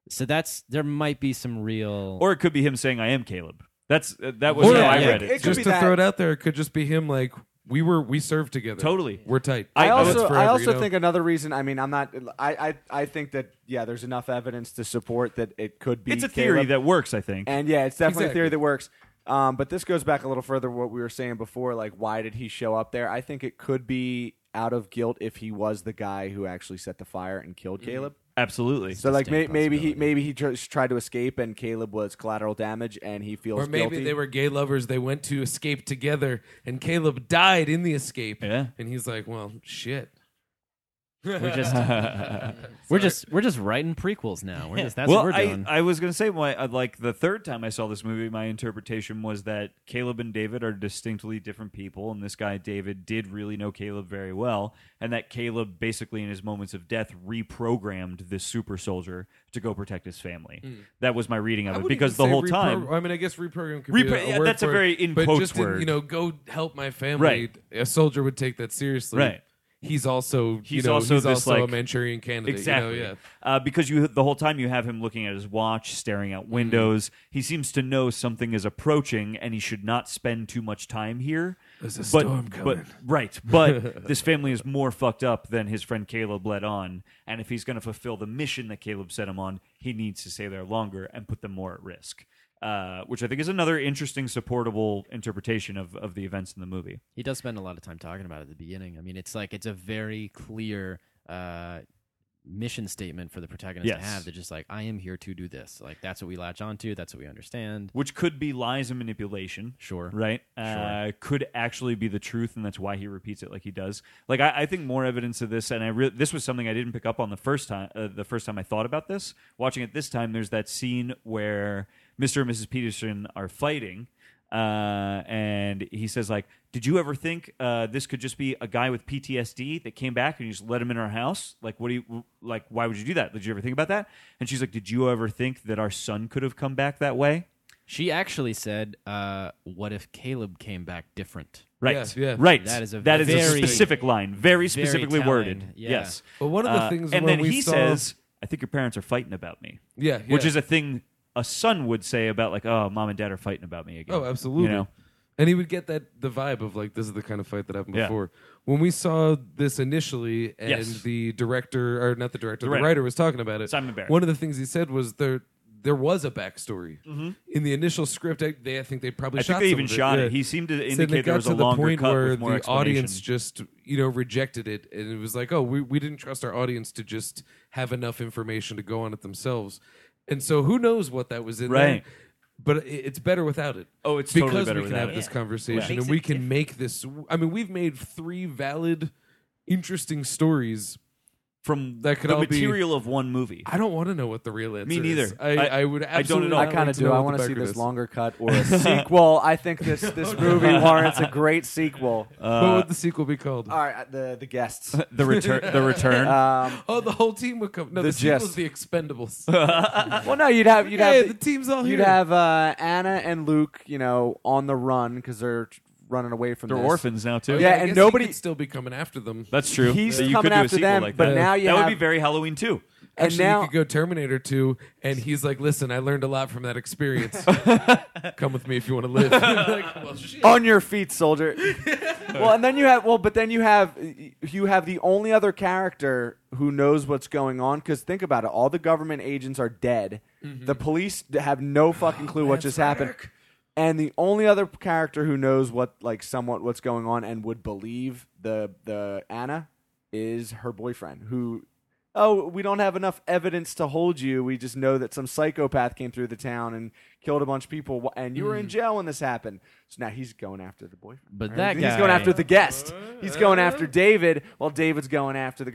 [SPEAKER 4] So that's there might be some real
[SPEAKER 3] or it could be him saying, "I am Caleb." That's uh, that was
[SPEAKER 2] Or-
[SPEAKER 3] how I
[SPEAKER 2] yeah,
[SPEAKER 3] read
[SPEAKER 5] it-
[SPEAKER 3] it.
[SPEAKER 5] it could
[SPEAKER 2] Just
[SPEAKER 5] be
[SPEAKER 2] to
[SPEAKER 5] that.
[SPEAKER 2] throw it out there, it could just be him. Like we were, we served together.
[SPEAKER 3] Totally.
[SPEAKER 2] we're tight.
[SPEAKER 5] I
[SPEAKER 3] I-
[SPEAKER 5] also,
[SPEAKER 2] That's forever,
[SPEAKER 5] I also
[SPEAKER 2] you know?
[SPEAKER 5] think another reason. I mean, I'm not. I, I, I think that yeah, there's enough evidence to support that it could be.
[SPEAKER 3] it's a theory
[SPEAKER 5] Caleb.
[SPEAKER 3] that works, I think.
[SPEAKER 5] and yeah, it's definitely
[SPEAKER 2] Exactly.
[SPEAKER 5] a theory that works. Um, but this goes back a little further what we were saying before. Like, why did he show up there? I think it could be out of guilt if he was the guy who actually set the fire and killed
[SPEAKER 2] Mm-hmm.
[SPEAKER 5] Caleb.
[SPEAKER 3] Absolutely.
[SPEAKER 5] So like may,
[SPEAKER 4] distinct
[SPEAKER 5] maybe he maybe he tr- tried to escape and Caleb was collateral damage and he feels
[SPEAKER 2] Or maybe
[SPEAKER 5] guilty.
[SPEAKER 2] they were gay lovers. They went to escape together, and Caleb died in the escape.
[SPEAKER 3] Yeah.
[SPEAKER 2] and he's like, "Well, shit."
[SPEAKER 4] we're just we're just we're just writing prequels now. We're just that's
[SPEAKER 3] well,
[SPEAKER 4] what we're doing.
[SPEAKER 3] I, I was going to say, my, uh, like, the third time I saw this movie, my interpretation was that Caleb and David are distinctly different people, and this guy, David, did really know Caleb very well, and that Caleb basically, in his moments of death, reprogrammed this super soldier to go protect his family. That was my reading
[SPEAKER 2] I
[SPEAKER 3] of it,
[SPEAKER 2] wouldn't
[SPEAKER 3] because the
[SPEAKER 2] even say
[SPEAKER 3] whole
[SPEAKER 2] repro-
[SPEAKER 3] time.
[SPEAKER 2] I mean, I guess reprogram could
[SPEAKER 3] Repro-
[SPEAKER 2] be
[SPEAKER 3] yeah,
[SPEAKER 2] a word
[SPEAKER 3] that's a
[SPEAKER 2] for it,
[SPEAKER 3] very in
[SPEAKER 2] but
[SPEAKER 3] quotes
[SPEAKER 2] just
[SPEAKER 3] word.
[SPEAKER 2] you know, go help my family.
[SPEAKER 3] Right.
[SPEAKER 2] A soldier would take that seriously.
[SPEAKER 3] Right.
[SPEAKER 2] He's also you
[SPEAKER 3] He's
[SPEAKER 2] know,
[SPEAKER 3] also
[SPEAKER 2] he's
[SPEAKER 3] this,
[SPEAKER 2] also a
[SPEAKER 3] like-
[SPEAKER 2] Manchurian candidate.
[SPEAKER 3] Exactly.
[SPEAKER 2] You know, yeah.
[SPEAKER 3] uh, because you the whole time you have him looking at his watch, staring
[SPEAKER 2] Mm-hmm.
[SPEAKER 3] out windows. He seems to know something is approaching, and he should not spend too much time here.
[SPEAKER 2] There's a
[SPEAKER 3] but,
[SPEAKER 2] storm
[SPEAKER 3] but-
[SPEAKER 2] coming.
[SPEAKER 3] right, but this family is more fucked up than his friend Caleb led on. And if he's going to fulfill the mission that Caleb set him on, he needs to stay there longer and put them more at risk. Uh, which I think is another interesting, supportable interpretation of, of the events in the movie.
[SPEAKER 4] He does spend a lot of time talking about it at the beginning. I mean, it's like it's a very clear uh, mission statement for the protagonist
[SPEAKER 3] Yes.
[SPEAKER 4] to have. They're just like, I am here to do this. Like that's what we latch onto. That's what we understand.
[SPEAKER 3] which could be lies and manipulation.
[SPEAKER 4] Sure.
[SPEAKER 3] Right? Uh, could actually be the truth, and that's why he repeats it like he does. Like, I, I think more evidence of this, and I re- this was something I didn't pick up on the first time. Uh, the first time I thought about this, watching it this time, there's that scene where Mr. and Mrs. Peterson are fighting. Uh, and he says, like, did you ever think uh, this could just be a guy with PTSD that came back and you just let him in our house? Like, what do you like? Why would you do that? Did you ever think about that? And she's like, did you ever think that our son could have come back that way?
[SPEAKER 4] She actually said, uh, "What if Caleb came back different?"
[SPEAKER 3] Right.
[SPEAKER 2] Yeah, yeah.
[SPEAKER 3] Right.
[SPEAKER 4] That is a
[SPEAKER 3] That is a
[SPEAKER 4] very-
[SPEAKER 3] specific line, very specifically
[SPEAKER 4] telling,
[SPEAKER 3] worded.
[SPEAKER 4] yeah.
[SPEAKER 3] Yes. Uh,
[SPEAKER 2] But one of the things
[SPEAKER 3] and
[SPEAKER 2] when
[SPEAKER 3] then
[SPEAKER 2] we
[SPEAKER 3] he
[SPEAKER 2] saw-
[SPEAKER 3] says, "I think your parents are fighting about me."
[SPEAKER 2] Yeah,
[SPEAKER 3] Which
[SPEAKER 2] yeah.
[SPEAKER 3] is a thing a son would say about like, "Oh, mom and dad are fighting about me again."
[SPEAKER 2] Oh, absolutely.
[SPEAKER 3] You know?
[SPEAKER 2] And he would get that the vibe of like this is the kind of fight that happened
[SPEAKER 3] Yeah.
[SPEAKER 2] before. When we saw this initially, and
[SPEAKER 3] Yes.
[SPEAKER 2] the director or not the director,
[SPEAKER 3] The writer.
[SPEAKER 2] the writer was talking about it.
[SPEAKER 3] Simon Barrett.
[SPEAKER 2] One of the things he said was there there was a backstory in the initial script. I, they I think they probably
[SPEAKER 3] Mm-hmm. I
[SPEAKER 2] shot
[SPEAKER 3] think they
[SPEAKER 2] some
[SPEAKER 3] even
[SPEAKER 2] of
[SPEAKER 3] shot
[SPEAKER 2] Yeah.
[SPEAKER 3] it. He seemed to
[SPEAKER 2] Said
[SPEAKER 3] indicate
[SPEAKER 2] it
[SPEAKER 3] there
[SPEAKER 2] got
[SPEAKER 3] was
[SPEAKER 2] to
[SPEAKER 3] a
[SPEAKER 2] the
[SPEAKER 3] longer
[SPEAKER 2] point
[SPEAKER 3] cut
[SPEAKER 2] where
[SPEAKER 3] with more
[SPEAKER 2] the
[SPEAKER 3] explanation.
[SPEAKER 2] audience just you know rejected it, and it was like, oh, we we didn't trust our audience to just have enough information to go on it themselves. And so who knows what that was in
[SPEAKER 3] Right.
[SPEAKER 2] there. But it- it's better without it.
[SPEAKER 3] Oh, it's
[SPEAKER 2] because
[SPEAKER 3] totally better
[SPEAKER 2] we can
[SPEAKER 3] without
[SPEAKER 2] have
[SPEAKER 3] it.
[SPEAKER 2] this
[SPEAKER 3] Yeah.
[SPEAKER 2] conversation
[SPEAKER 6] Makes
[SPEAKER 2] and
[SPEAKER 6] it
[SPEAKER 2] we can
[SPEAKER 6] diff-
[SPEAKER 2] make this. I mean, we've made three valid, interesting stories.
[SPEAKER 3] from
[SPEAKER 2] That could
[SPEAKER 3] the
[SPEAKER 2] all be-
[SPEAKER 3] material of one movie.
[SPEAKER 2] I don't want to know what the real answer.
[SPEAKER 3] Me neither.
[SPEAKER 2] Is. I,
[SPEAKER 3] I-
[SPEAKER 2] I, would.
[SPEAKER 3] I don't
[SPEAKER 2] Absolutely
[SPEAKER 3] at all.
[SPEAKER 5] I
[SPEAKER 2] not
[SPEAKER 5] kind
[SPEAKER 2] want
[SPEAKER 5] of
[SPEAKER 2] to
[SPEAKER 5] do.
[SPEAKER 2] know
[SPEAKER 5] I
[SPEAKER 2] what
[SPEAKER 5] want
[SPEAKER 2] the
[SPEAKER 5] to see
[SPEAKER 2] background
[SPEAKER 5] this
[SPEAKER 2] is.
[SPEAKER 5] longer cut or a sequel. I think this this movie warrants a great sequel.
[SPEAKER 2] what would the sequel be called?
[SPEAKER 5] All right, uh, the the guests.
[SPEAKER 3] the return. The return.
[SPEAKER 5] Um,
[SPEAKER 2] oh, the whole team would come. No, the,
[SPEAKER 5] The
[SPEAKER 2] sequel's
[SPEAKER 5] gist.
[SPEAKER 2] the Expendables.
[SPEAKER 5] well, no, you'd have you'd
[SPEAKER 2] hey,
[SPEAKER 5] have
[SPEAKER 2] the team's all
[SPEAKER 5] you'd
[SPEAKER 2] here.
[SPEAKER 5] have uh, Anna and Luke, you know, on the run because they're tr- running away from.
[SPEAKER 3] They're
[SPEAKER 5] this.
[SPEAKER 3] orphans now too.
[SPEAKER 5] Yeah,
[SPEAKER 2] I
[SPEAKER 5] and
[SPEAKER 2] guess he
[SPEAKER 5] nobody-
[SPEAKER 2] could still be coming after them.
[SPEAKER 3] That's true.
[SPEAKER 5] He's
[SPEAKER 3] That you
[SPEAKER 5] coming
[SPEAKER 3] could do a
[SPEAKER 5] after
[SPEAKER 3] sequel
[SPEAKER 5] them,
[SPEAKER 3] like
[SPEAKER 5] but
[SPEAKER 3] that.
[SPEAKER 5] now you
[SPEAKER 3] that would
[SPEAKER 5] have-
[SPEAKER 3] be very Halloween too.
[SPEAKER 5] And
[SPEAKER 2] Actually,
[SPEAKER 5] now
[SPEAKER 2] you could go Terminator 2, and he's like, "Listen, I learned a lot from that experience. Come with me if you want to live." Like, well, shit.
[SPEAKER 5] on your feet, soldier. well, and then you have well, but then you have you have the only other character who knows what's going on. Because think about it, all the government agents are dead. The police have no fucking clue what just happened. And the only other character who knows what like somewhat what's going on and would believe the the Anna is her boyfriend who. Oh, we don't have enough evidence to hold you. We just know that some psychopath came through the town and killed a bunch of people, wh- and you were in jail when this happened. So now he's going after the boyfriend.
[SPEAKER 4] But
[SPEAKER 5] Right?
[SPEAKER 4] that
[SPEAKER 5] he's
[SPEAKER 4] guy-
[SPEAKER 5] going after the guest. He's going after David, while David's going after the.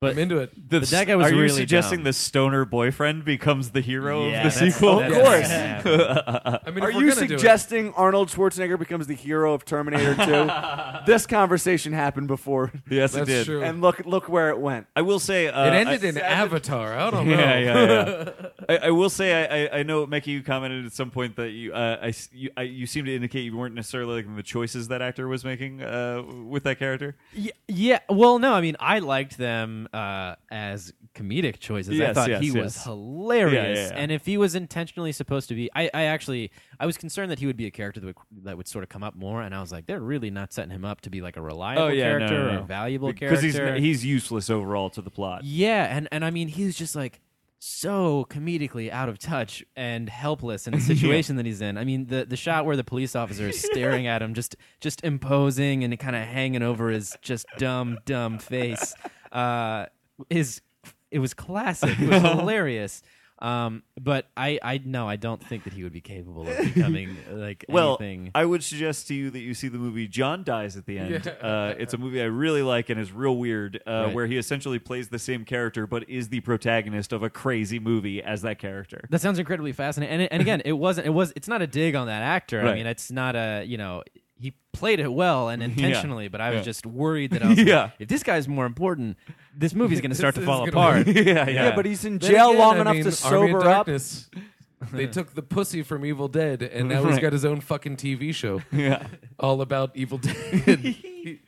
[SPEAKER 4] But
[SPEAKER 2] I'm into it.
[SPEAKER 3] The,
[SPEAKER 4] But that guy was
[SPEAKER 3] are you
[SPEAKER 4] really
[SPEAKER 3] suggesting
[SPEAKER 4] dumb.
[SPEAKER 3] the stoner boyfriend becomes the hero
[SPEAKER 4] Yeah,
[SPEAKER 3] of the
[SPEAKER 4] that's-
[SPEAKER 3] sequel?
[SPEAKER 4] that's
[SPEAKER 5] Of course.
[SPEAKER 4] gonna happen.
[SPEAKER 2] I mean,
[SPEAKER 5] Are
[SPEAKER 2] if we're
[SPEAKER 5] you
[SPEAKER 2] gonna do it-
[SPEAKER 5] suggesting Arnold Schwarzenegger becomes the hero of Terminator 2? this conversation happened before.
[SPEAKER 3] yes, it
[SPEAKER 2] That's
[SPEAKER 3] did.
[SPEAKER 2] true.
[SPEAKER 5] And look look where it went.
[SPEAKER 3] I will say uh,
[SPEAKER 2] It ended
[SPEAKER 3] I,
[SPEAKER 2] in Avatar. I don't know.
[SPEAKER 3] Yeah, yeah, yeah. I, I will say, I, I, I know, Mickey, you commented at some point that you, uh, I, s- you, I, you seem to indicate you weren't necessarily liking the choices that actor was making uh, with that character.
[SPEAKER 4] Y- yeah. Well, no. I mean, I liked them uh, as comedic choices. I
[SPEAKER 3] Yes,
[SPEAKER 4] thought
[SPEAKER 3] yes,
[SPEAKER 4] he
[SPEAKER 3] yes.
[SPEAKER 4] was hilarious.
[SPEAKER 3] Yeah, yeah, yeah.
[SPEAKER 4] And if he was intentionally supposed to be, I, I actually, I was concerned that he would be a character that would, that would sort of come up more. And I was like, they're really not setting him up to be like a
[SPEAKER 2] Oh,
[SPEAKER 3] Oh,
[SPEAKER 4] reliable character or a valuable
[SPEAKER 3] Because he's
[SPEAKER 4] character.
[SPEAKER 3] he's useless overall to the plot.
[SPEAKER 4] Yeah, and and I mean he was just like so comedically out of touch and helpless in the situation that he's in. I mean the the shot where the police officer is staring at him, just just imposing and kind of hanging over his just dumb dumb face, uh, is it was classic. It was hilarious. Um, but I I no, I don't think that he would be capable of becoming like
[SPEAKER 3] Well,
[SPEAKER 4] anything.
[SPEAKER 3] I would suggest to you that you see the movie John Dies at the End. Uh, it's a movie I really like and is real weird, uh,
[SPEAKER 4] Right.
[SPEAKER 3] where he essentially plays the same character but is the protagonist of a crazy movie as that character.
[SPEAKER 4] That sounds incredibly fascinating. And and again, it wasn't. It was. It's not a dig on that actor. I
[SPEAKER 3] Right.
[SPEAKER 4] mean, it's not a. You know, he played it well and intentionally. But I was
[SPEAKER 3] Yeah.
[SPEAKER 4] just worried that I was like,
[SPEAKER 3] Yeah.
[SPEAKER 4] if this guy's more important, this movie's going to
[SPEAKER 2] This
[SPEAKER 4] start to
[SPEAKER 2] is
[SPEAKER 4] fall
[SPEAKER 2] gonna
[SPEAKER 4] apart.
[SPEAKER 2] be-
[SPEAKER 3] yeah, yeah,
[SPEAKER 5] Yeah, but he's in
[SPEAKER 2] Then
[SPEAKER 5] jail
[SPEAKER 2] again,
[SPEAKER 5] long
[SPEAKER 2] I
[SPEAKER 5] enough
[SPEAKER 2] mean,
[SPEAKER 5] to
[SPEAKER 2] Army of
[SPEAKER 5] sober up.
[SPEAKER 2] Darkness, they took the pussy from Evil Dead, and now he's
[SPEAKER 3] Right.
[SPEAKER 2] got his own fucking TV show
[SPEAKER 3] yeah.
[SPEAKER 2] all about Evil Dead.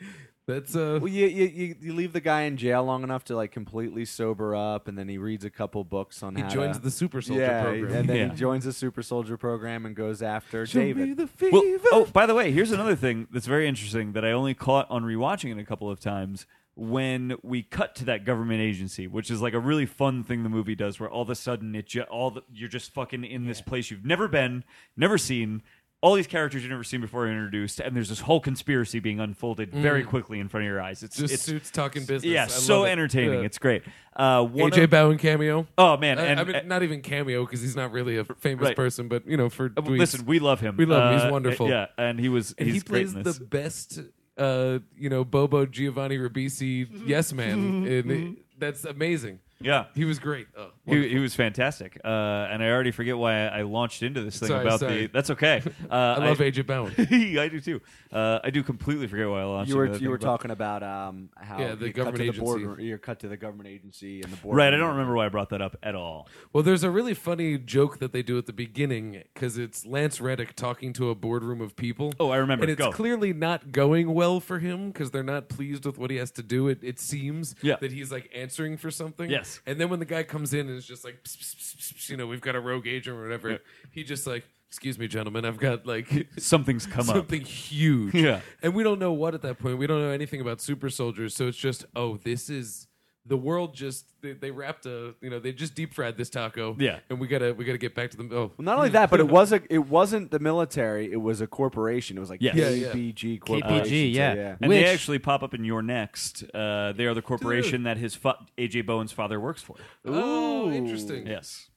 [SPEAKER 2] That's uh,
[SPEAKER 5] Well, you, you, you, you leave the guy in jail long enough to like completely sober up, and then he reads a couple books on
[SPEAKER 2] he
[SPEAKER 5] how
[SPEAKER 2] joins
[SPEAKER 5] to,
[SPEAKER 2] the Super Soldier
[SPEAKER 5] yeah,
[SPEAKER 2] program.
[SPEAKER 5] and then
[SPEAKER 3] Yeah.
[SPEAKER 5] he joins the super soldier program and goes after
[SPEAKER 2] Show me
[SPEAKER 5] David.
[SPEAKER 2] the fever.
[SPEAKER 3] Well, oh, by the way, here's another thing that's very interesting that I only caught on rewatching it a couple of times. When we cut to that government agency, which is like a really fun thing the movie does, where all of a sudden it ju- all the, you're just fucking in this place you've never been, never seen. All these characters you've never seen before are introduced, and there's this whole conspiracy being unfolded
[SPEAKER 2] Mm.
[SPEAKER 3] very quickly in front of your eyes. It's
[SPEAKER 2] Just
[SPEAKER 3] it's
[SPEAKER 2] suits talking business.
[SPEAKER 3] yeah,
[SPEAKER 2] I
[SPEAKER 3] so
[SPEAKER 2] love it.
[SPEAKER 3] entertaining.
[SPEAKER 2] Yeah.
[SPEAKER 3] It's great. Uh, one
[SPEAKER 2] AJ
[SPEAKER 3] of-
[SPEAKER 2] Bowen cameo.
[SPEAKER 3] oh man,
[SPEAKER 2] I-
[SPEAKER 3] and,
[SPEAKER 2] I mean, not even cameo because he's not really a famous
[SPEAKER 3] Right.
[SPEAKER 2] person, but you know, for
[SPEAKER 3] uh,
[SPEAKER 2] tweets.
[SPEAKER 3] listen, we love him.
[SPEAKER 2] We love him. He's
[SPEAKER 3] Uh,
[SPEAKER 2] wonderful.
[SPEAKER 3] Yeah, and he was
[SPEAKER 2] and he
[SPEAKER 3] he's
[SPEAKER 2] plays
[SPEAKER 3] great in this.
[SPEAKER 2] the best, uh, you know, Bobo Giovanni Ribisi yes man, and it- that's amazing.
[SPEAKER 3] yeah,
[SPEAKER 2] He was great. Oh,
[SPEAKER 3] He, he was fantastic, uh, and I already forget why I, I launched into this thing
[SPEAKER 2] Sorry,
[SPEAKER 3] about
[SPEAKER 2] sorry.
[SPEAKER 3] the. That's okay. Uh,
[SPEAKER 2] I love AJ Bowen.
[SPEAKER 3] I do too. Uh, I do completely forget why I launched.
[SPEAKER 5] You were
[SPEAKER 3] into that
[SPEAKER 5] you
[SPEAKER 3] thing,
[SPEAKER 5] were
[SPEAKER 3] but-
[SPEAKER 5] talking about um, how
[SPEAKER 2] Yeah, the
[SPEAKER 5] you cut to
[SPEAKER 2] government
[SPEAKER 5] the board,
[SPEAKER 2] agency.
[SPEAKER 5] you're cut to the government agency and the board.
[SPEAKER 3] Right, I don't remember why I brought that up at all.
[SPEAKER 2] Well, there's a really funny joke that they do at the beginning because it's Lance Reddick talking to a boardroom of people.
[SPEAKER 3] Oh, I remember.
[SPEAKER 2] And it's
[SPEAKER 3] Go.
[SPEAKER 2] clearly not going well for him because they're not pleased with what he has to do. It, it seems
[SPEAKER 3] Yeah.
[SPEAKER 2] that he's like answering for something.
[SPEAKER 3] Yes.
[SPEAKER 2] And then when the guy comes in and is just like, "Psst, psst, psst, psst, you know, we've got a rogue agent or whatever, he just like, excuse me, gentlemen, I've got like
[SPEAKER 3] Something's come up.
[SPEAKER 2] something huge.
[SPEAKER 3] Yeah.
[SPEAKER 2] And we don't know what at that point. We don't know anything about super soldiers. So it's just, oh, this is the world just they, they wrapped a you know, they just deep fried this taco.
[SPEAKER 3] Yeah.
[SPEAKER 2] And we gotta we gotta get back to the oh
[SPEAKER 5] Well, not only that, but it was a it wasn't the military. It was a corporation. It was like
[SPEAKER 3] Yes.
[SPEAKER 2] Yeah, yeah.
[SPEAKER 5] KPG corporation.
[SPEAKER 4] KPG,
[SPEAKER 5] so
[SPEAKER 4] yeah.
[SPEAKER 3] And
[SPEAKER 4] Which-
[SPEAKER 3] they actually pop up in your next. Uh, they are the corporation that his fa- AJ Bowen's father works for.
[SPEAKER 2] Oh interesting.
[SPEAKER 3] Yes,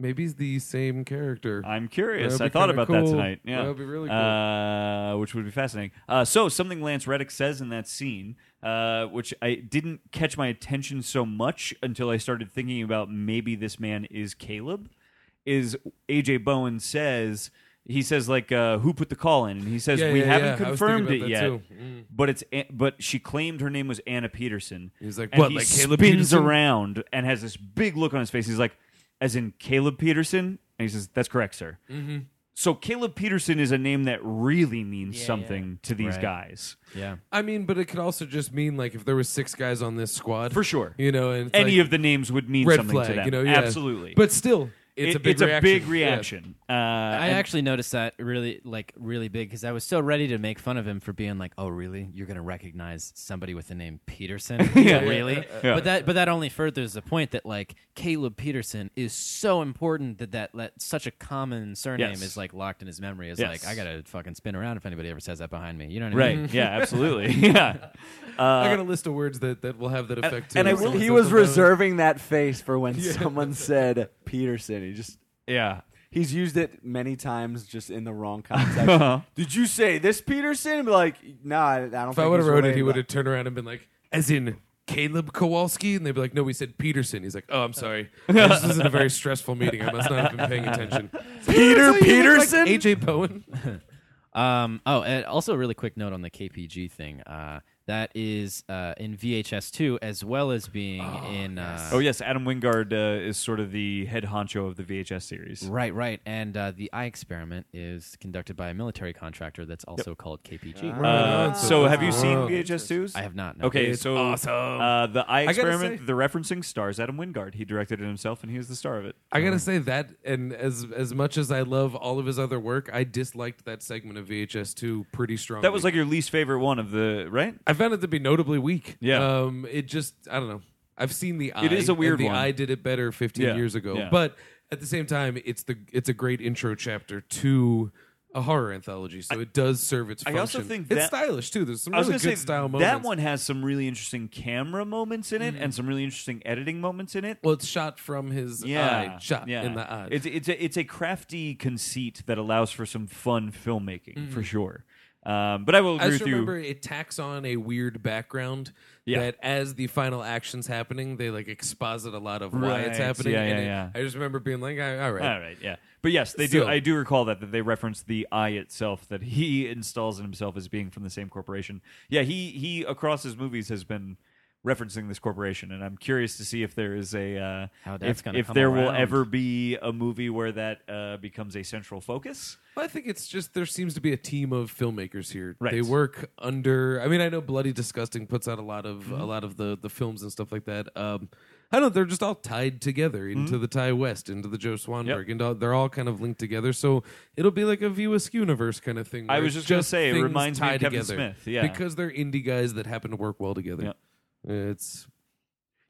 [SPEAKER 2] Maybe he's the same character.
[SPEAKER 3] I'm curious.
[SPEAKER 2] That'd
[SPEAKER 3] I
[SPEAKER 2] be
[SPEAKER 3] thought
[SPEAKER 2] kinda
[SPEAKER 3] about that
[SPEAKER 2] cool.
[SPEAKER 3] tonight. Yeah,
[SPEAKER 2] That'd be really cool.
[SPEAKER 3] Uh, which would be fascinating. Uh, so something Lance Reddick says in that scene, uh, which I didn't catch my attention so much until I started thinking about maybe this man is Caleb. Is AJ Bowen says he says like uh, who put the call in, and he says
[SPEAKER 2] Yeah,
[SPEAKER 3] we
[SPEAKER 2] yeah, yeah. I
[SPEAKER 3] haven't
[SPEAKER 2] was thinking
[SPEAKER 3] confirmed
[SPEAKER 2] about
[SPEAKER 3] it
[SPEAKER 2] that
[SPEAKER 3] yet,
[SPEAKER 2] too. Mm.
[SPEAKER 3] Mm-hmm. but it's An- but she claimed her name was Anna Peterson.
[SPEAKER 2] He's like,
[SPEAKER 3] And
[SPEAKER 2] "What,
[SPEAKER 3] he
[SPEAKER 2] like
[SPEAKER 3] spins
[SPEAKER 2] Caleb Peterson?"
[SPEAKER 3] around and has this big look on his face. He's like, as in Caleb Peterson, and he says, "That's correct, sir."
[SPEAKER 2] Mm-hmm.
[SPEAKER 3] So Caleb Peterson is a name that really means something to these
[SPEAKER 4] Right.
[SPEAKER 3] guys.
[SPEAKER 4] yeah,
[SPEAKER 2] I mean, but it could also just mean like if there were six guys on this squad.
[SPEAKER 3] For sure.
[SPEAKER 2] You know, and it's
[SPEAKER 3] Any
[SPEAKER 2] like,
[SPEAKER 3] of the names would mean
[SPEAKER 2] red
[SPEAKER 3] something
[SPEAKER 2] flag,
[SPEAKER 3] to them.
[SPEAKER 2] you know, yeah.
[SPEAKER 3] Absolutely.
[SPEAKER 2] But still,
[SPEAKER 3] It-
[SPEAKER 2] it's a big reaction. Yeah.
[SPEAKER 3] reaction. Uh,
[SPEAKER 4] I
[SPEAKER 3] and-
[SPEAKER 4] actually noticed that really like really big because I was so ready to make fun of him for being like, oh really, you're going to recognize somebody with the name Peterson? yeah, really.
[SPEAKER 3] Yeah.
[SPEAKER 4] But that but that only furthers the point that like Caleb Peterson is so important that that, that such a common surname
[SPEAKER 3] Yes.
[SPEAKER 4] is like locked in his memory. It's
[SPEAKER 3] Yes.
[SPEAKER 4] like I gotta fucking spin around if anybody ever says that behind me. You know what I mean?
[SPEAKER 3] right. yeah, absolutely. yeah.
[SPEAKER 2] I got a list of words that, that will have that effect too.
[SPEAKER 3] Uh, and I
[SPEAKER 2] So
[SPEAKER 3] will-
[SPEAKER 2] it's
[SPEAKER 5] He
[SPEAKER 2] a
[SPEAKER 5] was
[SPEAKER 2] little-
[SPEAKER 5] reserving that face for when someone said Peterson. He just
[SPEAKER 3] Yeah.
[SPEAKER 5] he's used it many times, just in the wrong context. Did you say this Peterson? Be Like, nah, I don't.
[SPEAKER 2] If I would have wrote it, he would have turned around and been like, as in Caleb Kowalski? And they'd be like, no, we said Peterson. He's like, oh, I'm sorry. this isn't a very stressful meeting. I must not have been paying attention. Peter Peterson? AJ Bowen?
[SPEAKER 4] Um, oh, and also a really quick note on the KPG thing. Uh, that is uh, in VHS two as well as being in. Uh,
[SPEAKER 3] Oh yes, Adam Wingard uh, is sort of the head honcho of the VHS series.
[SPEAKER 4] Right, right, and uh, the eye experiment is conducted by a military contractor that's also called KPG.
[SPEAKER 3] Uh, so have you seen
[SPEAKER 2] Wow.
[SPEAKER 3] VHS twos?
[SPEAKER 4] I have not. No.
[SPEAKER 3] Okay, so uh, the eye
[SPEAKER 2] gotta
[SPEAKER 3] experiment,
[SPEAKER 2] say-
[SPEAKER 3] the referencing stars Adam Wingard. He directed it himself, and he was the star of it.
[SPEAKER 2] I gotta say that, and as as much as I love all of his other work, I disliked that segment of VHS two pretty strongly.
[SPEAKER 3] That was like your least favorite one of the right.
[SPEAKER 2] I found it to be notably weak.
[SPEAKER 3] Yeah.
[SPEAKER 2] Um, it just I don't know. I've seen the eye.
[SPEAKER 3] is a
[SPEAKER 2] and
[SPEAKER 3] weird
[SPEAKER 2] the
[SPEAKER 3] one.
[SPEAKER 2] eye did it better 15
[SPEAKER 3] Yeah,
[SPEAKER 2] years ago,
[SPEAKER 3] yeah.
[SPEAKER 2] but at the same time, it's the it's a great intro chapter to a horror anthology, so it does serve its.
[SPEAKER 3] I
[SPEAKER 2] Function.
[SPEAKER 3] also think
[SPEAKER 2] it's
[SPEAKER 3] that-
[SPEAKER 2] stylish too. There's some
[SPEAKER 3] I was
[SPEAKER 2] really
[SPEAKER 3] going
[SPEAKER 2] good
[SPEAKER 3] to say
[SPEAKER 2] style moments. Mm.
[SPEAKER 3] that one has some really interesting camera moments in it, and some really interesting editing moments in it.
[SPEAKER 2] Well, it's shot from his eye, shot in the eye.
[SPEAKER 3] It's it's a, it's a crafty conceit that allows for some fun filmmaking for sure. Um, but I will
[SPEAKER 2] Mm. I
[SPEAKER 3] agree
[SPEAKER 2] just
[SPEAKER 3] with you.
[SPEAKER 2] remember it tacks on a weird background
[SPEAKER 3] Yeah.
[SPEAKER 2] that as the final action's happening, they like exposit a lot of why it's
[SPEAKER 3] Right.
[SPEAKER 2] happening.
[SPEAKER 3] Yeah,
[SPEAKER 2] and
[SPEAKER 3] yeah,
[SPEAKER 2] it-
[SPEAKER 3] yeah.
[SPEAKER 2] I just remember being like, all all right.
[SPEAKER 3] All right, yeah, but yes, they do.
[SPEAKER 2] Still.
[SPEAKER 3] I do recall that that they reference the eye itself that he installs in himself as being from the same corporation. Yeah, he he across his movies has been referencing this corporation, and I'm curious to see if there is a uh,
[SPEAKER 4] How that's
[SPEAKER 3] if,
[SPEAKER 4] gonna
[SPEAKER 3] if
[SPEAKER 4] come
[SPEAKER 3] there will
[SPEAKER 4] around.
[SPEAKER 3] ever be a movie where that uh, becomes a central focus.
[SPEAKER 2] Well, I think it's just there seems to be a team of filmmakers here.
[SPEAKER 3] Right.
[SPEAKER 2] They work under. I mean, I know Bloody Disgusting puts out a lot of
[SPEAKER 3] Mm-hmm.
[SPEAKER 2] a lot of the the films and stuff like that. Um, I don't know. They're just all tied together into the Ty West, into the Joe Swanberg,
[SPEAKER 3] Mm-hmm. Yep.
[SPEAKER 2] and all, they're all kind of linked together. So it'll be like a View Askew universe kind of thing.
[SPEAKER 3] I
[SPEAKER 2] where
[SPEAKER 3] was
[SPEAKER 2] it's
[SPEAKER 3] just gonna say, it
[SPEAKER 2] things
[SPEAKER 3] reminds me of
[SPEAKER 2] tied
[SPEAKER 3] Kevin
[SPEAKER 2] together.
[SPEAKER 3] Smith, yeah.
[SPEAKER 2] because they're indie guys that happen to work well together.
[SPEAKER 3] Yep.
[SPEAKER 2] It's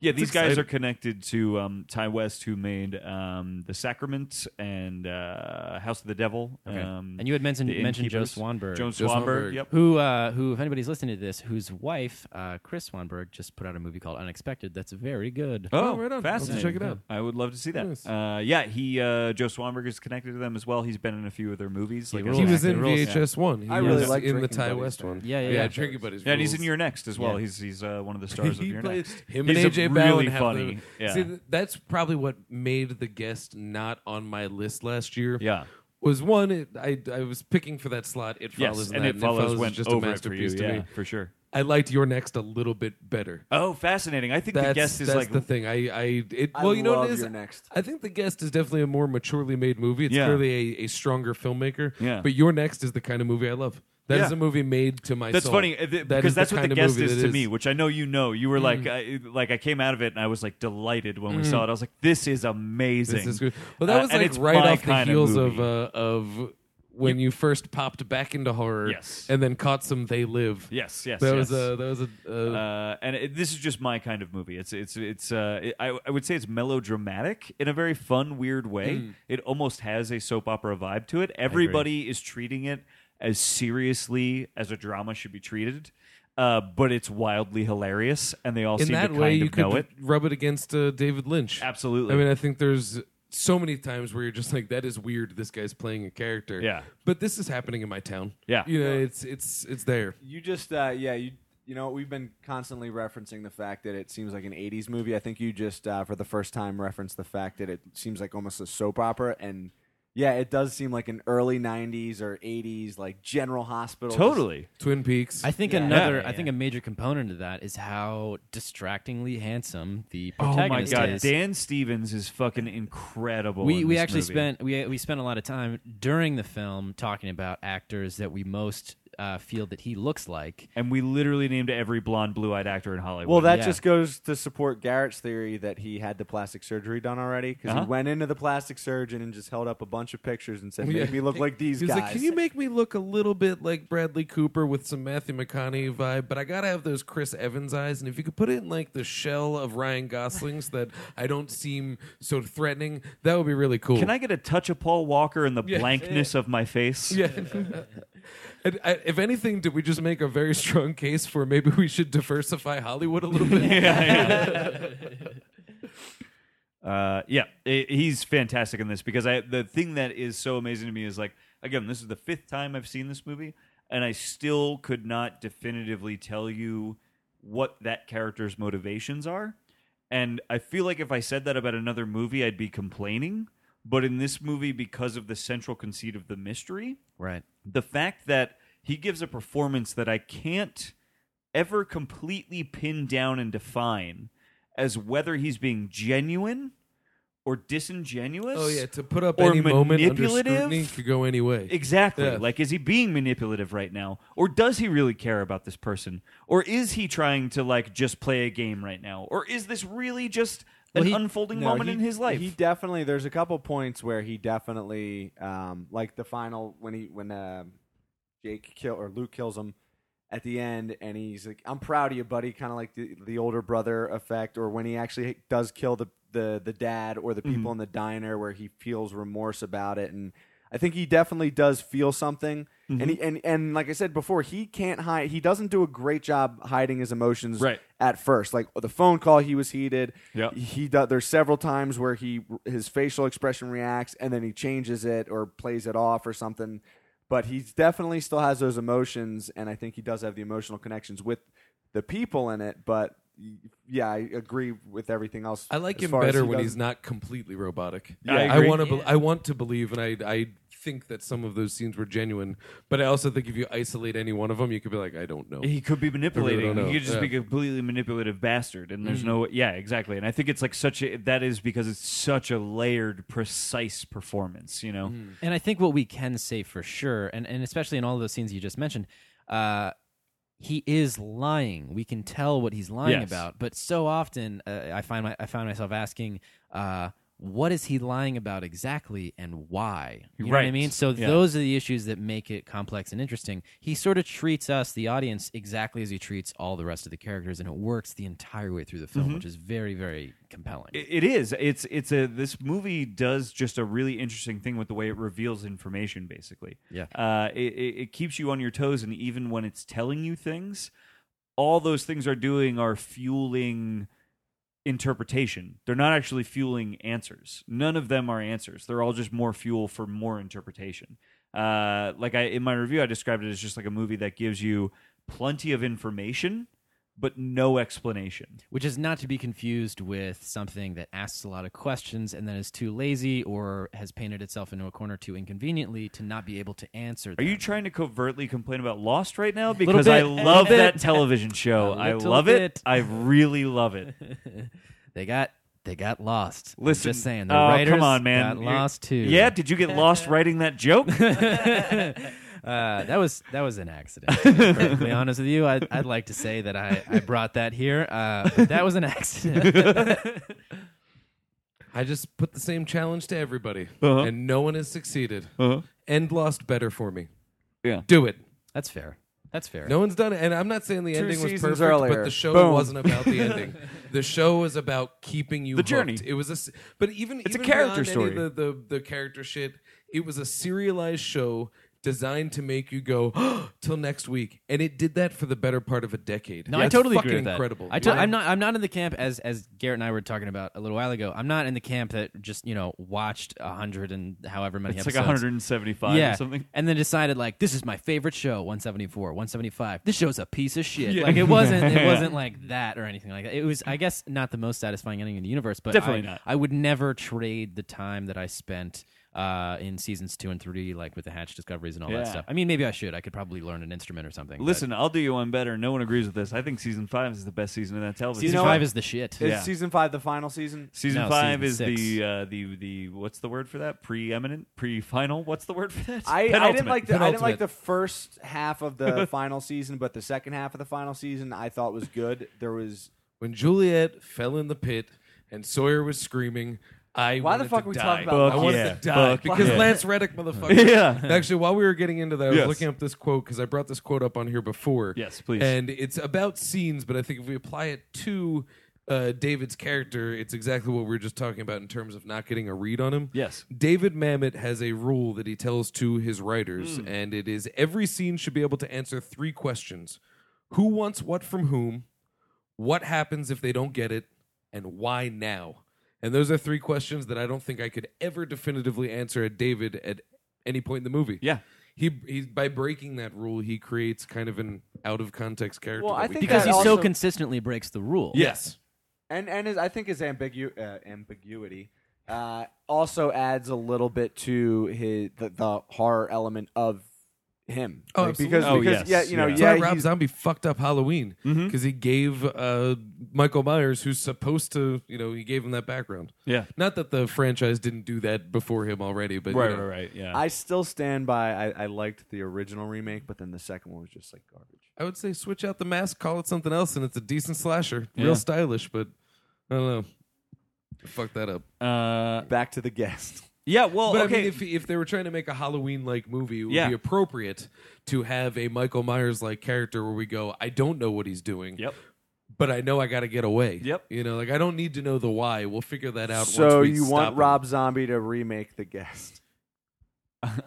[SPEAKER 3] Yeah, these guys
[SPEAKER 2] exciting.
[SPEAKER 3] are connected to um, Ty West, who made um, The Sacrament and uh, House of the Devil. Um,
[SPEAKER 4] And you had mentioned-
[SPEAKER 3] The
[SPEAKER 4] mentioned Joe
[SPEAKER 3] Innkeepers.
[SPEAKER 4] Swanberg.
[SPEAKER 3] Joe
[SPEAKER 2] Joe
[SPEAKER 3] Swanberg.
[SPEAKER 2] Swanberg.
[SPEAKER 3] Yep.
[SPEAKER 4] Who, uh, who, if anybody's listening to this, whose wife, uh, Chris Swanberg, just put out a movie called Unexpected. That's very good.
[SPEAKER 2] Oh, right on. I'll
[SPEAKER 3] Fascinating.
[SPEAKER 2] check it out.
[SPEAKER 3] I would love to see that.
[SPEAKER 2] Nice.
[SPEAKER 3] Uh, yeah, he uh, Joe Swanberg is connected to them as well. He's been in a few of their movies. Like
[SPEAKER 4] rules.
[SPEAKER 2] he
[SPEAKER 4] Rules.
[SPEAKER 2] was in
[SPEAKER 4] It rules.
[SPEAKER 2] VHS one. He
[SPEAKER 5] I really
[SPEAKER 2] was
[SPEAKER 5] like
[SPEAKER 2] in the
[SPEAKER 5] Drinking
[SPEAKER 2] Ty
[SPEAKER 5] Buddies,
[SPEAKER 2] West
[SPEAKER 5] man.
[SPEAKER 2] one.
[SPEAKER 4] Yeah, yeah, yeah.
[SPEAKER 2] yeah. Drinking buddies.
[SPEAKER 3] Yeah, and he's in
[SPEAKER 2] rules.
[SPEAKER 3] your next as well. He's he's uh, one of the stars of
[SPEAKER 2] he
[SPEAKER 3] your
[SPEAKER 2] plays
[SPEAKER 3] next.
[SPEAKER 2] him
[SPEAKER 3] He's
[SPEAKER 2] and
[SPEAKER 3] a
[SPEAKER 2] AJ
[SPEAKER 3] really
[SPEAKER 2] Bowen have
[SPEAKER 3] funny.
[SPEAKER 2] the-
[SPEAKER 3] yeah.
[SPEAKER 2] See, th- that's probably what made the guest not on my list last year.
[SPEAKER 3] Yeah.
[SPEAKER 2] was one it, I I was picking for that slot. It follows
[SPEAKER 3] yes,
[SPEAKER 2] and
[SPEAKER 3] and
[SPEAKER 2] that,
[SPEAKER 3] it follows
[SPEAKER 2] is
[SPEAKER 3] went
[SPEAKER 2] just
[SPEAKER 3] over
[SPEAKER 2] a
[SPEAKER 3] it for you.
[SPEAKER 2] masterpiece to
[SPEAKER 3] yeah,
[SPEAKER 2] me.
[SPEAKER 3] for sure.
[SPEAKER 2] I liked your next a little bit better.
[SPEAKER 3] Oh, fascinating! I think
[SPEAKER 2] That's,
[SPEAKER 3] the guest is
[SPEAKER 2] that's
[SPEAKER 3] like
[SPEAKER 2] the thing. I I it
[SPEAKER 5] I
[SPEAKER 2] well you know what
[SPEAKER 5] love
[SPEAKER 2] it is.
[SPEAKER 5] Your Next.
[SPEAKER 2] I think the guest is definitely a more maturely made movie. It's
[SPEAKER 3] Yeah.
[SPEAKER 2] clearly a, a stronger filmmaker.
[SPEAKER 3] Yeah.
[SPEAKER 2] But your next is the kind of movie I love. That is
[SPEAKER 3] Yeah.
[SPEAKER 2] a movie made to my
[SPEAKER 3] That's
[SPEAKER 2] soul.
[SPEAKER 3] funny uh, th- because that's what the guest is to
[SPEAKER 2] me.
[SPEAKER 3] me, which I know you know. You were like,
[SPEAKER 2] Mm.
[SPEAKER 3] I, like I came out of it and I was like delighted when we saw it. I was like, this is amazing.
[SPEAKER 2] This is good. Well, that
[SPEAKER 3] Uh,
[SPEAKER 2] was
[SPEAKER 3] and
[SPEAKER 2] like
[SPEAKER 3] it's
[SPEAKER 2] right
[SPEAKER 3] my
[SPEAKER 2] off the
[SPEAKER 3] kind
[SPEAKER 2] heels of
[SPEAKER 3] movie.
[SPEAKER 2] uh, of when you first popped back into horror,
[SPEAKER 3] Yes.
[SPEAKER 2] and then caught some They Live.
[SPEAKER 3] yes, yes.
[SPEAKER 2] that
[SPEAKER 3] yes.
[SPEAKER 2] was a that was a uh,
[SPEAKER 3] uh, and it, this is just my kind of movie. It's it's it's uh, it- I, I would say it's melodramatic in a very fun, weird way. It almost has a soap opera vibe to it. Everybody is treating it as seriously as a drama should be treated, uh, but it's wildly hilarious, and they all
[SPEAKER 2] in
[SPEAKER 3] seem
[SPEAKER 2] that
[SPEAKER 3] to kind
[SPEAKER 2] way
[SPEAKER 3] of
[SPEAKER 2] you
[SPEAKER 3] know
[SPEAKER 2] could
[SPEAKER 3] it.
[SPEAKER 2] rub it against uh, David Lynch.
[SPEAKER 3] Absolutely.
[SPEAKER 2] I mean, I think there's so many times where you're just like, that is weird. This guy's playing a character.
[SPEAKER 3] Yeah.
[SPEAKER 2] but this is happening in my town.
[SPEAKER 3] Yeah.
[SPEAKER 2] you know, it's it's it's there.
[SPEAKER 5] You just uh, yeah you you know we've been constantly referencing the fact that it seems like an '80s movie. I think you just uh, for the first time referenced the fact that it seems like almost a soap opera and. Yeah, it does seem like an early '90s or '80s, like General Hospital. just-
[SPEAKER 3] totally.
[SPEAKER 2] Twin Peaks.
[SPEAKER 4] I think
[SPEAKER 5] Yeah.
[SPEAKER 4] another,
[SPEAKER 3] Yeah.
[SPEAKER 4] I think a major component of that is how distractingly handsome the
[SPEAKER 3] Oh my
[SPEAKER 4] protagonist
[SPEAKER 3] god,
[SPEAKER 4] is.
[SPEAKER 3] Dan Stevens is fucking incredible.
[SPEAKER 4] we
[SPEAKER 3] in
[SPEAKER 4] we
[SPEAKER 3] this
[SPEAKER 4] actually
[SPEAKER 3] movie.
[SPEAKER 4] spent we we spent a lot of time during the film talking about actors that we most uh, feel that he looks like.
[SPEAKER 3] and we literally named every blonde, blue-eyed actor in Hollywood.
[SPEAKER 5] Well, that
[SPEAKER 4] Yeah.
[SPEAKER 5] just goes to support Garrett's theory that he had the plastic surgery done already because
[SPEAKER 3] Uh-huh.
[SPEAKER 5] he went into the plastic surgeon and just held up a bunch of pictures and said, "Make
[SPEAKER 2] Yeah.
[SPEAKER 5] me look like these
[SPEAKER 2] He was
[SPEAKER 5] guys."
[SPEAKER 2] like, "Can you make me look a little bit like Bradley Cooper with some Matthew McConaughey vibe, but I gotta have those Chris Evans eyes? And if you could put it in like the shell of Ryan Gosling's, that I don't seem so threatening, that would be really cool."
[SPEAKER 3] Can I get a touch of Paul Walker in the
[SPEAKER 2] Yeah.
[SPEAKER 3] blankness of my face?
[SPEAKER 2] Yeah. and I, if anything, did we just make a very strong case for maybe we should diversify Hollywood a little bit?
[SPEAKER 3] Uh, yeah, i he's fantastic in this because I the thing that is so amazing to me is like again, this is the fifth time I've seen this movie, and I still could not definitively tell you what that character's motivations are. And I feel like if I said that about another movie, I'd be complaining. But in this movie, because of the central conceit of the mystery,
[SPEAKER 4] Right.
[SPEAKER 3] the fact that he gives a performance that I can't ever completely pin down and define as whether he's being genuine or disingenuous.
[SPEAKER 2] Oh yeah, to put up
[SPEAKER 3] or
[SPEAKER 2] any moment under
[SPEAKER 3] manipulative?
[SPEAKER 2] scrutiny could go any way.
[SPEAKER 3] Exactly.
[SPEAKER 2] Yeah.
[SPEAKER 3] Like, is he being manipulative right now, or does he really care about this person, or is he trying to like just play a game right now, or is this really just an
[SPEAKER 4] Well, he-
[SPEAKER 3] unfolding
[SPEAKER 5] No,
[SPEAKER 3] moment
[SPEAKER 5] he-
[SPEAKER 3] in his life?
[SPEAKER 5] He definitely. There's a couple points where he definitely, um, like the final when he when uh, Jake kill or Luke kills him at the end, and he's like, "I'm proud of you, buddy." Kind of like the, the older brother effect, or when he actually does kill the the the dad or the people
[SPEAKER 3] Mm-hmm.
[SPEAKER 5] in the diner, where he feels remorse about it, and I think he definitely does feel something. And
[SPEAKER 3] Mm-hmm.
[SPEAKER 5] he and and like I said before, he can't hide. He doesn't do a great job hiding his emotions
[SPEAKER 3] Right.
[SPEAKER 5] at first. Like the phone call, he was heated.
[SPEAKER 3] Yep.
[SPEAKER 5] He does. There's several times where he his facial expression reacts, and then he changes it or plays it off or something. But he definitely still has those emotions, and I think he does have the emotional connections with the people in it. But y- yeah, I agree with everything else.
[SPEAKER 2] I like
[SPEAKER 5] as
[SPEAKER 2] him
[SPEAKER 5] far as
[SPEAKER 2] better
[SPEAKER 5] he
[SPEAKER 2] when
[SPEAKER 5] does-
[SPEAKER 2] he's not completely robotic.
[SPEAKER 3] Yeah, I agree.
[SPEAKER 2] want to. Be- I want to believe, and I I think that some of those scenes were genuine. But I also think if you isolate any one of them, you could be like, I don't know.
[SPEAKER 3] He could be manipulating.
[SPEAKER 2] don't know.
[SPEAKER 3] he could just be
[SPEAKER 2] Yeah. Mm.
[SPEAKER 3] a completely manipulative bastard, and there's no yeah, exactly. And I think it's like such a that is because it's such a layered, precise performance. You
[SPEAKER 2] Mm.
[SPEAKER 3] know,
[SPEAKER 4] Mm. And I think what we can say for sure, and, and especially in all of those scenes you just mentioned, uh, he is lying. We can tell what he's lying
[SPEAKER 3] Yes.
[SPEAKER 4] about. But so often, uh, I find my, I find myself asking, uh, what is he lying about exactly, and why? You know what I
[SPEAKER 3] Right.
[SPEAKER 4] mean? So
[SPEAKER 3] Yeah.
[SPEAKER 4] those are the issues that make it complex and interesting. He sort of treats us, the audience, exactly as he treats all the rest of the characters, and it works the entire way through the film, which is very, very compelling.
[SPEAKER 3] Mm-hmm. It- it is. It's it's a this movie does just a really interesting thing with the way it reveals information. Basically,
[SPEAKER 4] Yeah.
[SPEAKER 3] Uh, it, it it keeps you on your toes, and even when it's telling you things, all those things are doing are fueling interpretation. They're not actually fueling answers. None of them are answers. They're all just more fuel for more interpretation. Uh, like I in my review, I described it as just like a movie that gives you plenty of information but no explanation.
[SPEAKER 4] which is not to be confused with something that asks a lot of questions and then is too lazy or has painted itself into a corner too inconveniently to not be able to answer.
[SPEAKER 3] Are
[SPEAKER 4] them.
[SPEAKER 3] you trying to covertly complain about Lost right now? Because
[SPEAKER 4] bit,
[SPEAKER 3] I
[SPEAKER 4] a little
[SPEAKER 3] love
[SPEAKER 4] bit.
[SPEAKER 3] that television show.
[SPEAKER 4] A
[SPEAKER 3] I
[SPEAKER 4] little
[SPEAKER 3] love it.
[SPEAKER 4] bit.
[SPEAKER 3] I really love it.
[SPEAKER 4] They got they got lost. I'm
[SPEAKER 3] Listen,
[SPEAKER 4] just saying the
[SPEAKER 3] oh,
[SPEAKER 4] writers
[SPEAKER 3] come on, man.
[SPEAKER 4] got
[SPEAKER 3] You're-
[SPEAKER 4] lost too.
[SPEAKER 3] Yeah, did you get lost writing that joke?
[SPEAKER 4] Uh, that was that was an accident. To be perfectly honest with you, I, I'd like to say that I, I brought that here, uh, but that was an accident.
[SPEAKER 2] I just put the same challenge to everybody,
[SPEAKER 3] Uh-huh.
[SPEAKER 2] and no one has succeeded.
[SPEAKER 3] Uh-huh.
[SPEAKER 2] End lost better for me.
[SPEAKER 3] Yeah.
[SPEAKER 2] do it.
[SPEAKER 4] That's fair. That's fair.
[SPEAKER 2] No one's done it, and I'm not saying the ending was
[SPEAKER 5] seasons
[SPEAKER 2] perfect, but
[SPEAKER 5] earlier.
[SPEAKER 2] the show
[SPEAKER 5] Boom.
[SPEAKER 2] wasn't about the ending. the show was about keeping you
[SPEAKER 3] The
[SPEAKER 2] hooked.
[SPEAKER 3] journey.
[SPEAKER 2] It was a, s- but even
[SPEAKER 3] It's a
[SPEAKER 2] even
[SPEAKER 3] character
[SPEAKER 2] beyond any of The,
[SPEAKER 3] story.
[SPEAKER 2] the the character shit. It was a serialized show designed to make you go till next week, and it did that for the better part of a decade.
[SPEAKER 4] No, I
[SPEAKER 2] That's
[SPEAKER 4] totally
[SPEAKER 2] fucking
[SPEAKER 4] agree with that.
[SPEAKER 2] Incredible.
[SPEAKER 4] I t- I'm not. I'm not in the camp as as Garrett and I were talking about a little while ago. I'm not in the camp that just you know watched a hundred and however many.
[SPEAKER 3] It's like
[SPEAKER 4] episodes.
[SPEAKER 3] 175
[SPEAKER 4] yeah,
[SPEAKER 3] or something.
[SPEAKER 4] and then decided like this is my favorite show. 174, 175. This show's a piece of shit. Like it wasn't. It wasn't like that or anything like that. It was, I guess, not the most satisfying ending in the universe. But
[SPEAKER 3] Definitely
[SPEAKER 4] I,
[SPEAKER 3] not.
[SPEAKER 4] I would never trade the time that I spent. Uh, in seasons two and three, like with the Hatch discoveries and all
[SPEAKER 3] Yeah.
[SPEAKER 4] that stuff. I mean, maybe I should. I could probably learn an instrument or something. but
[SPEAKER 3] Listen, I'll do you one better. No one agrees with this. I think season five is the best season of that television.
[SPEAKER 4] season
[SPEAKER 5] know
[SPEAKER 4] five
[SPEAKER 5] what?
[SPEAKER 4] is the shit.
[SPEAKER 5] Is
[SPEAKER 3] Yeah.
[SPEAKER 5] season five the final season?
[SPEAKER 3] Season
[SPEAKER 4] No,
[SPEAKER 3] five
[SPEAKER 4] season
[SPEAKER 3] is the
[SPEAKER 4] six.
[SPEAKER 3] uh, the the what's the word for that? Preeminent, pre-final. What's the word for that?
[SPEAKER 5] I, I didn't
[SPEAKER 3] Penultimate.
[SPEAKER 5] like the I didn't like
[SPEAKER 2] Penultimate.
[SPEAKER 5] the first half of the final season, but the second half of the final season I thought was good. There was
[SPEAKER 2] when Juliet fell in the pit and Sawyer was screaming. I
[SPEAKER 5] Why the
[SPEAKER 2] wanted
[SPEAKER 5] fuck
[SPEAKER 2] to
[SPEAKER 5] we
[SPEAKER 2] die.
[SPEAKER 5] talking about
[SPEAKER 2] I
[SPEAKER 5] Fuck
[SPEAKER 2] wanted
[SPEAKER 3] yeah.
[SPEAKER 2] to die
[SPEAKER 3] Fuck
[SPEAKER 2] because
[SPEAKER 3] yeah.
[SPEAKER 2] Lance Reddick, motherfucker.
[SPEAKER 3] Yeah.
[SPEAKER 2] Actually, while we were getting into that, I
[SPEAKER 3] Yes.
[SPEAKER 2] was looking up this quote because I brought this quote up on here before.
[SPEAKER 3] Yes, please.
[SPEAKER 2] And it's about scenes, but I think if we apply it to uh, David's character, it's exactly what we were just talking about in terms of not getting a read on him.
[SPEAKER 3] Yes.
[SPEAKER 2] David Mamet has a rule that he tells to his writers,
[SPEAKER 3] Mm.
[SPEAKER 2] and it is every scene should be able to answer three questions Who wants what from whom? What happens if they don't get it? And why now? And those are three questions that I don't think I could ever definitively answer at David at any point in the movie.
[SPEAKER 3] Yeah.
[SPEAKER 2] He, he by breaking that rule, he creates kind of an out of context character.
[SPEAKER 5] Well,
[SPEAKER 2] that
[SPEAKER 5] I
[SPEAKER 2] we
[SPEAKER 5] think
[SPEAKER 2] can-
[SPEAKER 4] because
[SPEAKER 5] that
[SPEAKER 4] he so
[SPEAKER 5] also-
[SPEAKER 4] consistently breaks the rule.
[SPEAKER 2] yes,
[SPEAKER 5] and and his, I think his ambigu- uh, ambiguity uh, also adds a little bit to his the, the horror element of him.
[SPEAKER 2] Oh,
[SPEAKER 5] because
[SPEAKER 3] absolutely. Oh,
[SPEAKER 5] because
[SPEAKER 3] yes,
[SPEAKER 5] yeah, you know,
[SPEAKER 3] yeah. Mm-hmm.
[SPEAKER 2] That's why
[SPEAKER 5] yeah,
[SPEAKER 2] Rob
[SPEAKER 5] he's-
[SPEAKER 2] Zombie fucked up Halloween because he gave uh, Michael Myers, who's supposed to, you know, he gave him that background.
[SPEAKER 3] Yeah.
[SPEAKER 2] Not that the franchise didn't do that before him already, but you
[SPEAKER 3] Right,
[SPEAKER 2] know.
[SPEAKER 3] right, right. Yeah.
[SPEAKER 5] I still stand by. I, I liked the original remake, but then the second one was just like garbage.
[SPEAKER 2] I would say switch out the mask, call it something else, and it's a decent slasher,
[SPEAKER 3] Yeah.
[SPEAKER 2] real stylish, but I don't know. Fuck that up.
[SPEAKER 3] uh,
[SPEAKER 5] Back to the guest.
[SPEAKER 3] yeah. Well,
[SPEAKER 2] But I
[SPEAKER 3] okay.
[SPEAKER 2] mean, if, if they were trying to make a Halloween like movie, it would
[SPEAKER 3] Yeah.
[SPEAKER 2] be appropriate to have a Michael Myers like character where we go, I don't know what he's doing,
[SPEAKER 3] yep.
[SPEAKER 2] but I know I got to get away.
[SPEAKER 3] Yep.
[SPEAKER 2] You know, like I don't need to know the why. We'll figure that out.
[SPEAKER 5] So
[SPEAKER 2] once we
[SPEAKER 5] you
[SPEAKER 2] stop
[SPEAKER 5] want
[SPEAKER 2] him.
[SPEAKER 5] Rob Zombie to remake the guest?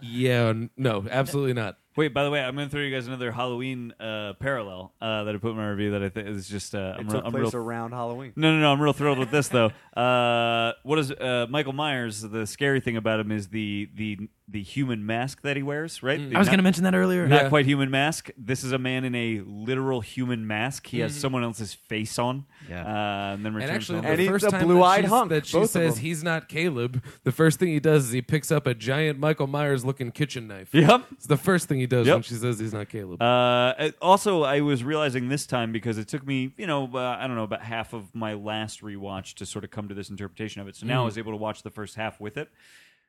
[SPEAKER 2] Yeah. n- No, absolutely not.
[SPEAKER 3] Wait. By the way, I'm going to throw you guys another Halloween uh, parallel uh, that I put in my review that I think is just. Uh, I'm real,
[SPEAKER 5] It took
[SPEAKER 3] I'm
[SPEAKER 5] place
[SPEAKER 3] real,
[SPEAKER 5] around Halloween.
[SPEAKER 3] No, no, no. I'm real thrilled with this though. Uh, what is uh, Michael Myers? The scary thing about him is the the the human mask that he wears, right? The
[SPEAKER 4] I was
[SPEAKER 3] not-
[SPEAKER 4] going to mention that earlier.
[SPEAKER 3] not
[SPEAKER 2] Yeah.
[SPEAKER 3] quite human mask. This is a man in a literal human mask. He has someone else's face on.
[SPEAKER 4] Yeah.
[SPEAKER 3] Uh, and then returns
[SPEAKER 2] And actually,
[SPEAKER 3] home.
[SPEAKER 2] the
[SPEAKER 5] And he-
[SPEAKER 2] first
[SPEAKER 5] the
[SPEAKER 2] time
[SPEAKER 5] blue-eyed
[SPEAKER 2] that, she's-
[SPEAKER 5] hunk,
[SPEAKER 2] that she
[SPEAKER 5] both of
[SPEAKER 2] says
[SPEAKER 5] them.
[SPEAKER 2] he's not Caleb, the first thing he does is he picks up a giant Michael Myers looking kitchen knife.
[SPEAKER 3] Yep.
[SPEAKER 2] It's the first thing he does
[SPEAKER 3] Yep.
[SPEAKER 2] when she says he's not Caleb.
[SPEAKER 3] Uh, it- also, I was realizing this time because it took me, you know, uh, I don't know, about half of my last rewatch to sort of come to this interpretation of it. So now I was able to watch the first half with it.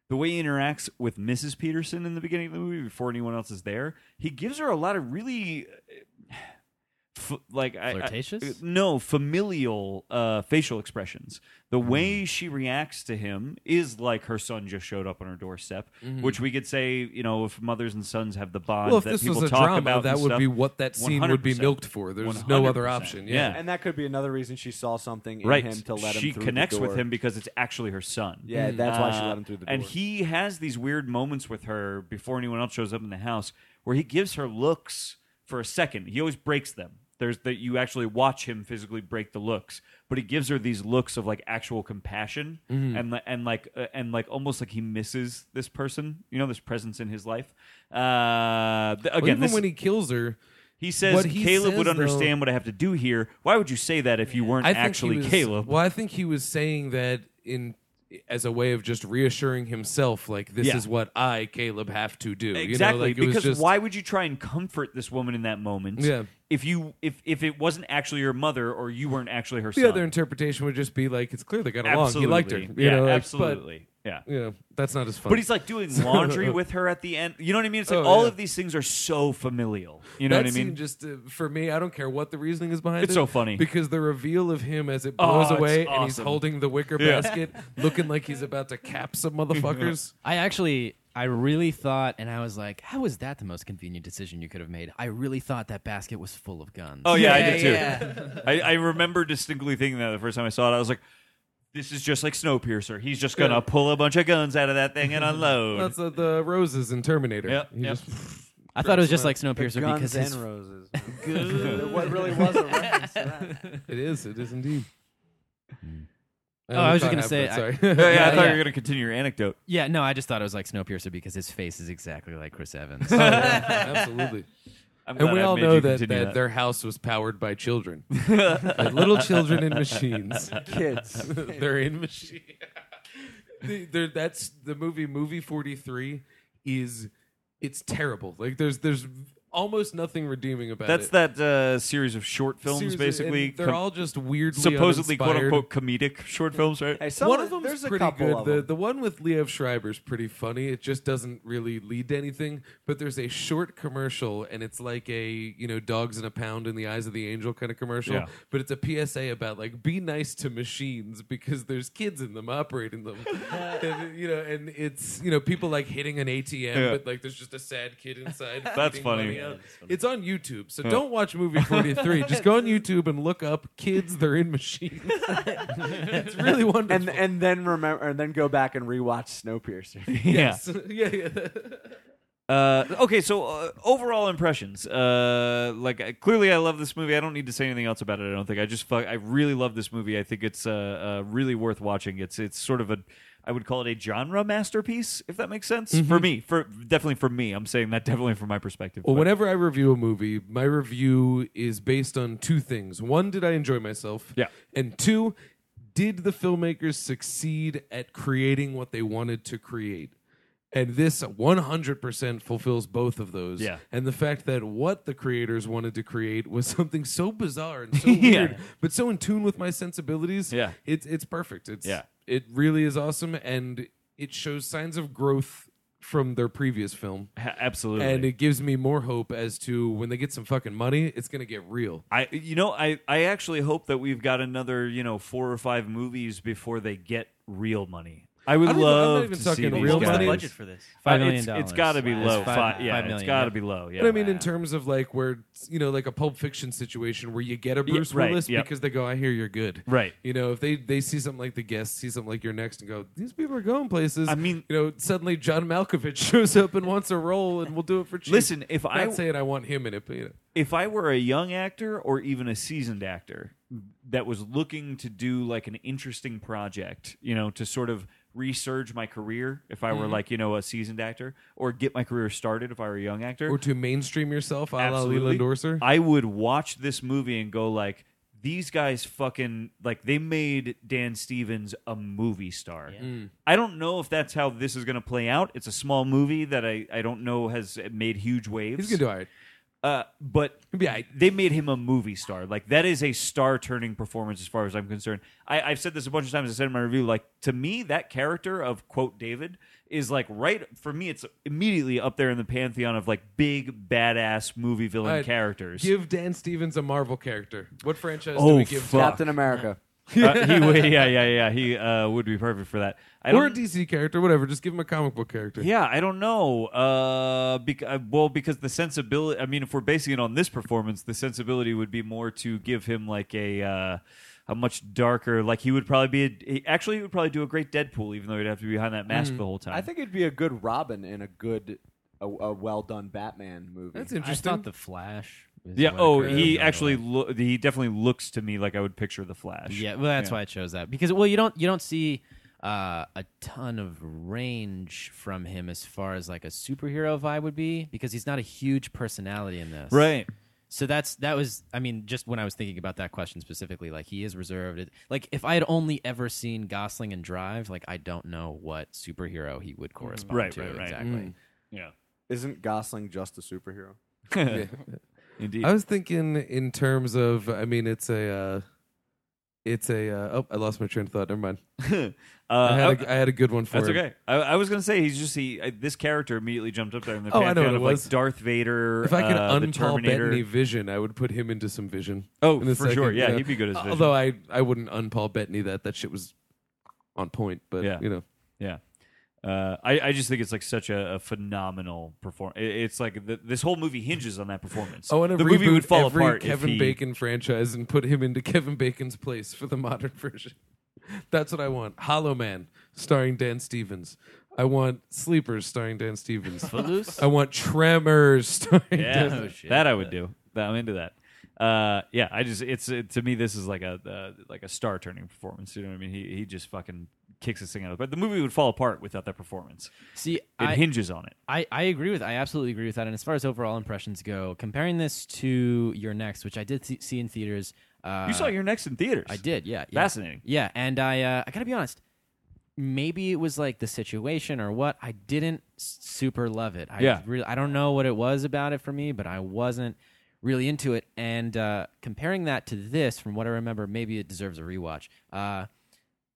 [SPEAKER 3] The way he interacts with Mrs. Peterson in the beginning of the movie before anyone else is there, he gives her a lot of really. uh, F- like I- I-
[SPEAKER 4] Flirtatious?
[SPEAKER 3] no familial uh, facial expressions. The way she reacts to him is like her son just showed up on her doorstep, which we could say, you know, if mothers and sons have the bond
[SPEAKER 2] well, if
[SPEAKER 3] that
[SPEAKER 2] this
[SPEAKER 3] people
[SPEAKER 2] was a
[SPEAKER 3] talk
[SPEAKER 2] drama,
[SPEAKER 3] about,
[SPEAKER 2] that
[SPEAKER 3] and
[SPEAKER 2] would
[SPEAKER 3] stuff,
[SPEAKER 2] be what that scene would be
[SPEAKER 3] 100%.
[SPEAKER 2] milked for. There's no other
[SPEAKER 3] 100%.
[SPEAKER 2] option.
[SPEAKER 3] Yeah.
[SPEAKER 5] And that could be another reason she saw something in
[SPEAKER 3] right.
[SPEAKER 5] him to let him.
[SPEAKER 3] she
[SPEAKER 5] through the
[SPEAKER 3] connects with
[SPEAKER 5] door.
[SPEAKER 3] him because it's actually her son.
[SPEAKER 5] Yeah, that's why she
[SPEAKER 3] Uh,
[SPEAKER 5] let him through the door.
[SPEAKER 3] And he has these weird moments with her before anyone else shows up in the house where he gives her looks for a second. He always breaks them. There's that you actually watch him physically break the looks, but he gives her these looks of like actual compassion
[SPEAKER 2] Mm-hmm.
[SPEAKER 3] and li- and like uh, and like almost like he misses this person, you know, this presence in his life. Uh, th-
[SPEAKER 2] Well,
[SPEAKER 3] again,
[SPEAKER 2] even
[SPEAKER 3] this,
[SPEAKER 2] when he kills her,
[SPEAKER 3] he says
[SPEAKER 2] what he
[SPEAKER 3] Caleb would
[SPEAKER 2] says, though-
[SPEAKER 3] understand what I have to do here. Why would you say that if you weren't
[SPEAKER 2] I think he
[SPEAKER 3] actually
[SPEAKER 2] was-
[SPEAKER 3] Caleb?
[SPEAKER 2] Well, I think he was saying that in as a way of just reassuring himself, like this
[SPEAKER 3] Yeah.
[SPEAKER 2] is what I, Caleb, have to do.
[SPEAKER 3] Exactly,
[SPEAKER 2] you know? like, it was
[SPEAKER 3] because
[SPEAKER 2] just,
[SPEAKER 3] why would you try and comfort this woman in that moment?
[SPEAKER 2] Yeah.
[SPEAKER 3] If you if if it wasn't actually your mother or you weren't actually her
[SPEAKER 2] The
[SPEAKER 3] son.
[SPEAKER 2] other interpretation would just be like, it's clear they got along.
[SPEAKER 3] absolutely.
[SPEAKER 2] He liked her. You
[SPEAKER 3] yeah,
[SPEAKER 2] know, like,
[SPEAKER 3] absolutely. yeah.
[SPEAKER 2] But, you know, that's not as fun.
[SPEAKER 3] But he's like doing laundry with her at the end. You know what I mean? It's like
[SPEAKER 2] Oh,
[SPEAKER 3] all
[SPEAKER 2] yeah.
[SPEAKER 3] of these things are so familial. You know
[SPEAKER 2] that
[SPEAKER 3] what I mean?
[SPEAKER 2] Scene just uh, for me, I don't care what the reasoning is behind
[SPEAKER 3] It's
[SPEAKER 2] it,
[SPEAKER 3] so funny.
[SPEAKER 2] because the reveal of him as it
[SPEAKER 3] Oh,
[SPEAKER 2] blows
[SPEAKER 3] it's
[SPEAKER 2] away and he's
[SPEAKER 3] awesome.
[SPEAKER 2] holding the wicker
[SPEAKER 3] Yeah.
[SPEAKER 2] basket, looking like he's about to cap some motherfuckers.
[SPEAKER 4] I actually, I really thought, and I was like, how is that the most convenient decision you could have made? I really thought that basket was full of guns.
[SPEAKER 3] Oh yeah, I
[SPEAKER 6] Yeah,
[SPEAKER 3] did too. I, I remember distinctly thinking that the first time I saw it, I was like, "This is just like Snowpiercer. He's just gonna pull a bunch of guns out of that thing and unload."
[SPEAKER 2] That's uh, the roses in Terminator.
[SPEAKER 3] Yep,
[SPEAKER 2] He
[SPEAKER 3] yep.
[SPEAKER 2] just-
[SPEAKER 4] I thought it was just
[SPEAKER 2] Right.
[SPEAKER 4] like Snowpiercer because
[SPEAKER 5] Guns
[SPEAKER 4] his,
[SPEAKER 5] and roses. what really was a reference to that?
[SPEAKER 2] it is. It is indeed.
[SPEAKER 4] Oh, I was just
[SPEAKER 2] thought
[SPEAKER 4] gonna
[SPEAKER 2] happened, Sorry.
[SPEAKER 3] yeah, yeah, I
[SPEAKER 4] Yeah,
[SPEAKER 3] thought you
[SPEAKER 4] yeah.
[SPEAKER 3] were gonna continue your anecdote.
[SPEAKER 4] yeah, no, I just thought it was like Snowpiercer because his face is exactly like Chris Evans.
[SPEAKER 2] Oh, yeah, absolutely.
[SPEAKER 3] I'm
[SPEAKER 2] And
[SPEAKER 3] glad
[SPEAKER 2] we
[SPEAKER 3] I
[SPEAKER 2] all
[SPEAKER 3] made
[SPEAKER 2] know
[SPEAKER 3] you
[SPEAKER 2] that, that,
[SPEAKER 3] continue that
[SPEAKER 2] their house was powered by children, Like little children in machines.
[SPEAKER 5] Kids.
[SPEAKER 2] they're in machine. they, they're, that's the movie. Movie forty three is it's terrible. Like there's there's almost nothing redeeming about
[SPEAKER 3] That's
[SPEAKER 2] it.
[SPEAKER 3] that uh, series of short films,
[SPEAKER 2] Seriously, and
[SPEAKER 3] basically.
[SPEAKER 2] they're
[SPEAKER 3] com-
[SPEAKER 2] all just weirdly
[SPEAKER 3] supposedly quote
[SPEAKER 2] uninspired.
[SPEAKER 3] unquote comedic short films, right?
[SPEAKER 5] Hey, some
[SPEAKER 2] one of them's
[SPEAKER 5] there's
[SPEAKER 2] pretty
[SPEAKER 5] a couple
[SPEAKER 2] good.
[SPEAKER 5] Of
[SPEAKER 2] the
[SPEAKER 5] them.
[SPEAKER 2] the one with Liev Schreiber's pretty funny. It just doesn't really lead to anything. But there's a short commercial, and it's like a you know dogs in a pound in the eyes of the angel kind of commercial.
[SPEAKER 3] Yeah.
[SPEAKER 2] But it's a PSA about like be nice to machines because there's kids in them operating them, and, you know. And it's you know people like hitting an ATM,
[SPEAKER 3] Yeah.
[SPEAKER 2] but like there's just a sad kid inside.
[SPEAKER 3] That's
[SPEAKER 2] eating
[SPEAKER 3] funny.
[SPEAKER 2] money
[SPEAKER 3] Yeah,
[SPEAKER 2] out. It's on YouTube, so don't watch movie 43. just go on YouTube and look up kids. They're in machines. it's really wonderful.
[SPEAKER 5] and and then remember and then go back and rewatch Snowpiercer.
[SPEAKER 3] yeah.
[SPEAKER 2] yeah, yeah.
[SPEAKER 3] Uh, okay, so uh, overall impressions. Uh, like I, clearly, I love this movie. I don't need to say anything else about it. I don't think. I just fuck. I really love this movie. I think it's uh, uh, really worth watching. It's it's sort of a I would call it a genre masterpiece, if that makes sense
[SPEAKER 2] Mm-hmm.
[SPEAKER 3] for me. For definitely for me, I'm saying that definitely from my perspective.
[SPEAKER 2] Well,
[SPEAKER 3] but-
[SPEAKER 2] whenever I review a movie, my review is based on two things. One, did I enjoy myself?
[SPEAKER 3] Yeah.
[SPEAKER 2] And two, did the filmmakers succeed at creating what they wanted to create? And this 100% fulfills both of those.
[SPEAKER 3] Yeah.
[SPEAKER 2] And the fact that what the creators wanted to create was something so bizarre and so weird, but so in tune with my sensibilities.
[SPEAKER 3] Yeah.
[SPEAKER 2] It's, it's perfect. It's,
[SPEAKER 3] Yeah.
[SPEAKER 2] It really is awesome. And it shows signs of growth from their previous film
[SPEAKER 3] Ha- absolutely.
[SPEAKER 2] and it gives me more hope as to when they get some fucking money, it's gonna get real.
[SPEAKER 3] I you know I I actually hope that we've got another you know four or five movies before they get real money. I would
[SPEAKER 2] I don't know, I'm not
[SPEAKER 3] love
[SPEAKER 2] even
[SPEAKER 3] to
[SPEAKER 2] talking
[SPEAKER 3] see these
[SPEAKER 2] real
[SPEAKER 6] What's
[SPEAKER 3] guys.
[SPEAKER 6] the
[SPEAKER 2] money.
[SPEAKER 6] budget for this?
[SPEAKER 3] Uh,
[SPEAKER 4] Five million
[SPEAKER 3] it's-
[SPEAKER 4] dollars.
[SPEAKER 3] It's got to be
[SPEAKER 4] It's
[SPEAKER 3] low.
[SPEAKER 4] five-
[SPEAKER 3] Fi- yeah,
[SPEAKER 4] five
[SPEAKER 3] it's
[SPEAKER 4] million,
[SPEAKER 3] got to
[SPEAKER 4] yeah.
[SPEAKER 3] be low. Yeah.
[SPEAKER 2] But I mean, in terms of like where it's, you know, like a Pulp Fiction situation where you get a
[SPEAKER 3] Yeah,
[SPEAKER 2] Bruce
[SPEAKER 3] right,
[SPEAKER 2] Willis
[SPEAKER 3] yep.
[SPEAKER 2] because they go, "I hear you're good."
[SPEAKER 3] Right.
[SPEAKER 2] You know, if they they see something like the guest, see something like you're next, and go, "These people are going places."
[SPEAKER 3] I mean-
[SPEAKER 2] you know, suddenly John Malkovich shows up and wants a role, and we'll do it for cheap.
[SPEAKER 3] Listen, if
[SPEAKER 2] Not
[SPEAKER 3] I-
[SPEAKER 2] saying I want him in it, but you know,
[SPEAKER 3] if I were a young actor or even a seasoned actor that was looking to do like an interesting project, you know, to sort of resurge my career, if I were
[SPEAKER 2] Mm-hmm.
[SPEAKER 3] like, you know, a seasoned actor or get my career started if I were a young actor,
[SPEAKER 2] or to mainstream yourself, a la
[SPEAKER 3] absolutely,
[SPEAKER 2] Leland Orser.
[SPEAKER 3] I would watch this movie and go like, these guys fucking like they made Dan Stevens a movie star. I don't know if that's how this is going to play out. It's a small movie that I, I don't know has made huge waves.
[SPEAKER 2] He's gonna do all right.
[SPEAKER 3] Uh, but
[SPEAKER 2] Yeah, I-
[SPEAKER 3] they made him a movie star. Like that is a star-turning performance, as far as I'm concerned. I, I've said this a bunch of times. I said in my review, like to me, that character of quote David is like right for me. It's immediately up there in the pantheon of like big badass movie villain
[SPEAKER 2] Alright,
[SPEAKER 3] characters.
[SPEAKER 2] Give Dan Stevens a Marvel character. What franchise do
[SPEAKER 3] Oh,
[SPEAKER 2] we give?
[SPEAKER 3] fuck.
[SPEAKER 5] Captain America.
[SPEAKER 3] Uh, he would, yeah, yeah, yeah. He uh, would be perfect for that. I
[SPEAKER 2] or a
[SPEAKER 3] don't-
[SPEAKER 2] DC character, whatever. Just give him a comic book character.
[SPEAKER 3] Yeah, I don't know. Uh, bec- uh, well, because the sensibility. I mean, if we're basing it on this performance, the sensibility would be more to give him like a uh, a much darker. Like he would probably be. A, he- actually, he would probably do a great Deadpool, even though he'd have to be behind that
[SPEAKER 2] Mm,
[SPEAKER 3] mask the whole time.
[SPEAKER 5] I think it'd be a good Robin in a good, a, a well done Batman movie.
[SPEAKER 2] That's
[SPEAKER 4] I
[SPEAKER 2] interesting.
[SPEAKER 4] thought the Flash. was
[SPEAKER 3] Yeah.
[SPEAKER 4] what I
[SPEAKER 3] Oh,
[SPEAKER 4] could
[SPEAKER 3] he
[SPEAKER 4] have done.
[SPEAKER 3] actually. Lo- he definitely looks to me like I would picture the Flash.
[SPEAKER 4] Yeah, well, that's why I chose that because well, you don't you don't see uh, a ton of range from him as far as like a superhero vibe would be because he's not a huge personality in this,
[SPEAKER 3] Right.
[SPEAKER 4] So that's that was I mean just when I was thinking about that question specifically, like he is reserved. It- Like if I had only ever seen Gosling and Drive, like I don't know what superhero he would correspond
[SPEAKER 3] Right,
[SPEAKER 4] to
[SPEAKER 3] right, Mm. right.
[SPEAKER 4] exactly.
[SPEAKER 3] Yeah.
[SPEAKER 5] Isn't Gosling just a superhero?
[SPEAKER 3] Indeed.
[SPEAKER 2] I was thinking in terms of. I mean, it's a. Uh, it's a. Uh, oh, I lost my train of thought. Never mind.
[SPEAKER 3] Uh,
[SPEAKER 2] I
[SPEAKER 3] I-
[SPEAKER 2] had, a, I had a good one for
[SPEAKER 3] That's
[SPEAKER 2] him.
[SPEAKER 3] okay. I, I was gonna say he's just he. I, this character immediately jumped up there in the
[SPEAKER 2] Oh, I know
[SPEAKER 3] pantheon
[SPEAKER 2] what it
[SPEAKER 3] of
[SPEAKER 2] was.
[SPEAKER 3] like Darth Vader.
[SPEAKER 2] If I could
[SPEAKER 3] uh, the
[SPEAKER 2] un-Paul
[SPEAKER 3] Terminator.
[SPEAKER 2] Bettany Vision, I would put him into some Vision.
[SPEAKER 3] Oh,
[SPEAKER 2] in a
[SPEAKER 3] for sure. Yeah, Uh,
[SPEAKER 2] you know.
[SPEAKER 3] he'd be good as Vision.
[SPEAKER 2] Although I, I wouldn't un-Paul Bettany that. That shit was on point. But
[SPEAKER 3] Yeah.
[SPEAKER 2] you know,
[SPEAKER 3] Yeah. Uh, I, I just think it's like such a, a phenomenal performance. It's like the, this whole movie hinges on that performance.
[SPEAKER 2] I want to
[SPEAKER 3] the
[SPEAKER 2] reboot
[SPEAKER 3] movie would fall
[SPEAKER 2] every
[SPEAKER 3] apart. if
[SPEAKER 2] Kevin
[SPEAKER 3] he-
[SPEAKER 2] Bacon franchise and put him into Kevin Bacon's place for the modern version. That's what I want. Hollow Man, starring Dan Stevens. I want Sleepers, starring Dan Stevens.
[SPEAKER 4] Footloose?
[SPEAKER 2] I want Tremors, starring. Dan-
[SPEAKER 3] Yeah, oh, that I would do. That- I'm into that. Uh, yeah, I just it's it, to me this is like a uh, like a star turning performance. You know what I mean? He he just fucking kicks this thing out of. But the movie would fall apart without that performance.
[SPEAKER 4] See,
[SPEAKER 3] It
[SPEAKER 4] I,
[SPEAKER 3] hinges on it.
[SPEAKER 4] I, I agree with I absolutely agree with that. And as far as overall impressions go, comparing this to your next, which I did see, see in theaters, uh,
[SPEAKER 3] You saw your next in theaters.
[SPEAKER 4] I did, yeah, yeah.
[SPEAKER 3] Fascinating.
[SPEAKER 4] Yeah, and I uh, I gotta be honest, maybe it was like the situation or what. I didn't s- super love it. I
[SPEAKER 3] Yeah.
[SPEAKER 4] really I don't know what it was about it for me, but I wasn't really into it. And uh, comparing that to this, from what I remember, maybe it deserves a rewatch. Uh,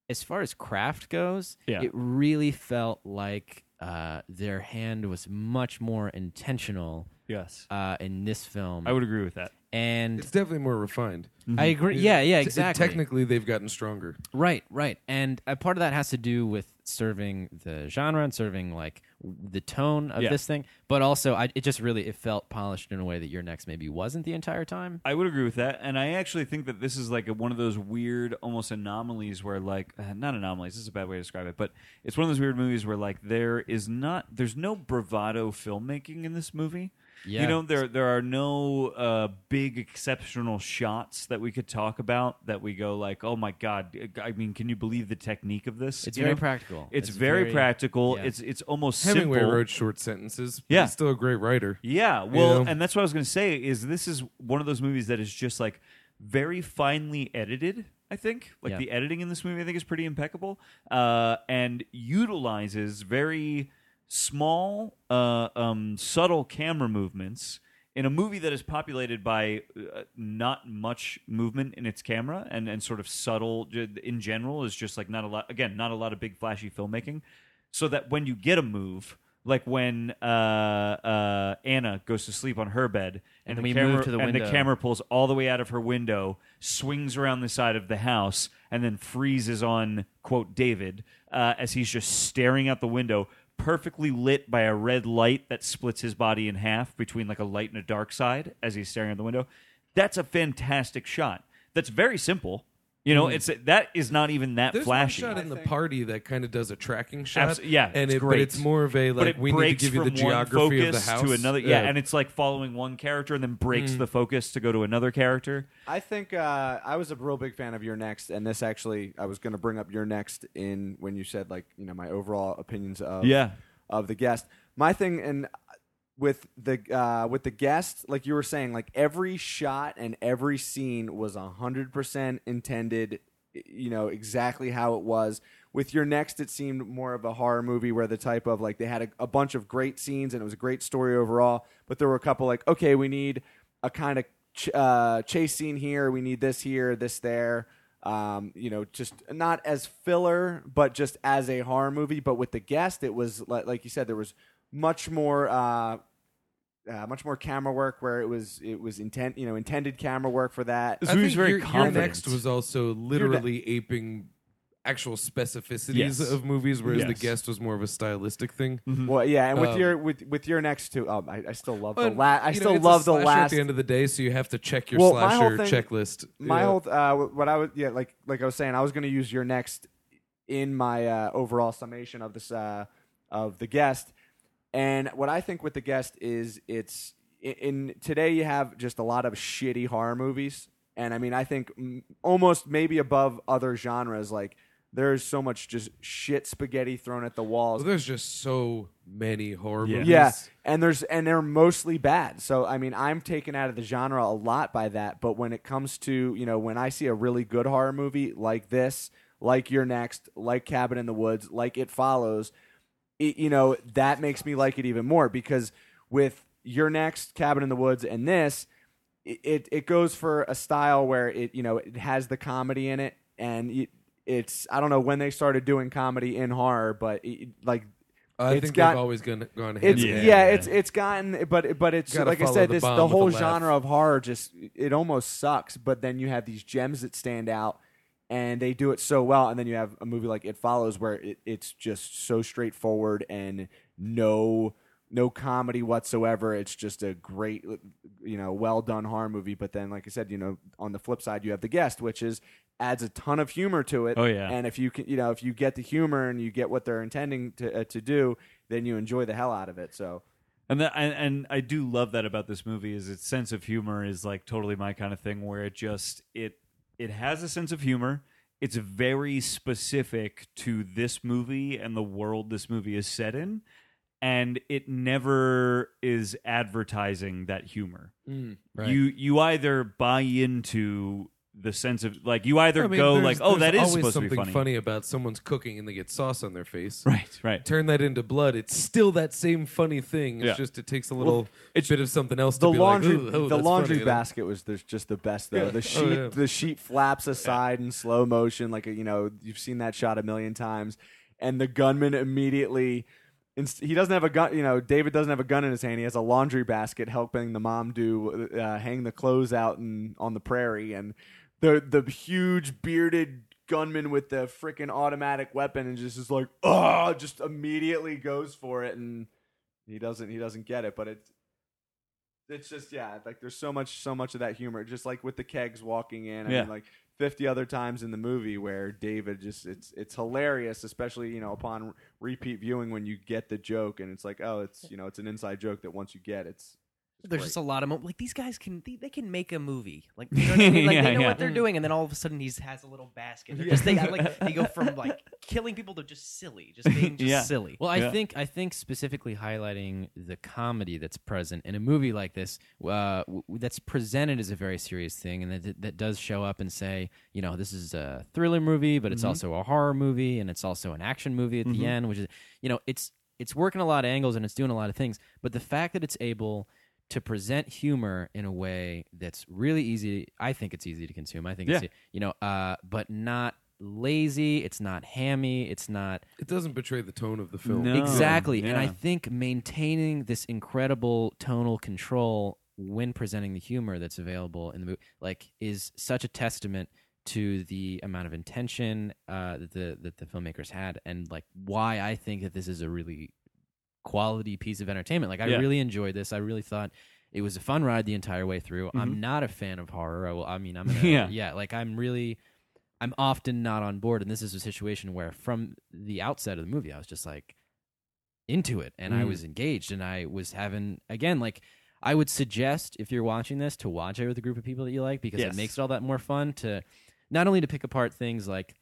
[SPEAKER 4] as far as craft goes,
[SPEAKER 3] Yeah.
[SPEAKER 4] it really felt like uh, their hand was much more intentional
[SPEAKER 3] Yes,
[SPEAKER 4] uh, in this film.
[SPEAKER 3] I would Mm-hmm. agree with that.
[SPEAKER 4] and
[SPEAKER 2] It's definitely more refined.
[SPEAKER 4] I agree. Yeah, yeah,
[SPEAKER 2] T-
[SPEAKER 4] exactly.
[SPEAKER 2] Technically, they've gotten stronger.
[SPEAKER 4] Right, right. And a part of that has to do with serving the genre and serving like w- the tone of
[SPEAKER 3] Yeah.
[SPEAKER 4] this thing, but also I, it just really it felt polished in a way that your next maybe wasn't the entire time.
[SPEAKER 3] I would agree with that, and I actually think that this is like a, one of those weird, almost anomalies where, like, uh, not anomalies. This is a bad way to describe it, but it's one of those weird movies where, like, there is not, there's no bravado filmmaking in this movie. You
[SPEAKER 4] Yeah.
[SPEAKER 3] know, there there are no uh, big exceptional shots that we could talk about that we go like, oh my god! I mean, can you believe the technique of this?
[SPEAKER 4] It's
[SPEAKER 3] You
[SPEAKER 4] very
[SPEAKER 3] know?
[SPEAKER 4] practical.
[SPEAKER 3] It's,
[SPEAKER 4] It's
[SPEAKER 3] very,
[SPEAKER 4] very-
[SPEAKER 3] practical.
[SPEAKER 4] yeah.
[SPEAKER 3] It's it's almost
[SPEAKER 2] Hemingway
[SPEAKER 3] simple.
[SPEAKER 2] wrote short sentences. But
[SPEAKER 3] Yeah.
[SPEAKER 2] he's still a great writer.
[SPEAKER 3] Yeah, well,
[SPEAKER 2] know?
[SPEAKER 3] and that's what I was going to say is this is one of those movies that is just like very finely edited. I think like
[SPEAKER 4] Yeah.
[SPEAKER 3] the editing in this movie, I think is pretty impeccable, uh, and utilizes very small, uh, um, subtle camera movements in a movie that is populated by uh, not much movement in its camera and and sort of subtle ju- in general is just like not a lot. Again, not a lot of big flashy filmmaking so that when you get a move, like when uh, uh, Anna goes to sleep on her bed, and,
[SPEAKER 4] And
[SPEAKER 3] the
[SPEAKER 4] we
[SPEAKER 3] camera
[SPEAKER 4] move to the
[SPEAKER 3] and the
[SPEAKER 4] window.
[SPEAKER 3] camera pulls all the way out of her window, swings around the side of the house, and then freezes on quote David uh, as he's just staring out the window. Perfectly lit by a red light that splits his body in half between like a light and a dark side as he's staring out the window. That's a fantastic shot. That's very simple. You know,
[SPEAKER 4] Mm-hmm.
[SPEAKER 3] it's that is not even that
[SPEAKER 2] There's
[SPEAKER 3] flashy.
[SPEAKER 2] one shot in the party that kind of does a tracking shot.
[SPEAKER 3] Abs- yeah,
[SPEAKER 2] and
[SPEAKER 3] it's
[SPEAKER 2] it,
[SPEAKER 3] great.
[SPEAKER 2] but it's more of a
[SPEAKER 3] but
[SPEAKER 2] like
[SPEAKER 3] it
[SPEAKER 2] we need to
[SPEAKER 3] breaks
[SPEAKER 2] give you the
[SPEAKER 3] from one
[SPEAKER 2] geography of the
[SPEAKER 3] focus
[SPEAKER 2] house
[SPEAKER 3] to another. Yeah, and it's like following one character and then breaks the focus to go to another character.
[SPEAKER 5] I think uh, I was a real big fan of your next, and this actually I was going to bring up your next in when you said like you know my overall opinions of
[SPEAKER 3] Yeah.
[SPEAKER 5] of the guest. My thing and with the uh, with the guest, like you were saying, like every shot and every scene was hundred percent intended. You know exactly how it was. With your next, it seemed more of a horror movie where the type of like they had a, a bunch of great scenes and it was a great story overall, but there were a couple like okay, we need a kind of ch- uh, chase scene here. We need this here, this there. Um, you know, just not as filler, but just as a horror movie. But with the guest, it was like, like you said, there was much more. Uh, uh, much more camera work where it was it was intent you know intended camera work for that
[SPEAKER 3] This
[SPEAKER 2] I
[SPEAKER 3] movie's
[SPEAKER 2] think
[SPEAKER 3] very
[SPEAKER 2] your, your
[SPEAKER 3] confident.
[SPEAKER 2] next was also literally aping actual specificities
[SPEAKER 3] Yes.
[SPEAKER 2] of movies, whereas the
[SPEAKER 3] Yes.
[SPEAKER 2] guest was more of a stylistic thing.
[SPEAKER 5] well yeah and with
[SPEAKER 2] Um,
[SPEAKER 5] your with with your next two um, I, I still love the
[SPEAKER 2] But,
[SPEAKER 5] last I
[SPEAKER 2] you know,
[SPEAKER 5] still
[SPEAKER 2] it's a
[SPEAKER 5] love the
[SPEAKER 2] slasher
[SPEAKER 5] last
[SPEAKER 2] At the end of the day, so you have to check your
[SPEAKER 5] Well, my whole
[SPEAKER 2] slasher
[SPEAKER 5] thing-
[SPEAKER 2] checklist.
[SPEAKER 5] my
[SPEAKER 2] Yeah.
[SPEAKER 5] whole uh, what I was yeah like like I was saying I was going to use your next in my uh, overall summation of this uh, of the guest and what I think with the guest is it's in, in today you have just a lot of shitty horror movies and I mean I think mm, almost maybe above other genres like there's so much just shit spaghetti thrown at the walls
[SPEAKER 2] Well, there's just so many horror movies.
[SPEAKER 5] yeah, and there's and they're mostly bad. So I mean, I'm taken out of the genre a lot by that. But when it comes to you know when I see a really good horror movie like this, like Your Next, like Cabin in the Woods, like It Follows, it, you know that makes me like it even more because with Your Next, Cabin in the Woods, and this, it- it it goes for a style where it you know it has the comedy in it and. It, it's I don't know when they started doing comedy in horror, but it, like
[SPEAKER 2] I
[SPEAKER 5] It's
[SPEAKER 2] think
[SPEAKER 5] got-
[SPEAKER 2] they've always gone, gone hand
[SPEAKER 5] it's
[SPEAKER 2] in
[SPEAKER 5] yeah,
[SPEAKER 2] hand.
[SPEAKER 5] it's it's gotten but but it's
[SPEAKER 2] Gotta
[SPEAKER 5] like I
[SPEAKER 2] follow
[SPEAKER 5] said
[SPEAKER 2] the
[SPEAKER 5] this
[SPEAKER 2] bomb
[SPEAKER 5] the
[SPEAKER 2] with a
[SPEAKER 5] whole
[SPEAKER 2] laugh.
[SPEAKER 5] genre of horror just it almost sucks but then you have these gems that stand out and they do it so well and then you have a movie like It Follows where it, it's just so straightforward and no no comedy whatsoever it's just a great you know well done horror movie but then like I said you know on the flip side you have The Guest which is adds a ton of humor to it
[SPEAKER 3] Oh, yeah.
[SPEAKER 5] and if you can you know if you get the humor and you get what they're intending to uh, to do then you enjoy the hell out of it so
[SPEAKER 3] And, that, and and I do love that about this movie is its sense of humor is like totally my kind of thing where it just it it has a sense of humor. It's very specific to this movie and the world this movie is set in, and it never is advertising that humor.
[SPEAKER 2] Mm,
[SPEAKER 3] You you either buy into the sense of like you either
[SPEAKER 2] I mean,
[SPEAKER 3] go
[SPEAKER 2] there's-
[SPEAKER 3] like oh
[SPEAKER 2] there's
[SPEAKER 3] that is
[SPEAKER 2] always
[SPEAKER 3] supposed to
[SPEAKER 2] something
[SPEAKER 3] be funny.
[SPEAKER 2] funny about someone's cooking and they get sauce on their face.
[SPEAKER 3] right right
[SPEAKER 2] turn that into blood, it's still that same funny thing. It's
[SPEAKER 3] Yeah.
[SPEAKER 2] just it takes a little bit of something else.
[SPEAKER 5] the
[SPEAKER 2] to be
[SPEAKER 5] laundry
[SPEAKER 2] like, "Ooh, oh,
[SPEAKER 5] the
[SPEAKER 2] that's
[SPEAKER 5] laundry
[SPEAKER 2] funny."
[SPEAKER 5] basket was there's just the best though. The sheet
[SPEAKER 2] yeah.
[SPEAKER 5] the sheet flaps aside in slow motion like you know you've seen that shot a million times, and the gunman immediately. inst- He doesn't have a gun, you know. David doesn't have a gun in his hand. He has a laundry basket, helping the mom do uh, hang the clothes out in, on the prairie, and the the huge bearded gunman with the freaking automatic weapon, and just is like, oh, just immediately goes for it, and he doesn't he doesn't get it. But it's it's just yeah, like there's so much so much of that humor. Just like with the kegs walking in, I
[SPEAKER 3] Yeah.
[SPEAKER 5] mean like fifty other times in the movie where David just it's it's hilarious, especially, you know, upon repeat viewing when you get the joke and it's like, oh, it's you know, it's an inside joke that once you get it's
[SPEAKER 6] there's just a lot of mo- like these guys can they, they can make a movie like you know what I mean? like
[SPEAKER 3] Yeah,
[SPEAKER 6] they know
[SPEAKER 3] yeah.
[SPEAKER 6] what they're doing and then all of a sudden he's has a little basket They're just they like they go from like killing people to just silly just being just
[SPEAKER 3] Yeah.
[SPEAKER 6] silly
[SPEAKER 4] Well, I
[SPEAKER 3] Yeah.
[SPEAKER 4] think I think specifically highlighting the comedy that's present in a movie like this, uh, w- w- that's presented as a very serious thing, and that that does show up and say, you know, this is a thriller movie, but it's also a horror movie, and it's also an action movie at the end, which is, you know, it's it's working a lot of angles and it's doing a lot of things, but the fact that it's able to present humor in a way that's really easy, I think it's easy to consume. I think
[SPEAKER 3] Yeah.
[SPEAKER 4] it's you know, uh, but not lazy. It's not hammy. It's not
[SPEAKER 2] It doesn't betray the tone of the film.
[SPEAKER 3] No.
[SPEAKER 4] Exactly. And I
[SPEAKER 3] Yeah.
[SPEAKER 4] think maintaining this incredible tonal control when presenting the humor that's available in the movie like is such a testament to the amount of intention uh, that the that the filmmakers had and like why I think that this is a really quality piece of entertainment. Like I
[SPEAKER 3] Yeah.
[SPEAKER 4] really enjoyed this. I really thought it was a fun ride the entire way through. I'm not a fan of horror. I, will, I mean, I'm gonna,
[SPEAKER 3] Mm-hmm. Yeah.
[SPEAKER 4] yeah, Like I'm really, I'm often not on board, and this is a situation where from the outset of the movie, I was just like into it, and I
[SPEAKER 2] Mm.
[SPEAKER 4] was engaged, and I was having again like. I would suggest if you're watching this to watch it with a group of people that you like because
[SPEAKER 3] Yes.
[SPEAKER 4] it makes it all that more fun to not only to pick apart things like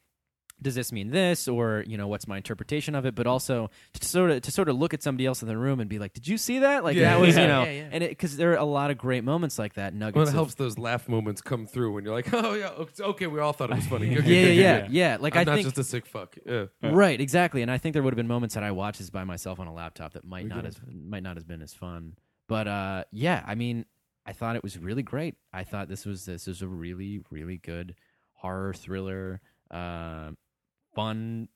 [SPEAKER 4] does this mean this or you know what's my interpretation of it but also to sort of to sort of look at somebody else in the room and be like did you see that like
[SPEAKER 2] Yeah.
[SPEAKER 4] that was
[SPEAKER 3] Yeah.
[SPEAKER 4] you know
[SPEAKER 6] Yeah, yeah.
[SPEAKER 4] and because there are a lot of great moments like that nuggets
[SPEAKER 2] Well, it
[SPEAKER 4] of-
[SPEAKER 2] helps those laugh moments come through when you're like, oh yeah, it's okay, we all thought it was funny.
[SPEAKER 3] Yeah,
[SPEAKER 2] Good, good,
[SPEAKER 4] yeah yeah
[SPEAKER 2] good,
[SPEAKER 4] yeah
[SPEAKER 2] good, good.
[SPEAKER 4] yeah like
[SPEAKER 2] I'm
[SPEAKER 4] i
[SPEAKER 2] not
[SPEAKER 4] think
[SPEAKER 2] just a sick fuck.
[SPEAKER 3] Uh,
[SPEAKER 2] Yeah.
[SPEAKER 4] right exactly and i think there would have been moments that i watched this by myself on a laptop that might not as might not have been as fun but uh yeah i mean i thought it was really great i thought this was this is a really really good horror thriller uh, fun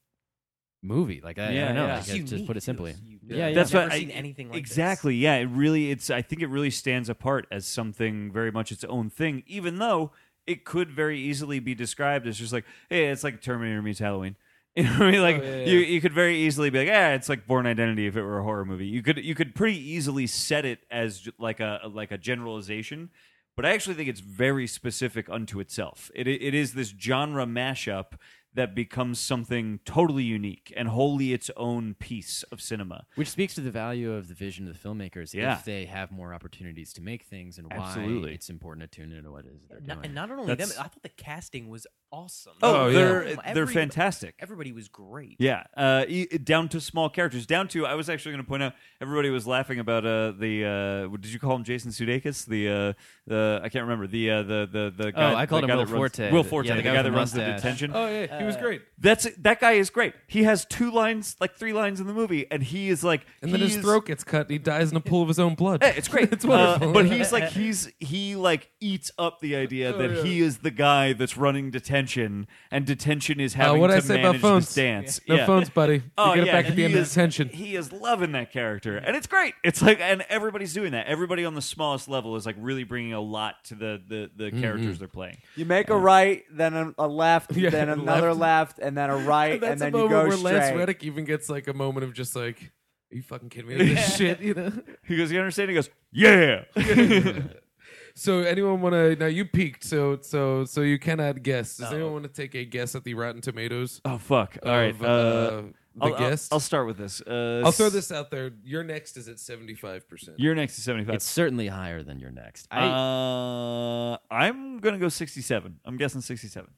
[SPEAKER 4] movie like i, I
[SPEAKER 3] Yeah,
[SPEAKER 4] don't know
[SPEAKER 3] yeah.
[SPEAKER 4] like,
[SPEAKER 6] It's
[SPEAKER 4] I- just
[SPEAKER 6] unique.
[SPEAKER 4] put
[SPEAKER 6] It
[SPEAKER 4] it
[SPEAKER 6] was
[SPEAKER 4] simply
[SPEAKER 6] unique.
[SPEAKER 4] Yeah, yeah.
[SPEAKER 3] That's
[SPEAKER 6] I've never
[SPEAKER 3] what I-
[SPEAKER 6] seen anything like this.
[SPEAKER 3] exactly. Yeah, it really. It's. I think it really stands apart as something very much its own thing, even though it could very easily be described as just like, hey, it's like Terminator meets Halloween. You know what I mean? Like
[SPEAKER 2] yeah,
[SPEAKER 3] you,
[SPEAKER 2] yeah.
[SPEAKER 3] you could very easily be like, yeah, it's like Born Identity if it were a horror movie. You could, you could pretty easily set it as ju- like a like a generalization. But I actually think it's very specific unto itself. It, it is this genre mashup that becomes something totally unique and wholly its own piece of cinema.
[SPEAKER 4] Which speaks to the value of the vision of the filmmakers
[SPEAKER 3] Yeah.
[SPEAKER 4] if they have more opportunities to make things and
[SPEAKER 3] Absolutely.
[SPEAKER 4] why it's important to tune into what it is they're
[SPEAKER 6] Not-
[SPEAKER 4] doing.
[SPEAKER 6] and not only
[SPEAKER 3] That's-
[SPEAKER 6] them I thought the casting was awesome
[SPEAKER 3] Oh,
[SPEAKER 2] Oh, yeah.
[SPEAKER 3] they're they're
[SPEAKER 6] Everybody-
[SPEAKER 3] fantastic.
[SPEAKER 6] everybody was great
[SPEAKER 3] yeah, uh, e- down to small characters. Down to I was actually going to point out everybody was laughing about uh, the uh, what did you call him Jason Sudeikis? The uh, the I can't remember the uh, the the the guy.
[SPEAKER 4] Oh, I
[SPEAKER 3] the
[SPEAKER 4] called him
[SPEAKER 3] guy
[SPEAKER 4] Will
[SPEAKER 3] that runs-
[SPEAKER 4] Forte.
[SPEAKER 3] Will
[SPEAKER 4] The-
[SPEAKER 3] Forte,
[SPEAKER 4] yeah,
[SPEAKER 3] the,
[SPEAKER 4] the
[SPEAKER 3] guy,
[SPEAKER 4] guy with
[SPEAKER 3] that
[SPEAKER 4] the
[SPEAKER 3] runs the
[SPEAKER 4] mustache.
[SPEAKER 3] detention.
[SPEAKER 2] Oh yeah, he was great.
[SPEAKER 3] That's that guy is great. He has two lines, like three lines in the movie, and he is like
[SPEAKER 2] And then
[SPEAKER 3] he
[SPEAKER 2] his
[SPEAKER 3] is-
[SPEAKER 2] throat gets cut. and He dies in a pool of his own blood.
[SPEAKER 3] Hey, it's great.
[SPEAKER 2] it's
[SPEAKER 3] Uh,
[SPEAKER 2] wonderful.
[SPEAKER 3] but he's like he's he like eats up the idea that
[SPEAKER 2] Oh, yeah.
[SPEAKER 3] he is the guy that's running detention, and detention is
[SPEAKER 2] Uh,
[SPEAKER 3] having
[SPEAKER 2] what
[SPEAKER 3] to
[SPEAKER 2] I say about
[SPEAKER 3] manage
[SPEAKER 2] phones?
[SPEAKER 3] this dance.
[SPEAKER 2] No
[SPEAKER 3] Yeah.
[SPEAKER 2] phones, buddy.
[SPEAKER 3] Oh,
[SPEAKER 2] you get
[SPEAKER 3] yeah,
[SPEAKER 2] it back at the
[SPEAKER 3] he
[SPEAKER 2] end of
[SPEAKER 3] is-
[SPEAKER 2] detention.
[SPEAKER 3] He is loving that character, and it's great. It's like, and everybody's doing that. Everybody on the smallest level is like really bringing a lot to the the, the
[SPEAKER 2] Mm-hmm.
[SPEAKER 3] characters they're playing.
[SPEAKER 5] You make a right, then a, a left,
[SPEAKER 2] Yeah,
[SPEAKER 5] then another left. and then a right, and,
[SPEAKER 2] that's
[SPEAKER 5] then
[SPEAKER 2] a
[SPEAKER 5] you
[SPEAKER 2] moment
[SPEAKER 5] go
[SPEAKER 2] where Lance
[SPEAKER 5] straight.
[SPEAKER 2] Reddick even gets like a moment of just like, "Are you fucking kidding me with this shit?" You know.
[SPEAKER 3] He goes, "You understand?" He goes, "Yeah."
[SPEAKER 2] So anyone want to? Now you peaked, so so so you cannot guess. Does anyone want to take a guess at the Rotten Tomatoes?
[SPEAKER 3] oh fuck! All right,
[SPEAKER 2] of,
[SPEAKER 3] uh,
[SPEAKER 2] the
[SPEAKER 3] I'll, I'll-
[SPEAKER 2] guest.
[SPEAKER 3] I'll start with this. Uh,
[SPEAKER 2] I'll throw this out there. Your next is at seventy five percent.
[SPEAKER 3] You're next to seventy five.
[SPEAKER 4] it's certainly higher than your next. I,
[SPEAKER 3] Uh, I'm gonna go 67. I'm guessing 67.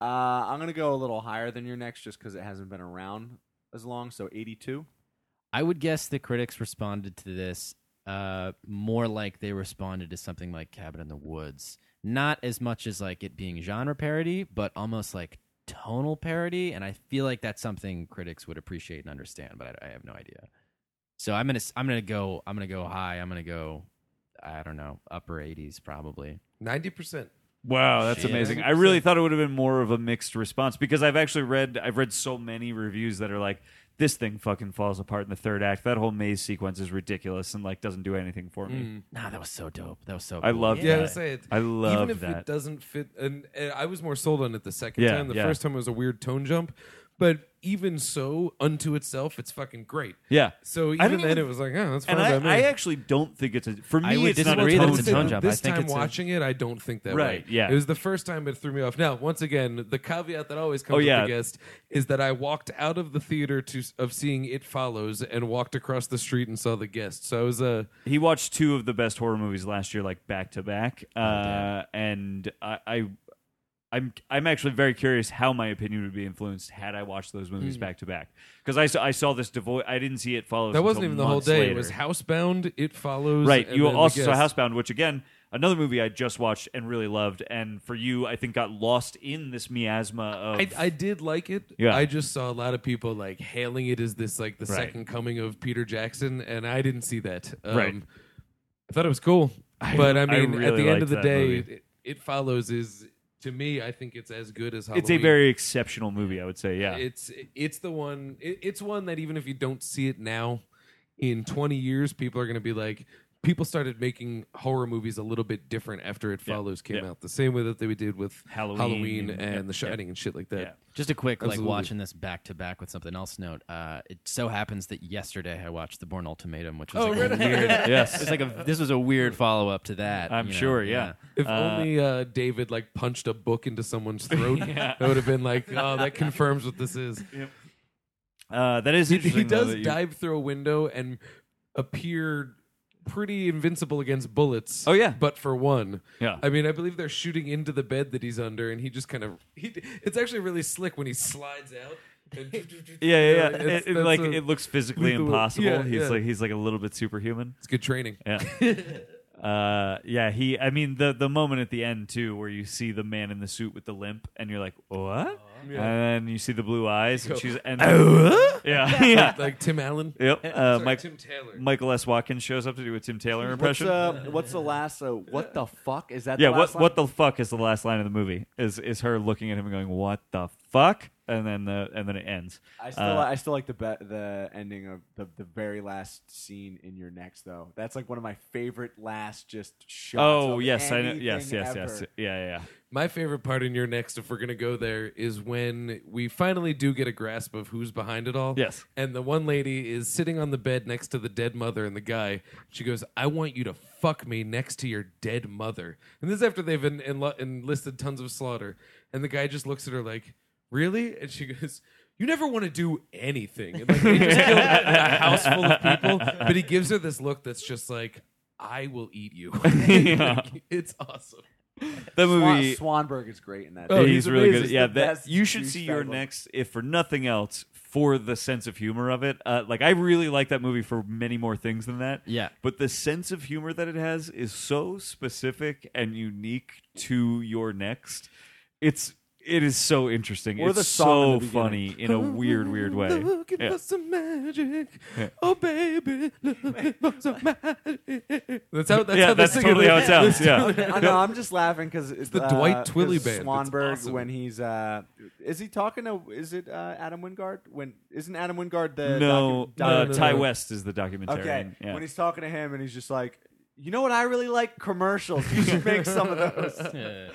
[SPEAKER 5] Uh, I'm gonna go a little higher than your next, just because it hasn't been around as long. So 82.
[SPEAKER 4] I would guess the critics responded to this uh, more like they responded to something like Cabin in the Woods, not as much as like it being genre parody, but almost like tonal parody. And I feel like that's something critics would appreciate and understand, but I, I have no idea. So I'm gonna s- I'm gonna go I'm gonna go high. I'm gonna go I don't know upper 80s probably.
[SPEAKER 2] Ninety percent.
[SPEAKER 3] Wow, that's
[SPEAKER 4] Shit.
[SPEAKER 3] amazing. I really thought it would have been more of a mixed response because I've actually read I've read so many reviews that are like this thing fucking falls apart in the third act. That whole maze sequence is ridiculous and like doesn't do anything for me.
[SPEAKER 4] Nah, that was so dope. That was so.
[SPEAKER 3] I
[SPEAKER 4] cool.
[SPEAKER 3] love
[SPEAKER 2] Mm. Yeah, I
[SPEAKER 3] that.
[SPEAKER 2] say it.
[SPEAKER 3] I love
[SPEAKER 2] even if
[SPEAKER 3] that.
[SPEAKER 2] it doesn't fit. And, and I was more sold on it the second
[SPEAKER 3] Yeah,
[SPEAKER 2] time. The
[SPEAKER 3] yeah.
[SPEAKER 2] first time was a weird tone jump, But even so, unto itself, it's fucking great.
[SPEAKER 3] Yeah.
[SPEAKER 2] So
[SPEAKER 3] I
[SPEAKER 2] even
[SPEAKER 3] didn't
[SPEAKER 2] then,
[SPEAKER 3] even-
[SPEAKER 2] it was like, oh, that's fine
[SPEAKER 3] And I,
[SPEAKER 2] by me.
[SPEAKER 3] I actually don't think it's a for me.
[SPEAKER 4] I would
[SPEAKER 3] it's not a
[SPEAKER 4] disagree that
[SPEAKER 3] tone
[SPEAKER 4] it's a
[SPEAKER 3] job.
[SPEAKER 4] tone job. I
[SPEAKER 2] This
[SPEAKER 4] think
[SPEAKER 2] time
[SPEAKER 4] it's a-
[SPEAKER 2] watching it, I don't think that
[SPEAKER 3] Right,
[SPEAKER 2] way.
[SPEAKER 3] yeah.
[SPEAKER 2] It was the first time it threw me off. Now, once again, the caveat that always comes
[SPEAKER 3] Oh,
[SPEAKER 2] with
[SPEAKER 3] yeah.
[SPEAKER 2] the guest is that I walked out of the theater to of seeing It Follows and walked across the street and saw the guest. So I was uh,
[SPEAKER 3] He watched two of the best horror movies last year, like back to back, Uh, and I. I I'm I'm actually very curious how my opinion would be influenced had I watched those
[SPEAKER 2] Hmm.
[SPEAKER 3] movies back to back because I saw I saw this devoid I didn't see it follows
[SPEAKER 2] that wasn't
[SPEAKER 3] until
[SPEAKER 2] even the whole
[SPEAKER 3] months
[SPEAKER 2] day.
[SPEAKER 3] later.
[SPEAKER 2] It was Housebound, It Follows.
[SPEAKER 3] Right.
[SPEAKER 2] and
[SPEAKER 3] You
[SPEAKER 2] then The
[SPEAKER 3] also saw
[SPEAKER 2] Guest.
[SPEAKER 3] Housebound, which again, another movie I just watched and really loved, and for you, I think got lost in this miasma of.
[SPEAKER 2] I, I did like it.
[SPEAKER 3] Yeah.
[SPEAKER 2] I just saw a lot of people like hailing it as this like the
[SPEAKER 3] Right.
[SPEAKER 2] second coming of Peter Jackson, and I didn't see that. Um,
[SPEAKER 3] Right.
[SPEAKER 2] I thought it was cool, but
[SPEAKER 3] I
[SPEAKER 2] I mean, at
[SPEAKER 3] really
[SPEAKER 2] the
[SPEAKER 3] liked
[SPEAKER 2] end of the
[SPEAKER 3] that
[SPEAKER 2] day,
[SPEAKER 3] movie.
[SPEAKER 2] it, it follows is to me. I think it's as good as Halloween.
[SPEAKER 3] it's a very exceptional movie, I would say. Yeah.
[SPEAKER 2] it's it's the one. It, it's one that even if you don't see it now, in twenty years, people are going to be like. People started making horror movies a little bit different after It Follows came
[SPEAKER 3] yeah.
[SPEAKER 2] out, the same way that they did with
[SPEAKER 3] Halloween
[SPEAKER 2] Halloween,
[SPEAKER 3] and-
[SPEAKER 2] and,
[SPEAKER 3] yeah,
[SPEAKER 2] The Shining and shit like that.
[SPEAKER 3] Yeah.
[SPEAKER 4] Just a quick
[SPEAKER 2] Absolutely.
[SPEAKER 4] like watching this back to back with something else. Note: uh, It so happens that yesterday I watched The Born Ultimatum, which was
[SPEAKER 2] Oh,
[SPEAKER 4] like
[SPEAKER 2] right
[SPEAKER 4] a
[SPEAKER 2] on.
[SPEAKER 4] weird.
[SPEAKER 3] yes.
[SPEAKER 4] It's like a this was a weird follow up to that.
[SPEAKER 3] I'm
[SPEAKER 4] you know,
[SPEAKER 3] sure. Yeah.
[SPEAKER 2] If only uh, David like punched a book into someone's throat, that would have been like, oh, that confirms what this is.
[SPEAKER 3] Uh, that is interesting.
[SPEAKER 2] He
[SPEAKER 3] though,
[SPEAKER 2] does
[SPEAKER 3] that you-
[SPEAKER 2] dive through a window and appear pretty invincible against bullets.
[SPEAKER 3] Oh, yeah.
[SPEAKER 2] but for one.
[SPEAKER 3] Yeah.
[SPEAKER 2] I mean, I believe they're shooting into the bed that he's under, and he just kind of. He, it's actually really slick when he slides out. and-
[SPEAKER 3] Yeah, yeah, yeah.
[SPEAKER 2] it's-
[SPEAKER 3] It- it,
[SPEAKER 2] that's
[SPEAKER 3] like
[SPEAKER 2] a-
[SPEAKER 3] it looks physically
[SPEAKER 2] lethal-
[SPEAKER 3] impossible.
[SPEAKER 2] yeah,
[SPEAKER 3] he's
[SPEAKER 2] yeah.
[SPEAKER 3] like he's like a little bit superhuman.
[SPEAKER 2] It's good training.
[SPEAKER 3] Yeah. Uh yeah he I mean the the moment at the end too where you see the man in the suit with the limp and you're like what and then you see the blue eyes and she's and yeah yeah
[SPEAKER 2] "Oh, Like Tim Allen.
[SPEAKER 3] Yep. Uh,
[SPEAKER 2] Sorry,
[SPEAKER 3] Mike,
[SPEAKER 2] Tim Taylor.
[SPEAKER 3] Michael S. Watkins shows up to do a Tim Taylor
[SPEAKER 5] What's,
[SPEAKER 3] impression.
[SPEAKER 5] uh, what's the last? Uh, what the fuck is that?
[SPEAKER 3] yeah.
[SPEAKER 5] The
[SPEAKER 3] What
[SPEAKER 5] last
[SPEAKER 3] What the fuck is the last line of the movie? Is is her looking at him and going, "What the fuck?" And then the and then it ends.
[SPEAKER 5] I still,
[SPEAKER 3] Uh,
[SPEAKER 5] I still like the be- the ending of the, the very last scene in your next though. That's like one of my favorite last just shots.
[SPEAKER 3] oh
[SPEAKER 5] of
[SPEAKER 3] yes, I know. Yes,
[SPEAKER 5] anything
[SPEAKER 3] yes,
[SPEAKER 5] ever.
[SPEAKER 3] yes. Yeah, yeah. yeah.
[SPEAKER 2] My favorite part in your next, if we're gonna go there, is when we finally do get a grasp of who's behind it all.
[SPEAKER 3] Yes.
[SPEAKER 2] And the one lady is sitting on the bed next to the dead mother and the guy. She goes, "I want you to fuck me next to your dead mother." And this is after they've en- enl- enlisted tons of slaughter. And the guy just looks at her like, "Really?" And she goes. You never want to do anything. And, like, they just killed a house full of people, but he gives her this look that's just like, "I will eat you." Like, it's awesome.
[SPEAKER 3] That
[SPEAKER 5] Swan-
[SPEAKER 3] movie.
[SPEAKER 5] Swanberg is great in that.
[SPEAKER 2] Oh,
[SPEAKER 3] he's,
[SPEAKER 2] he's
[SPEAKER 3] really
[SPEAKER 2] amazing.
[SPEAKER 3] good.
[SPEAKER 5] He's
[SPEAKER 3] Yeah,
[SPEAKER 5] the
[SPEAKER 3] that
[SPEAKER 5] best
[SPEAKER 3] you should see your
[SPEAKER 5] douchebag.
[SPEAKER 3] next, if for nothing else, for the sense of humor of it. Uh, like I really like that movie for many more things than that.
[SPEAKER 4] Yeah.
[SPEAKER 3] but the sense of humor that it has is so specific and unique to your next. It's it is so interesting.
[SPEAKER 5] Or
[SPEAKER 3] it's
[SPEAKER 5] the song
[SPEAKER 3] so
[SPEAKER 5] in the
[SPEAKER 3] funny in a
[SPEAKER 2] Mm-hmm.
[SPEAKER 3] weird, weird way.
[SPEAKER 2] Looking
[SPEAKER 3] Yeah.
[SPEAKER 2] for some magic. Oh, baby. Looking for some magic. That's how that's,
[SPEAKER 3] Yeah,
[SPEAKER 2] how
[SPEAKER 3] that's
[SPEAKER 2] they sing
[SPEAKER 3] totally how it
[SPEAKER 2] That's
[SPEAKER 3] sounds. Yeah.
[SPEAKER 2] totally how
[SPEAKER 5] I
[SPEAKER 2] it
[SPEAKER 5] know. I'm just laughing because it's
[SPEAKER 2] the
[SPEAKER 5] uh,
[SPEAKER 2] Dwight Twilley
[SPEAKER 5] 'cause
[SPEAKER 2] band. It's
[SPEAKER 5] Swanberg
[SPEAKER 2] awesome.
[SPEAKER 5] when he's uh, is he talking to? Is it uh, Adam Wingard? When isn't Adam Wingard the
[SPEAKER 3] No,
[SPEAKER 5] docu-
[SPEAKER 3] uh,
[SPEAKER 2] no,
[SPEAKER 3] Ty
[SPEAKER 2] no.
[SPEAKER 3] West is the documentarian.
[SPEAKER 5] Okay,
[SPEAKER 3] Yeah.
[SPEAKER 5] when he's talking to him and he's just like, you know what I really like commercials. You should make some of those.
[SPEAKER 4] Yeah.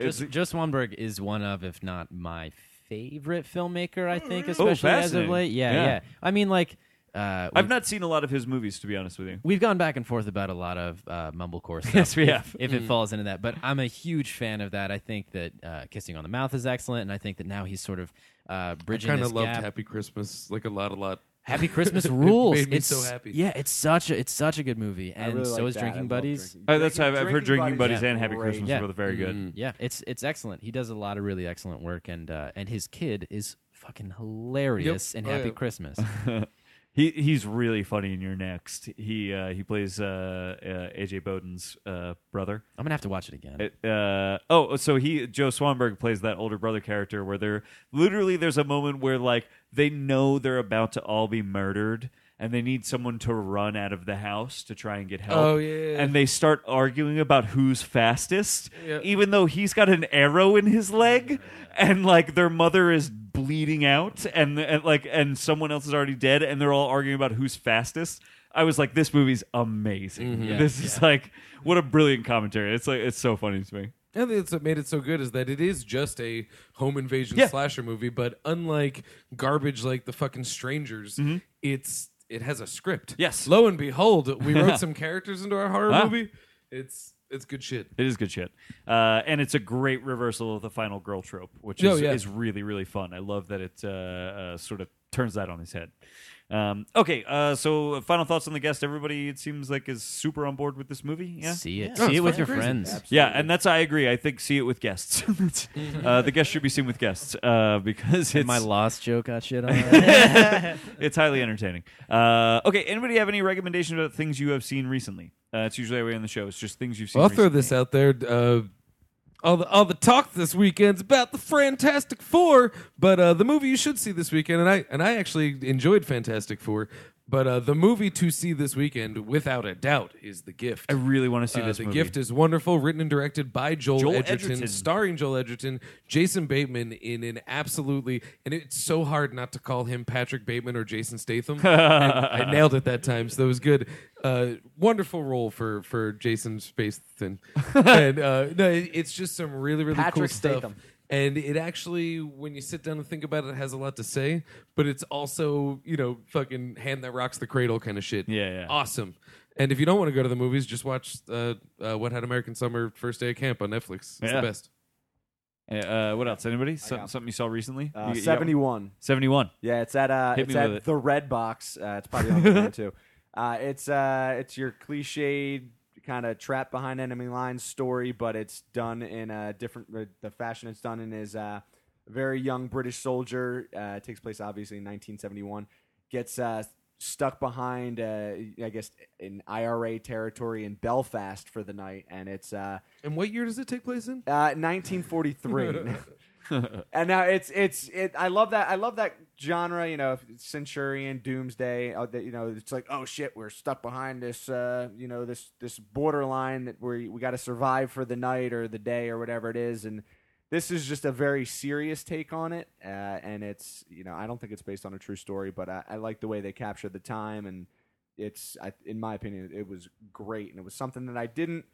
[SPEAKER 3] It's-
[SPEAKER 4] Just, just Swanberg is one of, if not my favorite filmmaker. I think,
[SPEAKER 3] Oh,
[SPEAKER 4] especially as of
[SPEAKER 3] fascinating.
[SPEAKER 4] late. Yeah,
[SPEAKER 3] Yeah.
[SPEAKER 4] yeah. I mean, like, uh,
[SPEAKER 3] I've
[SPEAKER 4] we've,
[SPEAKER 3] not seen a lot of his movies, to be honest with you.
[SPEAKER 4] we've gone back and forth about a lot of uh, mumblecore stuff.
[SPEAKER 3] Yes, we have.
[SPEAKER 4] if it falls into that. But I'm a huge fan of that. I think that uh, Kissing on the Mouth is excellent, and I think that now he's sort of uh, bridging
[SPEAKER 2] kind
[SPEAKER 4] this
[SPEAKER 2] of loved
[SPEAKER 4] gap.
[SPEAKER 2] Happy Christmas like a lot, a lot.
[SPEAKER 4] Happy Christmas rules.
[SPEAKER 2] made me
[SPEAKER 4] it's
[SPEAKER 2] so happy.
[SPEAKER 4] Yeah, it's such a it's such a good movie,
[SPEAKER 5] I
[SPEAKER 4] and
[SPEAKER 5] really
[SPEAKER 4] so
[SPEAKER 5] like
[SPEAKER 4] is
[SPEAKER 5] that. I
[SPEAKER 4] Drinking
[SPEAKER 5] love
[SPEAKER 4] Buddies.
[SPEAKER 5] Drinking-
[SPEAKER 3] Uh, that's how I've heard. Drinking Buddies
[SPEAKER 5] is
[SPEAKER 3] and Happy
[SPEAKER 5] great.
[SPEAKER 3] Christmas
[SPEAKER 4] Yeah.
[SPEAKER 3] were both very good.
[SPEAKER 4] Yeah, it's it's excellent. He does a lot of really excellent work, and uh, and his kid is fucking hilarious.
[SPEAKER 2] Yep.
[SPEAKER 4] And
[SPEAKER 2] Oh,
[SPEAKER 4] Happy
[SPEAKER 2] yeah.
[SPEAKER 4] Christmas.
[SPEAKER 3] He he's really funny in your next. He uh, he plays uh, uh, AJ Bowden's uh, brother.
[SPEAKER 4] I'm gonna have to watch it again.
[SPEAKER 3] It, uh, oh, so he Joe Swanberg plays that older brother character where they're literally there's a moment where like they know they're about to all be murdered and they need someone to run out of the house to try and get help.
[SPEAKER 2] Oh, yeah, yeah, yeah.
[SPEAKER 3] And they start arguing about who's fastest,
[SPEAKER 2] Yeah.
[SPEAKER 3] even though he's got an arrow in his leg and like their mother is bleeding out and, and like and someone else is already dead and they're all arguing about who's fastest. I was like,
[SPEAKER 2] Mm-hmm.
[SPEAKER 3] this movie's amazing. This is like what a brilliant commentary. It's like it's so funny to me.
[SPEAKER 2] I think that's what made it so good is that it is just a home invasion
[SPEAKER 3] Yeah.
[SPEAKER 2] slasher movie, but unlike garbage like the fucking strangers, it's it has a script.
[SPEAKER 3] Mm-hmm. Yes.
[SPEAKER 2] Lo and behold, we wrote some characters into our horror
[SPEAKER 3] Ah.
[SPEAKER 2] movie. It's it's good shit.
[SPEAKER 3] It is good shit, uh, and it's a great reversal of the final girl trope, which is,
[SPEAKER 2] Oh, yeah.
[SPEAKER 3] is really really fun. I love that it uh, uh, sort of turns that on his head. Um, okay, uh, so final thoughts on the guest. Everybody, it seems like is super on board with this movie. Yeah,
[SPEAKER 4] See it.
[SPEAKER 2] No,
[SPEAKER 4] See
[SPEAKER 2] it's
[SPEAKER 4] it with
[SPEAKER 2] fucking
[SPEAKER 4] your
[SPEAKER 2] crazy.
[SPEAKER 4] friends.
[SPEAKER 3] yeah, and that's I agree. I think see it with guests. That's-
[SPEAKER 2] Mm-hmm.
[SPEAKER 3] uh, the guest should be seen with guests uh, because it's
[SPEAKER 4] My lost joke got shit on.
[SPEAKER 3] it's highly entertaining. Uh, okay, anybody have any recommendations about things you have seen recently? Uh, it's usually way on the show. It's just things you've seen.
[SPEAKER 2] I'll throw
[SPEAKER 3] recently.
[SPEAKER 2] this out there. Uh, all the all the talk this weekend's about the Fantastic Four, but uh, the movie you should see this weekend, and I and I actually enjoyed Fantastic Four, but uh, the movie to see this weekend, without a doubt, is The Gift.
[SPEAKER 3] I really want to see
[SPEAKER 2] Uh,
[SPEAKER 3] this
[SPEAKER 2] the
[SPEAKER 3] movie.
[SPEAKER 2] gift is wonderful, written and directed by Joel,
[SPEAKER 3] Joel
[SPEAKER 2] Edgerton,
[SPEAKER 3] Edgerton.
[SPEAKER 2] starring Joel Edgerton, Jason Bateman in an absolutely, and it's so hard not to call him Patrick Bateman or Jason Statham. And I nailed it that time, so it was good. Uh, wonderful role for for Jason Statham, and uh, no, it- it's just some really really cool
[SPEAKER 5] Patrick
[SPEAKER 2] stuff.
[SPEAKER 5] Statham.
[SPEAKER 2] And it actually, when you sit down and think about it, it has a lot to say, but it's also, you know, fucking hand that rocks the cradle kind of shit.
[SPEAKER 3] Yeah, yeah.
[SPEAKER 2] Awesome. And if you don't want to go to the movies, just watch uh, uh, What Had American Summer First Day of Camp on Netflix. It's
[SPEAKER 3] Yeah.
[SPEAKER 2] the best.
[SPEAKER 3] Uh, what else? Anybody? Some,
[SPEAKER 5] got-
[SPEAKER 3] something you saw recently? You-
[SPEAKER 5] Uh,
[SPEAKER 3] you got one?
[SPEAKER 5] 71.
[SPEAKER 3] 71.
[SPEAKER 5] Yeah, it's at uh,
[SPEAKER 3] Hit
[SPEAKER 5] it's
[SPEAKER 3] me
[SPEAKER 5] at
[SPEAKER 3] with it.
[SPEAKER 5] the Red Box. Uh, it's probably on the phone too. Uh, it's uh, it's your cliched kind of trap behind enemy lines story, but it's done in a different. The the fashion it's done in is uh, a very young British soldier. Uh, it takes place obviously in 1971. Gets uh, stuck behind, uh, I guess, in IRA territory in Belfast for the night, and it's. Uh,
[SPEAKER 2] And what year does it take place in?
[SPEAKER 5] uh, 1943. and now it's it's it. I love that. I love that genre. You know, Centurion, Doomsday. uh, That you know, it's like oh shit, we're stuck behind this. Uh, you know, this this borderline that we we got to survive for the night or the day or whatever it is. And this is just a very serious take on it. Uh, and it's you know, I don't think it's based on a true story, but I, I like the way they captured the time and. It's, I, in my opinion, it was great, and it was something that I didn't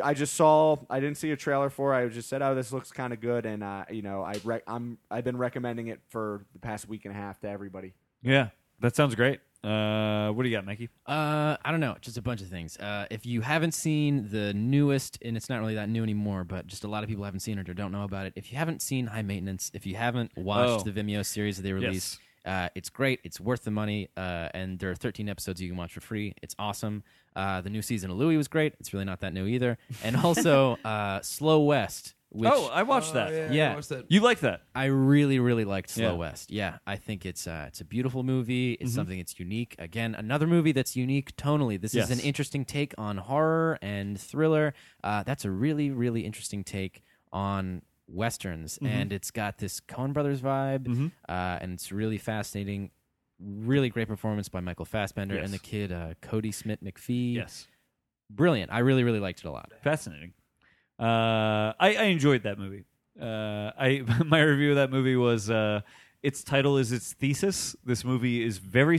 [SPEAKER 5] I just saw. I didn't see a trailer for. it. I just said, "Oh, this looks kind of good," and uh, you know, I rec- I'm I've been recommending it for the past week and a half to everybody.
[SPEAKER 3] Yeah, that sounds great. Uh, what do you got, Mikey?
[SPEAKER 4] Uh, I don't know, just a bunch of things. Uh, if you haven't seen the newest, and it's not really that new anymore, but just a lot of people haven't seen it or don't know about it. If you haven't seen High Maintenance, if you haven't watched
[SPEAKER 3] Oh.
[SPEAKER 4] the Vimeo series that they released, uh, it's great. It's worth the money, uh, and there are 13 episodes you can watch for free. It's awesome. Uh, the new season of Louie was great. It's really not that new either. And also, uh, Slow West, which
[SPEAKER 3] oh, I watched that.
[SPEAKER 4] Yeah.
[SPEAKER 2] Watch that.
[SPEAKER 3] You like that?
[SPEAKER 4] I really, really liked Slow
[SPEAKER 3] Yeah. Mm-hmm.
[SPEAKER 4] West. Yeah, I think it's uh, it's a beautiful movie. It's something that's unique. Again, another movie that's unique tonally. This
[SPEAKER 3] Yes.
[SPEAKER 4] is an interesting take on horror and thriller. Uh, that's a really, really interesting take on westerns,
[SPEAKER 3] Mm-hmm.
[SPEAKER 4] and it's got this Coen Brothers vibe, uh, and it's really fascinating. Really great performance by Michael Fassbender
[SPEAKER 3] Yes.
[SPEAKER 4] and the kid uh, Cody Smith McPhee.
[SPEAKER 3] Yes.
[SPEAKER 4] brilliant. I really, really liked it a lot.
[SPEAKER 3] Fascinating. Uh, I, I enjoyed that movie. Uh, I my review of that movie was uh, its title is its thesis. This movie is very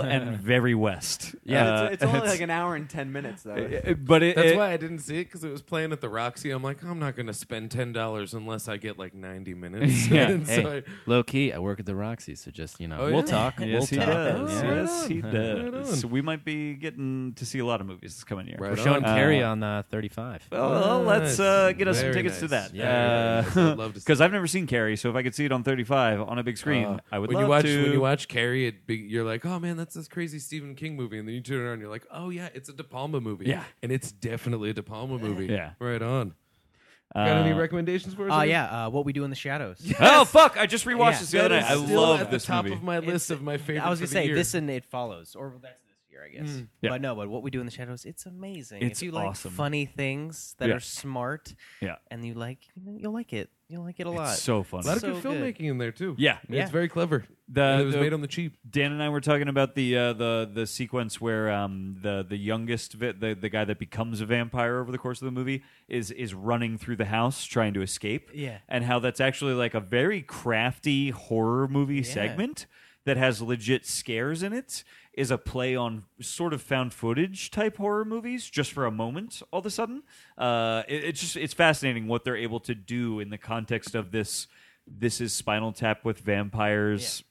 [SPEAKER 3] and very west.
[SPEAKER 4] Yeah.
[SPEAKER 3] Uh,
[SPEAKER 5] it's, it's only like an hour and ten minutes though.
[SPEAKER 3] but it,
[SPEAKER 2] That's
[SPEAKER 3] it-
[SPEAKER 2] why I didn't see it because it was playing at the Roxy. I'm like, I'm not going to spend ten dollars unless I get like 90 minutes.
[SPEAKER 3] Yeah.
[SPEAKER 2] And so
[SPEAKER 4] Hey,
[SPEAKER 2] I-
[SPEAKER 4] low key, I work at the Roxy, so just you know,
[SPEAKER 2] Oh,
[SPEAKER 4] we'll
[SPEAKER 2] yeah?
[SPEAKER 4] talk.
[SPEAKER 3] Yes,
[SPEAKER 4] we'll
[SPEAKER 3] he
[SPEAKER 4] talk.
[SPEAKER 3] does.
[SPEAKER 4] Yeah.
[SPEAKER 3] Yes, he does.
[SPEAKER 2] on.
[SPEAKER 3] So we might be getting to see a lot of movies this coming year.
[SPEAKER 2] Right
[SPEAKER 4] We're showing
[SPEAKER 2] on.
[SPEAKER 4] Carrie on uh, 35.
[SPEAKER 3] Well, well, let's uh, get us some
[SPEAKER 2] Very
[SPEAKER 3] tickets to
[SPEAKER 2] nice.
[SPEAKER 3] that.
[SPEAKER 2] Yeah, very nice. I'd love to see
[SPEAKER 3] Because I've never seen Carrie, so if I could see it on 35 on a big screen,
[SPEAKER 2] Uh,
[SPEAKER 3] I would
[SPEAKER 2] when
[SPEAKER 3] love
[SPEAKER 2] you watch
[SPEAKER 3] to.
[SPEAKER 2] when you watch Carrie, it be, you're like, oh man, that's this crazy Stephen King movie, and then you turn around, you're like, oh yeah, it's a De Palma movie,
[SPEAKER 3] Yeah.
[SPEAKER 2] and it's definitely a De Palma movie,
[SPEAKER 3] Yeah.
[SPEAKER 2] right on.
[SPEAKER 3] Uh,
[SPEAKER 2] Got any recommendations for us?
[SPEAKER 6] Uh,
[SPEAKER 2] Eddie?
[SPEAKER 6] yeah, uh, what we do in the shadows.
[SPEAKER 3] Oh fuck! I just rewatched
[SPEAKER 6] Yeah.
[SPEAKER 3] this the
[SPEAKER 2] That
[SPEAKER 3] other
[SPEAKER 2] is
[SPEAKER 3] night. I
[SPEAKER 2] still
[SPEAKER 3] love
[SPEAKER 2] at the
[SPEAKER 3] this
[SPEAKER 2] top
[SPEAKER 3] movie.
[SPEAKER 2] of my list of my favorite.
[SPEAKER 6] I was
[SPEAKER 2] going
[SPEAKER 6] gonna
[SPEAKER 2] to
[SPEAKER 6] say
[SPEAKER 2] year.
[SPEAKER 6] this and it follows, or that's this year, I guess.
[SPEAKER 3] Yeah.
[SPEAKER 6] But no, but what we do in the shadows, it's amazing.
[SPEAKER 3] It's
[SPEAKER 6] if you like
[SPEAKER 3] awesome.
[SPEAKER 6] funny things that
[SPEAKER 3] Yeah.
[SPEAKER 6] are smart,
[SPEAKER 3] Yeah.
[SPEAKER 6] and you like, you'll like it. You'll like it a lot.
[SPEAKER 3] It's so funny.
[SPEAKER 2] a lot of
[SPEAKER 6] so
[SPEAKER 2] good
[SPEAKER 6] good.
[SPEAKER 2] filmmaking in there too.
[SPEAKER 3] Yeah.
[SPEAKER 2] And
[SPEAKER 6] Yeah.
[SPEAKER 2] it's very clever.
[SPEAKER 3] The-
[SPEAKER 2] And it was
[SPEAKER 3] the-
[SPEAKER 2] made on the cheap.
[SPEAKER 3] Dan and I were talking about the uh, the the sequence where um, the the youngest vi- the the guy that becomes a vampire over the course of the movie is is running through the house trying to escape.
[SPEAKER 6] Yeah.
[SPEAKER 3] and how that's actually like a very crafty horror movie segment that has legit scares in it is a play on sort of found footage type horror movies just for a moment all of a sudden. Uh, it- it's just it's fascinating what they're able to do in the context of this. This is Spinal Tap with vampires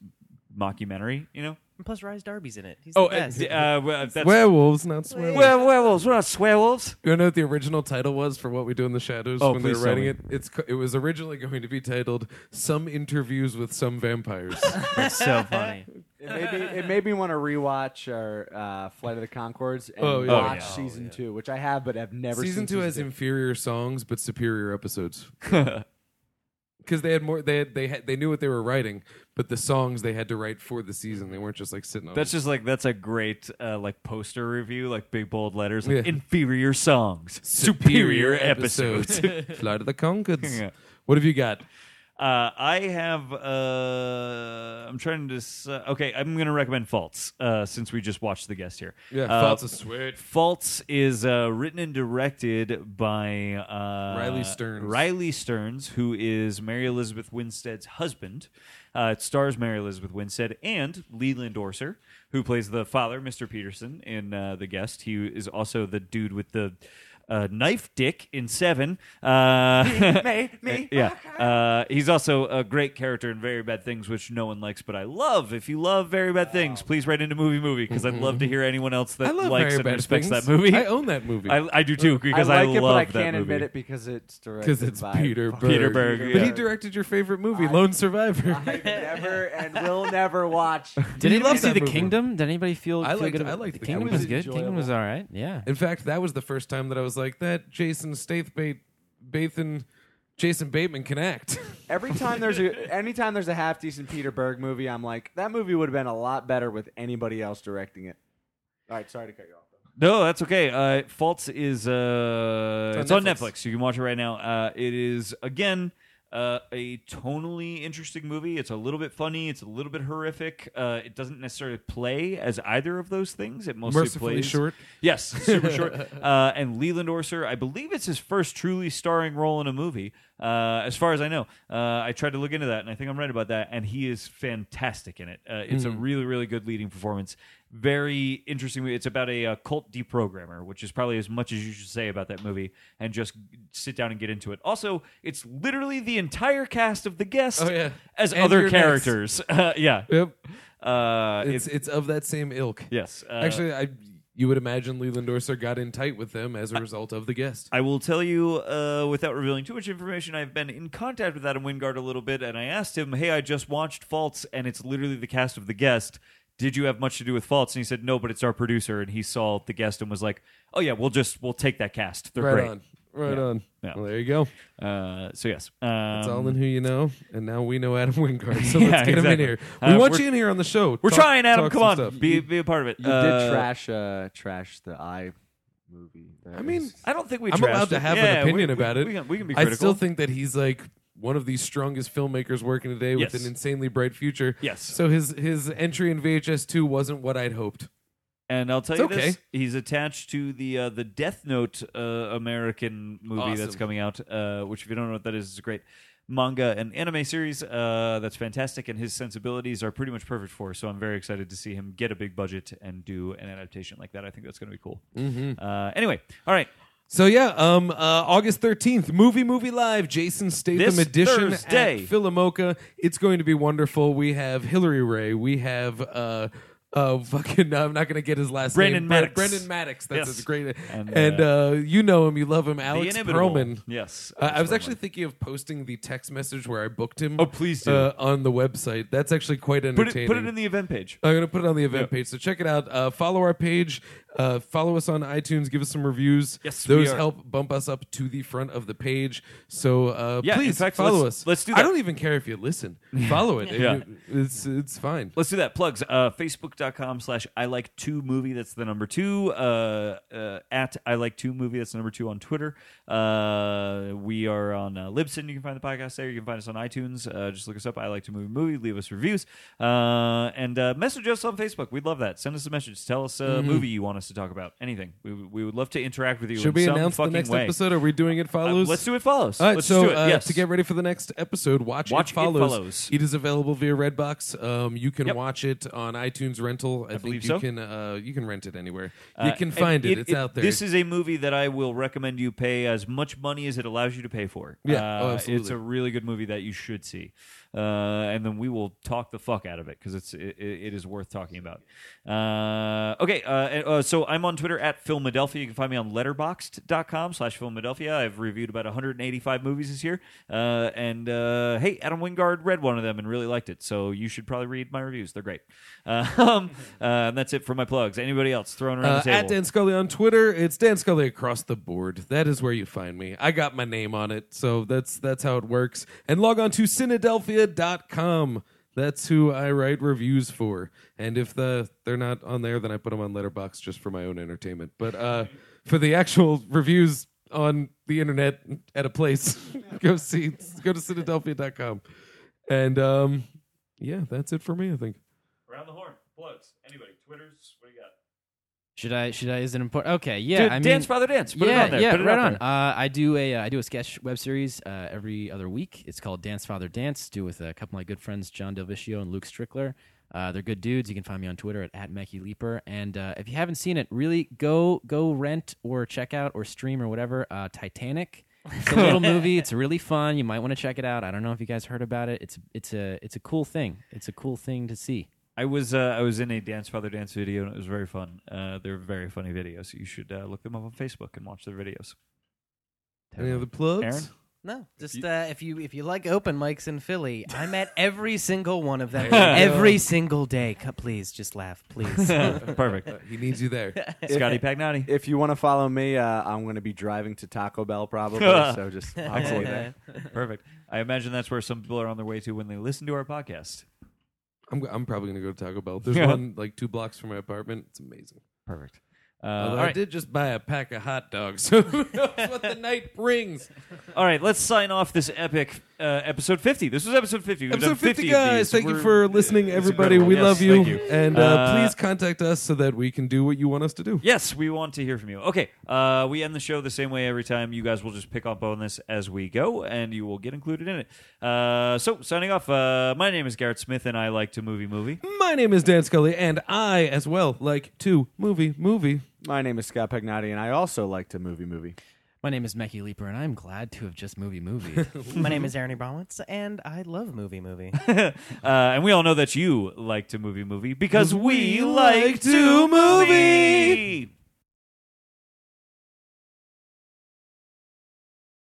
[SPEAKER 3] mockumentary. You know,
[SPEAKER 6] And plus, Rise Darby's in it. He's
[SPEAKER 3] Oh,
[SPEAKER 6] the best.
[SPEAKER 3] uh, uh, well, that's
[SPEAKER 2] Werewolves, not swear.
[SPEAKER 3] Were- werewolves. We're not swearwolves.
[SPEAKER 2] You know what the original title was for What We Do in the Shadows
[SPEAKER 3] Oh,
[SPEAKER 2] when they were
[SPEAKER 3] please tell
[SPEAKER 2] writing
[SPEAKER 3] me.
[SPEAKER 2] it? It's co- it was originally going to be titled "Some Interviews with Some Vampires."
[SPEAKER 3] That's so funny.
[SPEAKER 5] It made me, it made me want to rewatch our uh, Flight of the Concords and
[SPEAKER 2] Oh, yeah.
[SPEAKER 5] watch
[SPEAKER 3] Oh, yeah.
[SPEAKER 5] season two, which I have but have never
[SPEAKER 2] season
[SPEAKER 5] seen.
[SPEAKER 2] two has
[SPEAKER 5] season
[SPEAKER 2] inferior songs but superior episodes because they had more. They had they had they knew what they were writing, but the songs they had to write for the season. They weren't just like sitting on.
[SPEAKER 3] That's just like that's a great uh, like poster review, like big bold letters, like
[SPEAKER 2] Yeah.
[SPEAKER 3] inferior songs, superior episodes.
[SPEAKER 2] Flight of the Concords.
[SPEAKER 3] Yeah.
[SPEAKER 2] What have you got?
[SPEAKER 3] Uh, I have. Uh, I'm trying to. s okay, I'm going to recommend Faults uh, since we just watched the guest here.
[SPEAKER 2] Yeah,
[SPEAKER 3] uh,
[SPEAKER 2] Faults is sweet.
[SPEAKER 3] Faults is uh, written and directed by uh,
[SPEAKER 2] Riley Stearns.
[SPEAKER 3] Riley Stearns, who is Mary Elizabeth Winstead's husband. Uh, it stars Mary Elizabeth Winstead and Leland Orser, who plays the father, Mr. Peterson, in uh, The Guest. He is also the dude with the uh, knife dick in Seven. Uh,
[SPEAKER 5] me, me.
[SPEAKER 3] yeah. Uh, he's also a great character in Very Bad Things, which no one likes, but I love. If you love Very Bad Things, please write into Movie Movie because I'd love to hear anyone else
[SPEAKER 2] I
[SPEAKER 3] that
[SPEAKER 2] love
[SPEAKER 3] likes
[SPEAKER 2] Very
[SPEAKER 3] and
[SPEAKER 2] Bad
[SPEAKER 3] respects
[SPEAKER 2] Things.
[SPEAKER 3] that movie.
[SPEAKER 2] I own that movie.
[SPEAKER 3] I, I do too because
[SPEAKER 5] Uh, I
[SPEAKER 3] I,
[SPEAKER 5] like it,
[SPEAKER 3] love
[SPEAKER 5] but I
[SPEAKER 3] that
[SPEAKER 5] can't
[SPEAKER 3] movie.
[SPEAKER 5] admit it because it's directed
[SPEAKER 2] because it's
[SPEAKER 5] by
[SPEAKER 2] Peter Berg.
[SPEAKER 3] Peter Berg,
[SPEAKER 2] But
[SPEAKER 3] yeah.
[SPEAKER 2] he directed your favorite movie, Lone Survivor.
[SPEAKER 5] I've never and will never watch.
[SPEAKER 4] Did
[SPEAKER 2] You
[SPEAKER 4] anybody
[SPEAKER 2] love
[SPEAKER 4] see
[SPEAKER 2] that
[SPEAKER 4] The
[SPEAKER 2] movie.
[SPEAKER 4] Kingdom? Did anybody feel,
[SPEAKER 2] I
[SPEAKER 4] feel
[SPEAKER 2] liked-
[SPEAKER 4] good
[SPEAKER 2] I
[SPEAKER 4] about
[SPEAKER 2] liked
[SPEAKER 4] The
[SPEAKER 2] The
[SPEAKER 4] Kingdom
[SPEAKER 2] Kingdom.
[SPEAKER 4] was good. Kingdom
[SPEAKER 5] Enjoyable.
[SPEAKER 4] was all right. Yeah.
[SPEAKER 2] In fact, that was the first time that I was like, that Jason Stathbait, Bathan, Jason Bateman can act.
[SPEAKER 5] Every time there's a anytime there's a half decent Peter Berg movie, I'm like, that movie would have been a lot better with anybody else directing it. All right, sorry to cut you off.
[SPEAKER 3] No, that's okay. Uh, Faults is uh,
[SPEAKER 2] on
[SPEAKER 3] it's on
[SPEAKER 2] Netflix.
[SPEAKER 3] Netflix. You can watch it right now. Uh, it is again uh, a tonally interesting movie. It's a little bit funny. It's a little bit horrific. Uh, it doesn't necessarily play as either of those things. It mostly
[SPEAKER 2] Mercifully
[SPEAKER 3] plays
[SPEAKER 2] short.
[SPEAKER 3] Yes, super short. Uh, and Leland Orser, I believe it's his first truly starring role in a movie, uh, as far as I know. Uh, I tried to look into that, and I think I'm right about that. And he is fantastic in it. Uh, it's
[SPEAKER 2] Hmm.
[SPEAKER 3] a really, really good leading performance. Very interesting. movie. It's about a, uh cult deprogrammer, which is probably as much as you should say about that movie, and just sit down and get into it. Also, it's literally the entire cast of The Guest
[SPEAKER 2] Oh, yeah.
[SPEAKER 3] as
[SPEAKER 2] And
[SPEAKER 3] other
[SPEAKER 2] you're next.
[SPEAKER 3] characters. Uh, yeah.
[SPEAKER 2] Yep.
[SPEAKER 3] Uh,
[SPEAKER 2] It's, it's of that same ilk.
[SPEAKER 3] yes. Uh,
[SPEAKER 2] Actually, I you would imagine Leland Orser got in tight with them as a result of the guest.
[SPEAKER 3] I will tell you, uh, without revealing too much information, I've been in contact with Adam Wingard a little bit, and I asked him, "Hey, I just watched Faults, and it's literally the cast of The Guest. Did you have much to do with Faults?" And he said, "No, but it's our producer, and he saw The Guest and was like, "Oh yeah, we'll just we'll take that cast. They're
[SPEAKER 2] right
[SPEAKER 3] great."
[SPEAKER 2] on. Right
[SPEAKER 3] Yeah.
[SPEAKER 2] on.
[SPEAKER 3] Yeah.
[SPEAKER 2] Well, there you go.
[SPEAKER 3] Uh, so yes,
[SPEAKER 2] It's
[SPEAKER 3] um,
[SPEAKER 2] all in who you know, and now we know Adam Wingard. So
[SPEAKER 3] Yeah,
[SPEAKER 2] let's get him in
[SPEAKER 3] exactly.
[SPEAKER 2] here. We
[SPEAKER 3] Uh,
[SPEAKER 2] want
[SPEAKER 3] we're-
[SPEAKER 2] you in here on the show.
[SPEAKER 3] We're
[SPEAKER 2] Talk-
[SPEAKER 3] trying, Adam.
[SPEAKER 2] talk
[SPEAKER 3] Come
[SPEAKER 2] some
[SPEAKER 3] on,
[SPEAKER 2] stuff.
[SPEAKER 3] be be a part of it.
[SPEAKER 5] You
[SPEAKER 3] Uh,
[SPEAKER 5] did trash, uh, trash the I movie. That
[SPEAKER 2] I mean,
[SPEAKER 5] was-
[SPEAKER 3] I don't think we.
[SPEAKER 2] I'm allowed
[SPEAKER 3] trashed
[SPEAKER 2] to
[SPEAKER 3] it.
[SPEAKER 2] have
[SPEAKER 3] Yeah,
[SPEAKER 2] an opinion
[SPEAKER 3] we-
[SPEAKER 2] about
[SPEAKER 3] we-
[SPEAKER 2] it.
[SPEAKER 3] We can, we can be
[SPEAKER 2] I
[SPEAKER 3] critical.
[SPEAKER 2] still think that he's like one of the strongest filmmakers working today with
[SPEAKER 3] Yes.
[SPEAKER 2] an insanely bright future.
[SPEAKER 3] Yes.
[SPEAKER 2] So his his entry in VHS two wasn't what I'd hoped.
[SPEAKER 3] And I'll tell
[SPEAKER 2] It's
[SPEAKER 3] you
[SPEAKER 2] okay.
[SPEAKER 3] this: he's attached to the uh, the Death Note uh, American movie that's
[SPEAKER 2] Awesome.
[SPEAKER 3] coming out. Uh, which, if you don't know what that is, it's a great manga and anime series uh, that's fantastic, and his sensibilities are pretty much perfect for. So I'm very excited to see him get a big budget and do an adaptation like that. I think that's going to be cool.
[SPEAKER 2] Mm-hmm.
[SPEAKER 3] Uh, anyway, all right.
[SPEAKER 2] So yeah, um, uh, August thirteenth, movie movie live, Jason Statham
[SPEAKER 3] This
[SPEAKER 2] edition
[SPEAKER 3] Thursday.
[SPEAKER 2] at Philomoka. It's going to be wonderful. We have Hillary Ray. We have uh, uh, fucking. I'm not going to get his last
[SPEAKER 3] Brendan
[SPEAKER 2] name.
[SPEAKER 3] Maddox.
[SPEAKER 2] Brendan Maddox. That's
[SPEAKER 3] Yes.
[SPEAKER 2] his great.
[SPEAKER 3] And,
[SPEAKER 2] And,
[SPEAKER 3] uh,
[SPEAKER 2] uh, you know him. You love him. Alex
[SPEAKER 3] inimitable.
[SPEAKER 2] Perlman.
[SPEAKER 3] Yes,
[SPEAKER 2] Uh, I was
[SPEAKER 3] Perlman.
[SPEAKER 2] actually thinking of posting the text message where I booked him.
[SPEAKER 3] Oh, please do.
[SPEAKER 2] uh, on the website. That's actually quite
[SPEAKER 3] put
[SPEAKER 2] entertaining.
[SPEAKER 3] it put it in the event page.
[SPEAKER 2] I'm gonna put it on the event
[SPEAKER 3] Yeah.
[SPEAKER 2] page, so check it out. Uh, follow our page, uh, follow us on iTunes, give us some reviews.
[SPEAKER 3] Yes, we
[SPEAKER 2] those
[SPEAKER 3] are.
[SPEAKER 2] help bump us up to the front of the page. So uh,
[SPEAKER 3] Yeah, in
[SPEAKER 2] please
[SPEAKER 3] fact,
[SPEAKER 2] follow
[SPEAKER 3] let's-
[SPEAKER 2] us.
[SPEAKER 3] let's do
[SPEAKER 2] I
[SPEAKER 3] that.
[SPEAKER 2] don't even care if you listen. Follow it.
[SPEAKER 3] Yeah.
[SPEAKER 2] it's it's fine.
[SPEAKER 3] Let's do that. Plugs. Uh, Facebook.com slash I like two movie. That's the number two. Uh, uh, at I like two movie. That's the number two on Twitter. Uh, we We are on uh, Libsyn. You can find the podcast there. You can find us on iTunes. Uh, just look us up. I like to movie movie. Leave us reviews uh, and uh, message us on Facebook. We'd love that. Send us a message. Tell us a
[SPEAKER 2] Mm-hmm.
[SPEAKER 3] movie you want us to talk about. Anything. We, we would love to interact with you. in
[SPEAKER 2] Should we
[SPEAKER 3] some
[SPEAKER 2] announce the
[SPEAKER 3] fucking
[SPEAKER 2] next
[SPEAKER 3] way.
[SPEAKER 2] episode? Are we doing it
[SPEAKER 3] Uh,
[SPEAKER 2] follows?
[SPEAKER 3] let's do it follows.
[SPEAKER 2] All right,
[SPEAKER 3] let's
[SPEAKER 2] so
[SPEAKER 3] do it.
[SPEAKER 2] uh,
[SPEAKER 3] yes.
[SPEAKER 2] to get ready for the next episode, watch,
[SPEAKER 3] Watch It
[SPEAKER 2] it, follows.
[SPEAKER 3] Follows.
[SPEAKER 2] It is available via Redbox. Um, you can
[SPEAKER 3] Yep.
[SPEAKER 2] watch it on iTunes rental. I, think
[SPEAKER 3] believe
[SPEAKER 2] you
[SPEAKER 3] so.
[SPEAKER 2] can. Uh, you can rent it anywhere.
[SPEAKER 3] Uh,
[SPEAKER 2] you can
[SPEAKER 3] and
[SPEAKER 2] find it. It's out there.
[SPEAKER 3] This is a movie that I will recommend you pay as much money as it allows you to pay for.
[SPEAKER 2] Yeah,
[SPEAKER 3] Uh,
[SPEAKER 2] oh, absolutely.
[SPEAKER 3] it's a really good movie that you should see. Uh, and then we will talk the fuck out of it because it's it, it it is worth talking about. Uh, okay, uh, and, uh, so I'm on Twitter at Filmadelphia. You can find me on letterboxd.com slash Filmadelphia. I've reviewed about 185 movies this year. Uh, and uh, hey, Adam Wingard read one of them and really liked it. So you should probably read my reviews. They're great. Uh, um, uh, and that's it for my plugs. Anybody else thrown around
[SPEAKER 2] Uh,
[SPEAKER 3] the table?
[SPEAKER 2] at Dan Scully on Twitter. It's Dan Scully across the board. That is where you find me. I got my name on it, so that's that's how it works. And log on to Cynadelphia.com. That's who I write reviews for. And if the they're not on there, then I put them on Letterbox just for my own entertainment. But uh, for the actual reviews on the internet at a place, go see go to Cynadelphia.com. And um, yeah, that's it for me. I think.
[SPEAKER 3] Around the horn, plugs, anybody, Twitters, what do you got?
[SPEAKER 4] Should I? Should I? Is it important? Okay, yeah.
[SPEAKER 3] Dude,
[SPEAKER 4] I mean,
[SPEAKER 3] dance, brother, dance. Put
[SPEAKER 4] yeah,
[SPEAKER 3] it on there.
[SPEAKER 4] yeah,
[SPEAKER 3] Put it
[SPEAKER 4] right
[SPEAKER 3] up
[SPEAKER 4] on.
[SPEAKER 3] there.
[SPEAKER 4] Uh, I do a uh, I do a sketch web series uh, every other week. It's called Dance Father Dance. Do with a couple of my good friends John Delvicchio and Luke Strickler. Uh, they're good dudes. You can find me on Twitter at, at Mackie Leaper. And uh, if you haven't seen it, really go go rent or check out or stream or whatever uh, Titanic. It's a little movie. It's really fun. You might want to check it out. I don't know if you guys heard about it. It's it's a it's a cool thing. It's a cool thing to see.
[SPEAKER 3] I was uh, I was in a dance, brother, dance video, and it was very fun. Uh, they're very funny videos. You should uh, look them up on Facebook and watch their videos.
[SPEAKER 2] Any other plugs?
[SPEAKER 3] Aaron?
[SPEAKER 6] No, just uh, if you if you like open mics in Philly, I'm at every single one of them
[SPEAKER 2] There you go.
[SPEAKER 6] every single day. Co- Please, just laugh, please.
[SPEAKER 3] Oh, Perfect.
[SPEAKER 2] He needs you there.
[SPEAKER 3] Scotty Pagnani.
[SPEAKER 5] If you want to follow me, uh, I'm going to be driving to Taco Bell probably. so just follow me there.
[SPEAKER 3] Perfect. I imagine that's where some people are on their way to when they listen to our podcast.
[SPEAKER 2] I'm, I'm probably gonna go to Taco Bell. There's
[SPEAKER 3] Yeah.
[SPEAKER 2] one like two blocks from my apartment. It's amazing.
[SPEAKER 3] Perfect. Uh,
[SPEAKER 2] Although
[SPEAKER 3] all
[SPEAKER 2] I
[SPEAKER 3] right.
[SPEAKER 2] did just buy a pack of hot dogs. So who knows what the night brings?
[SPEAKER 3] All right. Let's sign off this epic uh, episode 50. This was episode 50. We've done
[SPEAKER 2] Episode 50,
[SPEAKER 3] 50 of
[SPEAKER 2] guys.
[SPEAKER 3] these.
[SPEAKER 2] Thank you
[SPEAKER 3] We're-
[SPEAKER 2] for listening,
[SPEAKER 3] it's
[SPEAKER 2] everybody.
[SPEAKER 3] incredible.
[SPEAKER 2] We
[SPEAKER 3] Yes,
[SPEAKER 2] love you.
[SPEAKER 3] thank you.
[SPEAKER 2] And uh,
[SPEAKER 3] Uh,
[SPEAKER 2] please contact us so that we can do what you want us to do.
[SPEAKER 3] Yes, we want to hear from you. Okay, uh, we end the show the same way every time. You guys will just pick up on this as we go, and you will get included in it. Uh, so, signing off. Uh, my name is Garrett Smith, and I like to movie movie.
[SPEAKER 2] My name is Dan Scully, and I as well like to movie movie.
[SPEAKER 5] My name is Scott Pagnotti, and I also like to movie movie.
[SPEAKER 4] My name is Mackie Leaper, and I'm glad to have just movie movie.
[SPEAKER 6] My name is Aaron Browitz, and I love movie movie.
[SPEAKER 3] Uh, and we all know that you like to movie movie because
[SPEAKER 2] We
[SPEAKER 3] we, like,
[SPEAKER 2] like
[SPEAKER 3] to
[SPEAKER 2] to
[SPEAKER 3] movie.